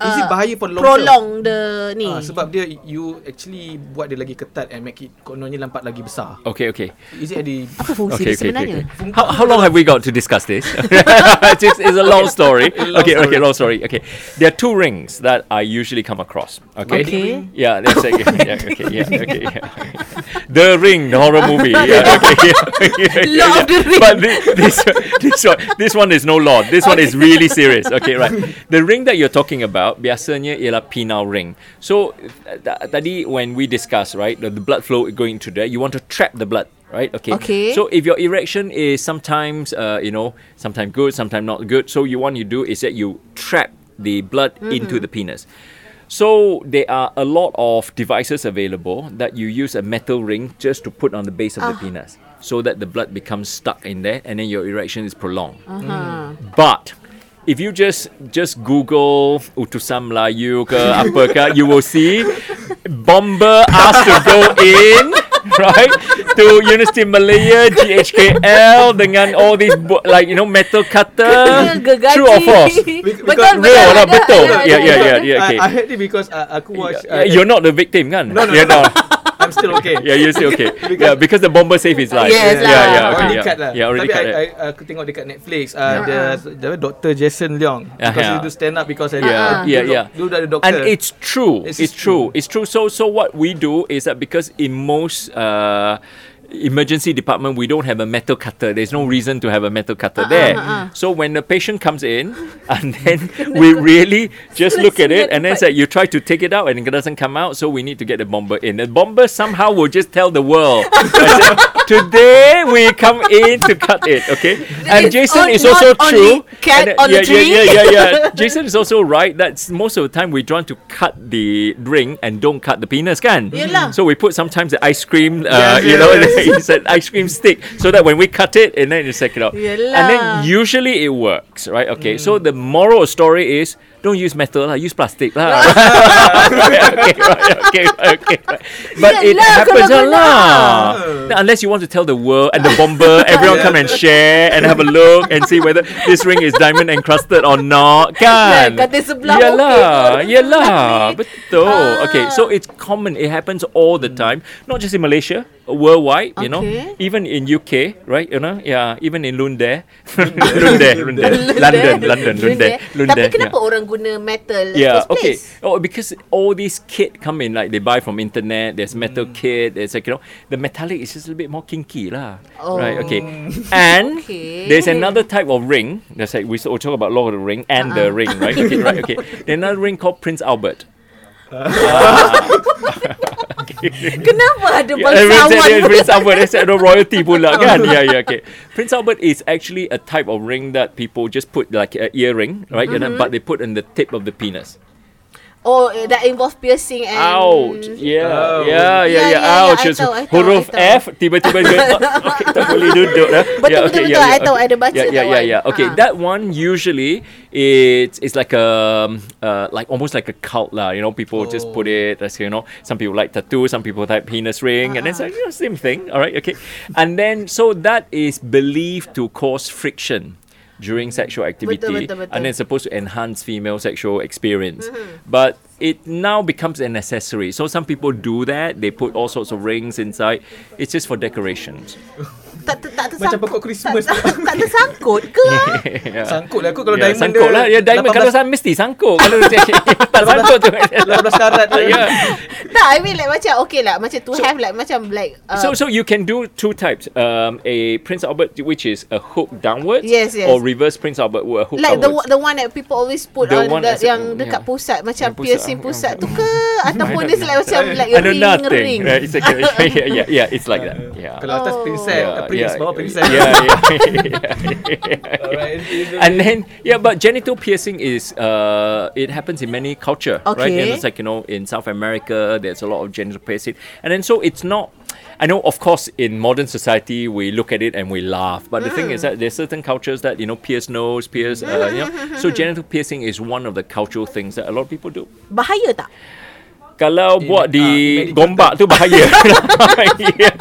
Speaker 2: Is it bahaya for long term?
Speaker 1: Prolong the ni.
Speaker 2: Ah, sebab dia you actually buat dia lagi ketat and make it kononnya lampat lagi besar.
Speaker 3: Okay, okay.
Speaker 2: Is it ada
Speaker 1: Apa fungsi
Speaker 3: Okay,
Speaker 1: dia
Speaker 3: okay, okay,
Speaker 1: sebenarnya?
Speaker 3: okay. How, how long have we got to discuss this? it's, just- it's a long story. okay, okay, long story. Okay, there are two rings that I usually come across. Okay.
Speaker 1: Okay.
Speaker 3: Yeah, that's it. Yeah, okay, yeah, okay, yeah. The Ring, the horror movie. Yeah, okay, yeah, yeah, yeah,
Speaker 1: Lord of the Ring.
Speaker 3: But thi- this, this, one, this one is no Lord. This one is really serious. Okay, right. The ring that you're talking about, biasanya ialah penile ring. So, uh, tadi when we discussed, right, the, the blood flow going to there, you want to trap the blood. Right. Okay.
Speaker 1: Okay.
Speaker 3: So if your erection is sometimes, uh, you know, sometimes good, sometimes not good, so you want you do is that you trap the blood
Speaker 1: Mm-hmm.
Speaker 3: into the penis. So there are a lot of devices available that you use a metal ring just to put on the base of the penis, so that the blood becomes stuck in there, and then your erection is prolonged.
Speaker 1: Ha.
Speaker 3: But if you just just Google utusan Melayu ke apa ke, you will see bomber asked to go in, right? To University Malaya, GHKL dengan all these bo- like you know metal
Speaker 1: Kena
Speaker 3: cutter.
Speaker 1: gergaji.
Speaker 3: True or false?
Speaker 2: Because
Speaker 1: Betul,
Speaker 2: real
Speaker 1: betul. Ya,
Speaker 3: Real lah
Speaker 1: ada,
Speaker 3: betul.
Speaker 1: ada,
Speaker 3: Yeah
Speaker 1: ada,
Speaker 3: yeah
Speaker 1: ada.
Speaker 3: yeah yeah. Okay.
Speaker 2: I, I heard it because uh, aku watch
Speaker 3: Yeah,
Speaker 2: uh,
Speaker 3: You're not the victim kan?
Speaker 2: No, no,
Speaker 3: You're
Speaker 2: no.
Speaker 3: not.
Speaker 2: I'm still okay.
Speaker 3: Yeah, you're still okay. yeah, because the bomber saved his life.
Speaker 1: Yes
Speaker 3: yeah,
Speaker 1: lah.
Speaker 3: yeah, okay,
Speaker 2: already
Speaker 3: yeah.
Speaker 2: cut lah.
Speaker 3: Yeah, already
Speaker 2: Tapi
Speaker 3: cut.
Speaker 2: I,
Speaker 3: right.
Speaker 2: I, aku tengok dekat Netflix uh, yeah. Dr. Jason Leong
Speaker 3: Ah,
Speaker 2: because
Speaker 3: yeah.
Speaker 2: he do stand up because I
Speaker 3: Yeah,
Speaker 1: Uh-uh.
Speaker 3: yeah, yeah.
Speaker 2: Dia dah ada doktor.
Speaker 3: And it's true.
Speaker 2: This
Speaker 3: It's,
Speaker 2: is
Speaker 3: true. It's true. So, so what we do is that because in most uh, emergency department we don't have a metal cutter. There's no reason to have a metal cutter
Speaker 1: Uh-uh,
Speaker 3: there. So when the patient comes in, and then we really just look at it, and then say you try to take it out, and it doesn't come out. So we need to get the bomber in. The bomber somehow will just tell the world. I said, Today we come in to cut it, okay? And
Speaker 1: It's on-
Speaker 3: Jason is also
Speaker 1: not only
Speaker 3: true.
Speaker 1: cat
Speaker 3: And, uh,
Speaker 1: on the
Speaker 3: yeah, yeah,
Speaker 1: tree.
Speaker 3: yeah, yeah, yeah, yeah. Jason is also right that s- most of the time we drawn to cut the ring and don't cut the penis, can?
Speaker 1: Yelah.
Speaker 3: So we put sometimes the ice cream,
Speaker 2: Yes,
Speaker 3: uh, you know,
Speaker 2: yes.
Speaker 3: it's an ice cream stick so that when we cut it and then you take it out. And then
Speaker 1: Yelah.
Speaker 3: usually it works, right? Okay. So the moral of story is don't use metal lah, use plastic lah. right, okay, right, okay, right, okay. Right. But it
Speaker 1: Yalah,
Speaker 3: happens a
Speaker 1: kalau
Speaker 3: lot. Now, unless you want to tell the world and the bomber, everyone come and share and have a look and see whether this ring is diamond encrusted or not. Kan?
Speaker 1: Kan, kata sebelah
Speaker 3: Yalah,
Speaker 1: okey pun.
Speaker 3: yalah.
Speaker 1: Tapi-
Speaker 3: Betul.
Speaker 1: Ah.
Speaker 3: Okay, so it's common. It happens all the time. Not just in Malaysia, worldwide, you know.
Speaker 1: Okay.
Speaker 3: Even in UK, right? You know, yeah. Even in Lunde, Lunde, Lunde, London, London, Lunde, Lunde.
Speaker 1: Tapi
Speaker 3: yeah.
Speaker 1: kenapa orang guna metal
Speaker 3: Yeah,
Speaker 1: at first
Speaker 3: okay.
Speaker 1: place?
Speaker 3: Oh, because all these kit come in like they buy from internet. There's metal kit. There's like you know the metallic is just a bit more kinky lah. Right. Okay. And
Speaker 1: Okay.
Speaker 3: there's another type of ring. That's like we s- we talk about Lord of the Ring and the ring, right? Okay. Right. Okay. There's another ring called Prince Albert.
Speaker 1: Kenapa ada
Speaker 3: Yeah, Prince,
Speaker 1: bangsawan
Speaker 3: yeah, Prince Albert. There's ada royalty pula kan? Yeah, yeah. Okay. Prince Albert is actually a type of ring that people just put like an earring, right? You know, but they put in the tip of the penis.
Speaker 1: Oh that involve piercing and
Speaker 3: Ouch. Yeah.
Speaker 1: Yeah,
Speaker 2: Oh.
Speaker 3: Yeah, yeah, yeah.
Speaker 1: yeah, yeah.
Speaker 3: Ouch.
Speaker 1: I
Speaker 3: It's
Speaker 1: tahu, I tahu,
Speaker 3: huruf
Speaker 1: I tahu.
Speaker 3: F tiba-tiba dia oh, okay, tak boleh duduk dah.
Speaker 1: Betul, betul, betul. I tahu, I ada baca
Speaker 3: yeah, yeah,
Speaker 1: that
Speaker 3: yeah,
Speaker 1: one.
Speaker 3: yeah. Okay,
Speaker 1: Ah.
Speaker 3: that one usually it's it's like a uh, like almost like a cult lah. You know, people just put it as you know, some people like tattoo, some people like penis ring, and it's like
Speaker 1: Ah.
Speaker 3: you know, same thing. All right, okay. And then so that is believed to cause friction.
Speaker 1: Mm.
Speaker 3: During sexual activity,
Speaker 1: betul, Mm-hmm. betul.
Speaker 3: and it's supposed to enhance female sexual experience, but it now becomes an accessory. So some people do that; they put all sorts of rings inside. It's just for decorations.
Speaker 1: tak ter, tak tersangkut.
Speaker 2: Macam pokok Christmas.
Speaker 1: Tak, tak, tak tersangkut ke?
Speaker 3: Yeah.
Speaker 2: Sangkut lah kot kalau
Speaker 3: Ya,
Speaker 2: diamond
Speaker 3: sangkut
Speaker 2: dia
Speaker 3: lah. Ya, diamond. Kalau saya mesti sangkut. Kalau saya tak sangkut tu.
Speaker 2: 18 karat dia.
Speaker 3: Ya.
Speaker 1: tak, I mean like macam okay lah. Macam to have like macam like uh,
Speaker 3: So, so you can do two types. Um, a Prince Albert, which is a hook downwards.
Speaker 1: Yes, yes.
Speaker 3: Or reverse Prince Albert, with a hook
Speaker 1: Like the one-
Speaker 3: downwards.
Speaker 1: the one that people always put
Speaker 3: The
Speaker 1: on
Speaker 3: one
Speaker 1: the,
Speaker 3: as-
Speaker 1: yang dekat
Speaker 3: yeah.
Speaker 1: pusat macam
Speaker 3: Yang pusat,
Speaker 1: piercing
Speaker 3: ah,
Speaker 1: pusat
Speaker 3: ah,
Speaker 1: tu ke ataupun
Speaker 3: I
Speaker 1: dia
Speaker 3: don't
Speaker 1: like macam like
Speaker 3: I know
Speaker 1: ring
Speaker 3: nothing.
Speaker 1: ring.
Speaker 3: Right? It's like, yeah, yeah, yeah, yeah, it's like that.
Speaker 2: Uh,
Speaker 3: Yeah.
Speaker 2: Kalau atas
Speaker 1: Oh.
Speaker 2: princess, yeah, prince, bawah princess.
Speaker 3: Yeah, yeah, yeah.
Speaker 2: Alright.
Speaker 3: and then yeah but genital piercing is uh it happens in many culture right
Speaker 1: Okay.
Speaker 3: and it's like you know in south america there's a lot of genital piercing and then so it's not I know, of course, in modern society we look at it and we laugh. But the thing is that there's certain cultures that you know pierce nose, pierce, uh, you know. So genital piercing is one of the cultural things that a lot of people do.
Speaker 1: Bahaya tak?
Speaker 3: Kalau
Speaker 2: ah,
Speaker 3: buat di
Speaker 2: medical
Speaker 3: gombak tu bahaya. Ya.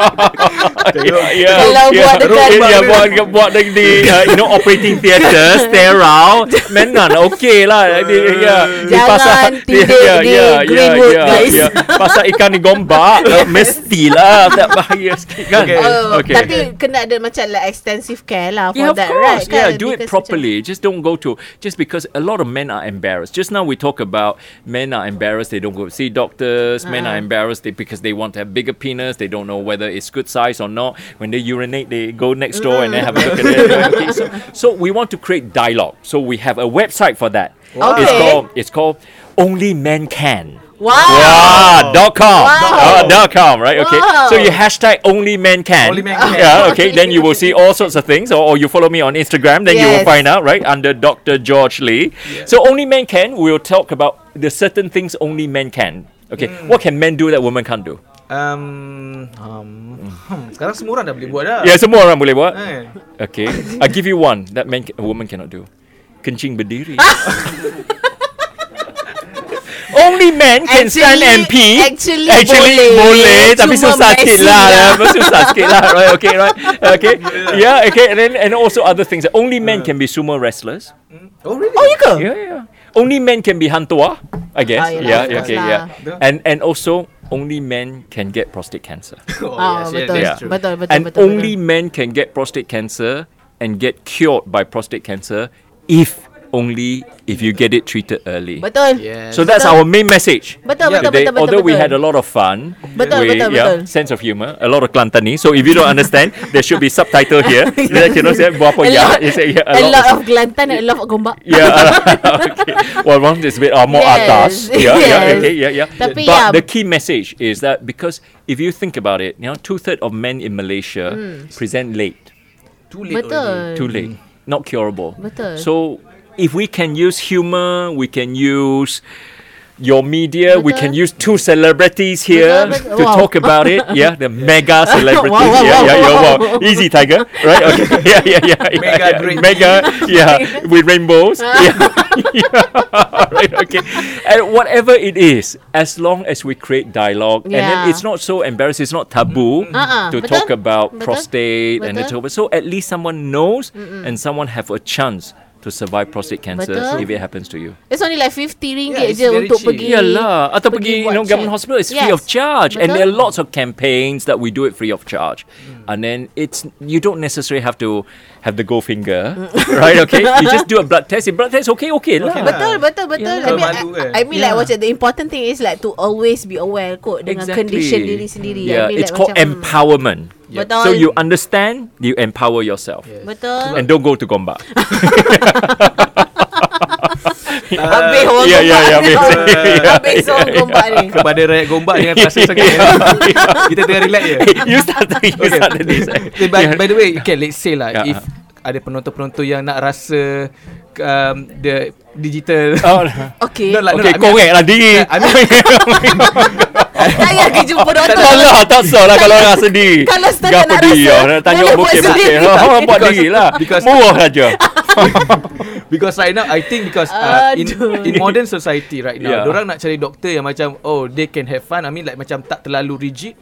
Speaker 3: Ya,
Speaker 1: Kalau
Speaker 3: ya.
Speaker 1: buat dekat-
Speaker 3: Ya, buat buat di- di uh, you know operating theatre sterile menan okey lah di ya di
Speaker 1: Jangan
Speaker 3: pasar
Speaker 1: tidur di Greenwood, guys.
Speaker 3: pasar ikan di gombak uh, mestilah tak bahaya sikit kan.
Speaker 2: Okay.
Speaker 1: Oh,
Speaker 3: Okay.
Speaker 1: Tapi kena ada macam like extensive care lah for
Speaker 3: Yeah, of
Speaker 1: that right?
Speaker 3: course. Yeah,
Speaker 1: kan?
Speaker 3: do it
Speaker 1: Because
Speaker 3: properly. Just don't go to just because a lot of men are embarrassed. Just now we talk about men are embarrassed. They don't go see doctors. Men
Speaker 1: Uh-huh.
Speaker 3: are embarrassed they, because they want to have bigger penis. They don't know whether it's good size or not. When they urinate, they go next door
Speaker 1: Mm.
Speaker 3: and then have a look at it. Okay, so, so we want to create dialogue. So we have a website for that. It's
Speaker 1: Okay.
Speaker 3: called it's called Only Men Can.
Speaker 1: Macam, wow.
Speaker 3: Ah, dot com.
Speaker 1: Wow.
Speaker 3: Ah, dot com, right? Okay. So
Speaker 1: Wow.
Speaker 3: you hashtag only men can.
Speaker 2: Only men can.
Speaker 3: Yeah, okay. Then you will see all sorts of things. Or, or you follow me on Instagram, then you
Speaker 1: Yes.
Speaker 3: will find out, right? Under Dr. George Lee. So only men can, we'll talk about the certain things only men can. Okay.
Speaker 2: Mm.
Speaker 3: What can men do that women can't do?
Speaker 2: Um, um, hmm, sekarang semua orang dah boleh buat dah.
Speaker 3: Yeah, semua orang boleh buat.
Speaker 2: Eh.
Speaker 3: Okay. I give you one that men a woman cannot do. Kencing berdiri. Only men can stand and pee.
Speaker 1: Actually- actually boleh.
Speaker 3: boleh, tapi
Speaker 1: Cuma
Speaker 3: susah sikit
Speaker 1: messy
Speaker 3: lah.
Speaker 1: lah.
Speaker 3: susah sikit lah. Right, okay, right. Okay. Yeah, okay. And then and also other things. Only men can be sumo wrestlers.
Speaker 2: Oh, really?
Speaker 1: Oh, you ke?
Speaker 3: Yeah, yeah. Only men can be hantua, I
Speaker 1: Ah,
Speaker 3: guess.
Speaker 1: yeah, of
Speaker 3: yeah,
Speaker 1: course
Speaker 3: okay,
Speaker 1: lah.
Speaker 3: yeah. And and also only men can get prostate cancer.
Speaker 2: Oh,
Speaker 1: Ah,
Speaker 2: yes,
Speaker 1: betul,
Speaker 2: yes, that's
Speaker 3: Yeah.
Speaker 2: true.
Speaker 1: betul, betul,
Speaker 3: and
Speaker 1: betul.
Speaker 3: only men can get prostate cancer and get cured by prostate cancer if only if you get it treated early.
Speaker 1: betul. Betul.
Speaker 2: Yes.
Speaker 3: so that's our main message.
Speaker 1: Betul,
Speaker 2: Yeah.
Speaker 1: betul, betul,
Speaker 3: Today,
Speaker 1: betul,
Speaker 3: although we
Speaker 1: betul.
Speaker 3: had a lot of fun,
Speaker 1: Betul,
Speaker 3: we,
Speaker 1: betul,
Speaker 3: yeah,
Speaker 1: betul.
Speaker 3: sense of humor, a lot of Klantani. So if you don't understand, there should be subtitle here. Bila cannot say buah apa
Speaker 1: a,
Speaker 3: ya,
Speaker 1: lot,
Speaker 3: you say, yeah,
Speaker 1: a lot of Kelantan and a lot of Gombak.
Speaker 3: yeah. okay. Well, one is a bit uh, more
Speaker 1: Yes.
Speaker 3: atas. Yeah, yeah,
Speaker 1: Yes.
Speaker 3: okay, yeah, yeah.
Speaker 1: Tapi,
Speaker 3: but
Speaker 1: yeah.
Speaker 3: the key message is that because if you think about it, you know, two thirds of men in Malaysia
Speaker 1: Hmm.
Speaker 3: present late,
Speaker 2: Too late
Speaker 1: Betul.
Speaker 3: too late, not curable.
Speaker 1: Betul.
Speaker 3: So if we can use humor, we can use your media. We
Speaker 1: Betul.
Speaker 3: can use two celebrities here
Speaker 1: Betul, betul.
Speaker 3: to
Speaker 1: Wow.
Speaker 3: talk about it. Yeah, the mega celebrities.
Speaker 1: Wow, wow,
Speaker 3: yeah,
Speaker 1: wow,
Speaker 3: yeah, yeah, wow.
Speaker 1: wow.
Speaker 3: Easy, Tiger. Right? Okay. Yeah, yeah, yeah. yeah,
Speaker 2: Mega
Speaker 3: yeah.
Speaker 2: great.
Speaker 3: Mega. Yeah, with rainbows. yeah. yeah. right. Okay. And whatever it is, as long as we create dialogue, and
Speaker 1: Yeah.
Speaker 3: then it's not so embarrassing. It's not taboo
Speaker 1: Uh-uh.
Speaker 3: to
Speaker 1: Betul.
Speaker 3: talk about
Speaker 1: Betul.
Speaker 3: prostate and
Speaker 1: Betul.
Speaker 3: it's over. So at least someone knows, and someone have a chance. To survive prostate cancer
Speaker 1: Betul.
Speaker 3: if it happens to you.
Speaker 1: It's only like 50 ringgit yeah,
Speaker 2: Yeah, it's
Speaker 1: je
Speaker 2: very
Speaker 1: untuk
Speaker 2: cheap.
Speaker 1: pergi.
Speaker 3: Iyalah Atau
Speaker 1: pergi
Speaker 3: pergi, you know,
Speaker 1: buat
Speaker 3: government
Speaker 1: check.
Speaker 3: hospital It's free
Speaker 1: Yes.
Speaker 3: of charge And
Speaker 1: Betul. Mm.
Speaker 3: there are lots of campaigns That we do it free of charge And then it's You don't necessarily have to Have the gold finger
Speaker 1: Mm.
Speaker 3: Right okay You just do a blood test If blood test okay Okay lah
Speaker 2: Okay lah.
Speaker 1: Betul, betul, betul. I
Speaker 3: Yalah.
Speaker 1: mean,
Speaker 2: Malu
Speaker 1: I,
Speaker 3: eh.
Speaker 2: kan?
Speaker 1: I mean like what's it, the important thing is like to always be aware kot dengan condition diri sendiri.
Speaker 3: Yeah,
Speaker 1: I mean,
Speaker 3: it's
Speaker 1: like
Speaker 3: called
Speaker 1: macam,
Speaker 3: empowerment.
Speaker 1: Yeah. Betul.
Speaker 3: So you understand, you empower yourself.
Speaker 1: hmm, Betul.
Speaker 3: And don't go to Gombak.
Speaker 1: Habis orang
Speaker 3: yeah, yeah,
Speaker 1: gombak
Speaker 3: yeah, habis.
Speaker 1: ni. Habis orang gombak ni.
Speaker 2: Kepada rakyat gombak Jangan terasa sangat ya. Kita tengah relax je
Speaker 3: you started, you
Speaker 2: Okay.
Speaker 3: started this.
Speaker 2: Okay, by, by the way, okay, let's say lah
Speaker 3: Ya,
Speaker 2: if ada penonton-penonton yang nak rasa um, the digital.
Speaker 3: Oh,
Speaker 1: Okay.
Speaker 2: Not like-
Speaker 3: okay,
Speaker 2: I mean-
Speaker 3: correct lah diri.
Speaker 2: I mean-
Speaker 1: Saya pergi jumpa doktor.
Speaker 3: Tak lah, tak sah lah kalau rasa diri.
Speaker 1: Kalau standard
Speaker 3: Kenapa
Speaker 1: nak
Speaker 3: diri?
Speaker 1: rasa,
Speaker 3: Oh, nak tanya
Speaker 1: boleh buat
Speaker 3: orang bokeh-bokeh.
Speaker 1: sendiri.
Speaker 3: Oh, buat
Speaker 2: Because-
Speaker 3: diri lah.
Speaker 2: because-
Speaker 3: Murah saja.
Speaker 2: because right now I think because uh, in,
Speaker 1: Aduh.
Speaker 2: in modern society right now,
Speaker 3: Yeah.
Speaker 2: orang nak cari doktor yang macam oh they can have fun. I mean like macam tak terlalu rigid.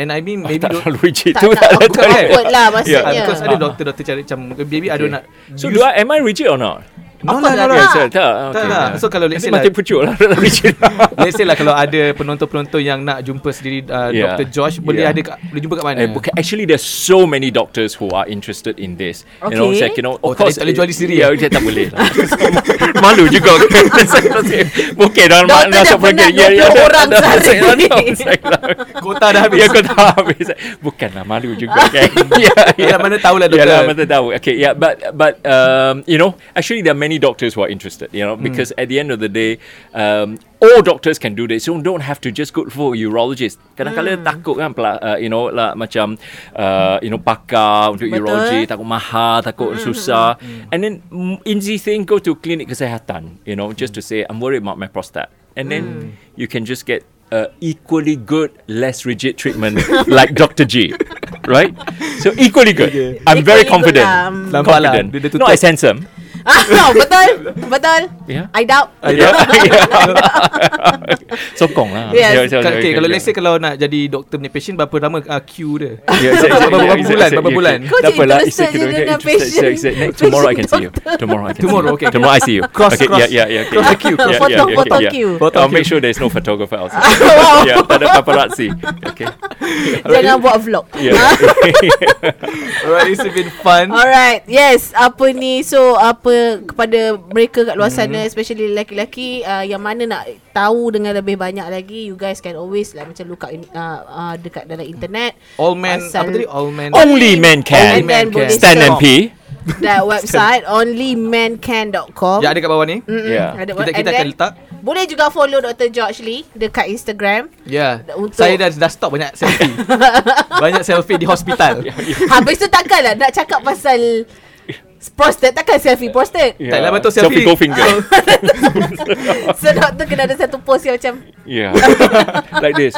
Speaker 2: And I mean maybe
Speaker 3: Oh, Tak
Speaker 2: don't-
Speaker 3: terlalu rigid
Speaker 1: Tak,
Speaker 3: tu.
Speaker 1: tak,
Speaker 3: tak-
Speaker 1: awkward-
Speaker 3: tak-
Speaker 1: awkward lah
Speaker 3: Yeah.
Speaker 2: Ah,
Speaker 1: maksudnya.
Speaker 2: because ada doktor-doktor cari macam maybe I don't nak.
Speaker 3: So do I, am I rigid or not?
Speaker 2: No
Speaker 1: Awkward
Speaker 2: lah, no
Speaker 1: lah
Speaker 2: lah.
Speaker 1: dia.
Speaker 3: Tak, tak.
Speaker 2: Tak
Speaker 3: okay.
Speaker 2: lah. So kalau let's say
Speaker 3: Nanti
Speaker 2: lah,
Speaker 3: mati pucuk lah. Rigid
Speaker 2: let's say lah kalau ada penonton-penonton yang nak jumpa sendiri uh,
Speaker 3: Yeah.
Speaker 2: Dr. Josh, boleh
Speaker 3: Yeah.
Speaker 2: ada kat- boleh jumpa kat mana?
Speaker 3: Eh, bukan. Actually, there's so many doctors who are interested in this. You know,
Speaker 1: Okay.
Speaker 3: it's like, you know,
Speaker 2: Oh,
Speaker 3: of
Speaker 2: tak boleh-
Speaker 3: course.
Speaker 2: tak boleh jual diri sendiri,
Speaker 3: Ya,
Speaker 2: eh?
Speaker 3: dia tak boleh lah. Malu juga. Mungkin dalam
Speaker 1: Doktor dah penat
Speaker 3: Ya,
Speaker 1: 20 orang sehari.
Speaker 2: Kota dah habis.
Speaker 3: Ya, kau tak habis. Bukanlah malu juga kan. ya,
Speaker 2: Yalah, mana tahulah doktor.
Speaker 3: Yalah, mana tahu. Okay, yeah, but but um, you know, actually there are many doctors who are interested, you know, because at the end of the day, um, all doctors can do this. You don't have to just go for urologist. Kadang-kadang takut kan, pula, uh, you know, lah macam uh, you know pakar untuk
Speaker 1: Betul.
Speaker 3: urologi, takut mahal, takut susah. And then mm, easy thing go to clinic kesihatan, you know, just to say I'm worried about my prostate. And then you can just get uh, equally good, less rigid treatment like Dr. G. Right? So equally good. I'm
Speaker 1: Equally good
Speaker 3: very confident.
Speaker 1: lah.
Speaker 2: Nampak lah,
Speaker 3: confident.
Speaker 2: dia- dia tutup.
Speaker 3: no, it's handsome.
Speaker 1: Ah, no, betul. Betul.
Speaker 3: Yeah.
Speaker 1: I doubt.
Speaker 3: Yeah. Sokong lah.
Speaker 1: Yes.
Speaker 3: Yeah, so-
Speaker 2: Ka- Okay,
Speaker 3: yeah,
Speaker 2: kalau
Speaker 3: yeah.
Speaker 2: let's say kalau nak jadi doktor punya patient berapa lama uh, queue dia?
Speaker 3: Yeah, exact- exact-
Speaker 2: Berapa-
Speaker 3: yeah,
Speaker 2: berapa
Speaker 3: exact-
Speaker 2: bulan,
Speaker 3: exact-
Speaker 2: berapa
Speaker 3: yeah,
Speaker 2: bulan?
Speaker 3: okay.
Speaker 1: Kau
Speaker 3: Tak
Speaker 1: jadi
Speaker 3: apalah,
Speaker 1: interested
Speaker 3: it's okay,
Speaker 1: je
Speaker 3: don't get
Speaker 1: dengan
Speaker 3: interested.
Speaker 1: patient-
Speaker 3: Exact- exact. Next, Tomorrow I can see you. Tomorrow I can see you.
Speaker 2: Tomorrow, okay.
Speaker 3: Tomorrow I see you.
Speaker 2: Cross,
Speaker 3: okay,
Speaker 2: cross.
Speaker 3: Yeah, yeah, yeah. Okay.
Speaker 2: Cross the queue,
Speaker 3: Yeah,
Speaker 2: cross the
Speaker 3: yeah,
Speaker 1: Photo-
Speaker 3: yeah,
Speaker 1: photo
Speaker 3: yeah.
Speaker 1: queue.
Speaker 2: Photo
Speaker 3: I'll make
Speaker 2: queue.
Speaker 3: sure there's no photographer outside.
Speaker 1: Wow.
Speaker 3: yeah, tak ada paparazzi. Okay.
Speaker 1: Jangan buat vlog.
Speaker 3: Yeah.
Speaker 2: Alright, it's been fun.
Speaker 1: Alright, yes. Apa ni? So apa kepada mereka kat luar sana,
Speaker 2: Mm-hmm.
Speaker 1: especially lelaki-lelaki uh, yang mana nak tahu dengan lebih banyak lagi, you guys can always like macam look up in, uh, uh, dekat dalam internet.
Speaker 2: All men,
Speaker 1: Pasal-
Speaker 2: apa tadi? All men.
Speaker 3: Only men
Speaker 1: And
Speaker 2: Only
Speaker 3: can.
Speaker 2: men
Speaker 1: then
Speaker 2: Oh, can.
Speaker 1: boleh
Speaker 3: Stand
Speaker 1: search
Speaker 3: and pee.
Speaker 1: That website onlymancan.com.
Speaker 2: Ya, ada kat bawah ni.
Speaker 1: Mm-mm,
Speaker 3: Yeah.
Speaker 1: Hmm, ada
Speaker 2: Kita,
Speaker 1: web-
Speaker 2: kita
Speaker 1: and
Speaker 2: akan
Speaker 1: then
Speaker 2: letak.
Speaker 1: Boleh juga follow Dr. George Lee dekat Instagram.
Speaker 2: Ya.
Speaker 1: Untuk-
Speaker 2: Saya dah, dah stop banyak selfie. banyak selfie di hospital.
Speaker 1: Habis tu takkanlah nak cakap pasal prostate takkan selfie prostate.
Speaker 3: Yeah.
Speaker 2: Tak lah, betul selfie.
Speaker 3: Selfie go finger.
Speaker 1: So doktor kena ada satu post yang macam
Speaker 3: Yeah. like this.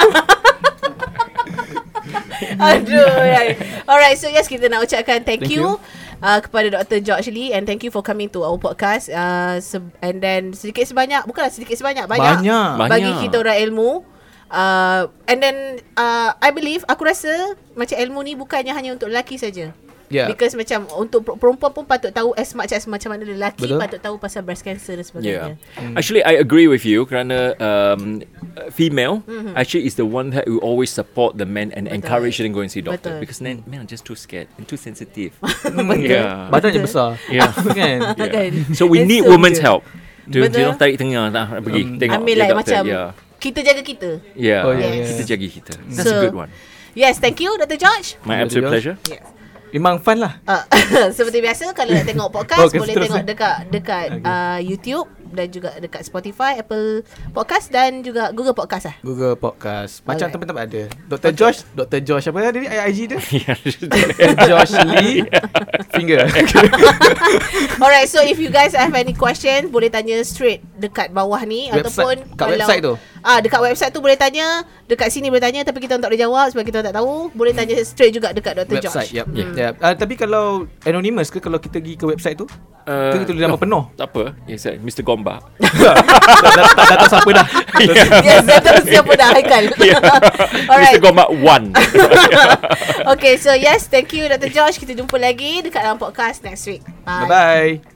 Speaker 1: Aduh right. Alright so yes kita nak ucapkan thank,
Speaker 2: Thank
Speaker 1: you, Uh, kepada Dr. George Lee And thank you for coming to our podcast uh, se- And then sedikit sebanyak Bukanlah sedikit sebanyak Banyak,
Speaker 2: Banyak.
Speaker 1: Bagi
Speaker 3: Banyak.
Speaker 1: kita orang ilmu uh, And then uh, I believe Aku rasa Macam ilmu ni bukannya hanya untuk lelaki saja
Speaker 2: Ya.
Speaker 1: Because macam Untuk per- perempuan pun patut tahu As much as macam mana lelaki
Speaker 2: Betul.
Speaker 1: Patut tahu pasal breast cancer dan
Speaker 3: Yeah.
Speaker 1: sebagainya
Speaker 3: Hmm. Actually, I agree with you kerana um, uh, female
Speaker 1: Mm-hmm.
Speaker 3: actually is the one that will always support the men and encourage them to go and see doctor
Speaker 1: Betul.
Speaker 3: because men, men are just too scared and too sensitive.
Speaker 2: Hmm, Yeah. Badannya kan? besar.
Speaker 3: Yeah.
Speaker 2: Kan?
Speaker 1: yeah. Kan?
Speaker 3: So we
Speaker 1: That's
Speaker 3: need
Speaker 1: so
Speaker 3: women's
Speaker 1: good.
Speaker 3: help. To,
Speaker 1: Betul.
Speaker 3: you know, tarik tengah lah, pergi tengok
Speaker 1: Ambil
Speaker 3: the
Speaker 1: like
Speaker 3: doctor.
Speaker 1: macam
Speaker 3: yeah.
Speaker 1: Kita jaga kita
Speaker 3: Yeah.
Speaker 2: Um, Oh, yeah,
Speaker 1: Yes.
Speaker 3: Kita
Speaker 2: yeah.
Speaker 3: jaga kita. That's a
Speaker 1: So-
Speaker 3: good one.
Speaker 1: Yes thank you Dr. George
Speaker 3: My
Speaker 2: Boleh
Speaker 3: absolute
Speaker 2: juga.
Speaker 3: pleasure.
Speaker 1: Yes
Speaker 2: Memang fun lah.
Speaker 1: Uh, seperti Ah, biasa kalau nak tengok podcast
Speaker 2: Okey,
Speaker 1: boleh
Speaker 2: seterusnya.
Speaker 1: tengok dekat dekat
Speaker 2: eh? Okey.
Speaker 1: uh, YouTube dan juga dekat Spotify, Apple Podcast dan juga Google Podcast lah.
Speaker 2: Google Podcast. Macam
Speaker 1: Alright.
Speaker 2: tempat-tempat ada. Dr. Josh, Dr. Josh apa dia ni IG dia?
Speaker 3: Ya,
Speaker 2: Dr. Josh Lee Finger.
Speaker 1: Alright, so if you guys have any question, boleh tanya straight dekat bawah ni
Speaker 2: Website-
Speaker 1: ataupun
Speaker 2: kat website tu?
Speaker 1: Ah, dekat website tu boleh tanya, dekat sini boleh tanya tapi kita tak boleh jawab sebab kita tak tahu. Boleh tanya straight juga dekat Dr.
Speaker 2: website.
Speaker 1: George.
Speaker 2: Yep. Yeah. Yeah. Uh, tapi kalau anonymous ke kalau kita pergi ke website tu?
Speaker 3: Uh,
Speaker 2: Uh, tu tulis nama
Speaker 3: no.
Speaker 2: penuh.
Speaker 3: Tak apa. Yes, eh, Mr. Gomba.
Speaker 2: tak, tak, tak, tak tahu siapa dah.
Speaker 1: Yes, dah tahu siapa dah Haikal.
Speaker 2: Ya.
Speaker 3: Mr. Gomba 1.
Speaker 1: okay, so yes, thank you Dr. George. Kita jumpa lagi dekat dalam podcast next week. Bye.
Speaker 2: Bye-bye.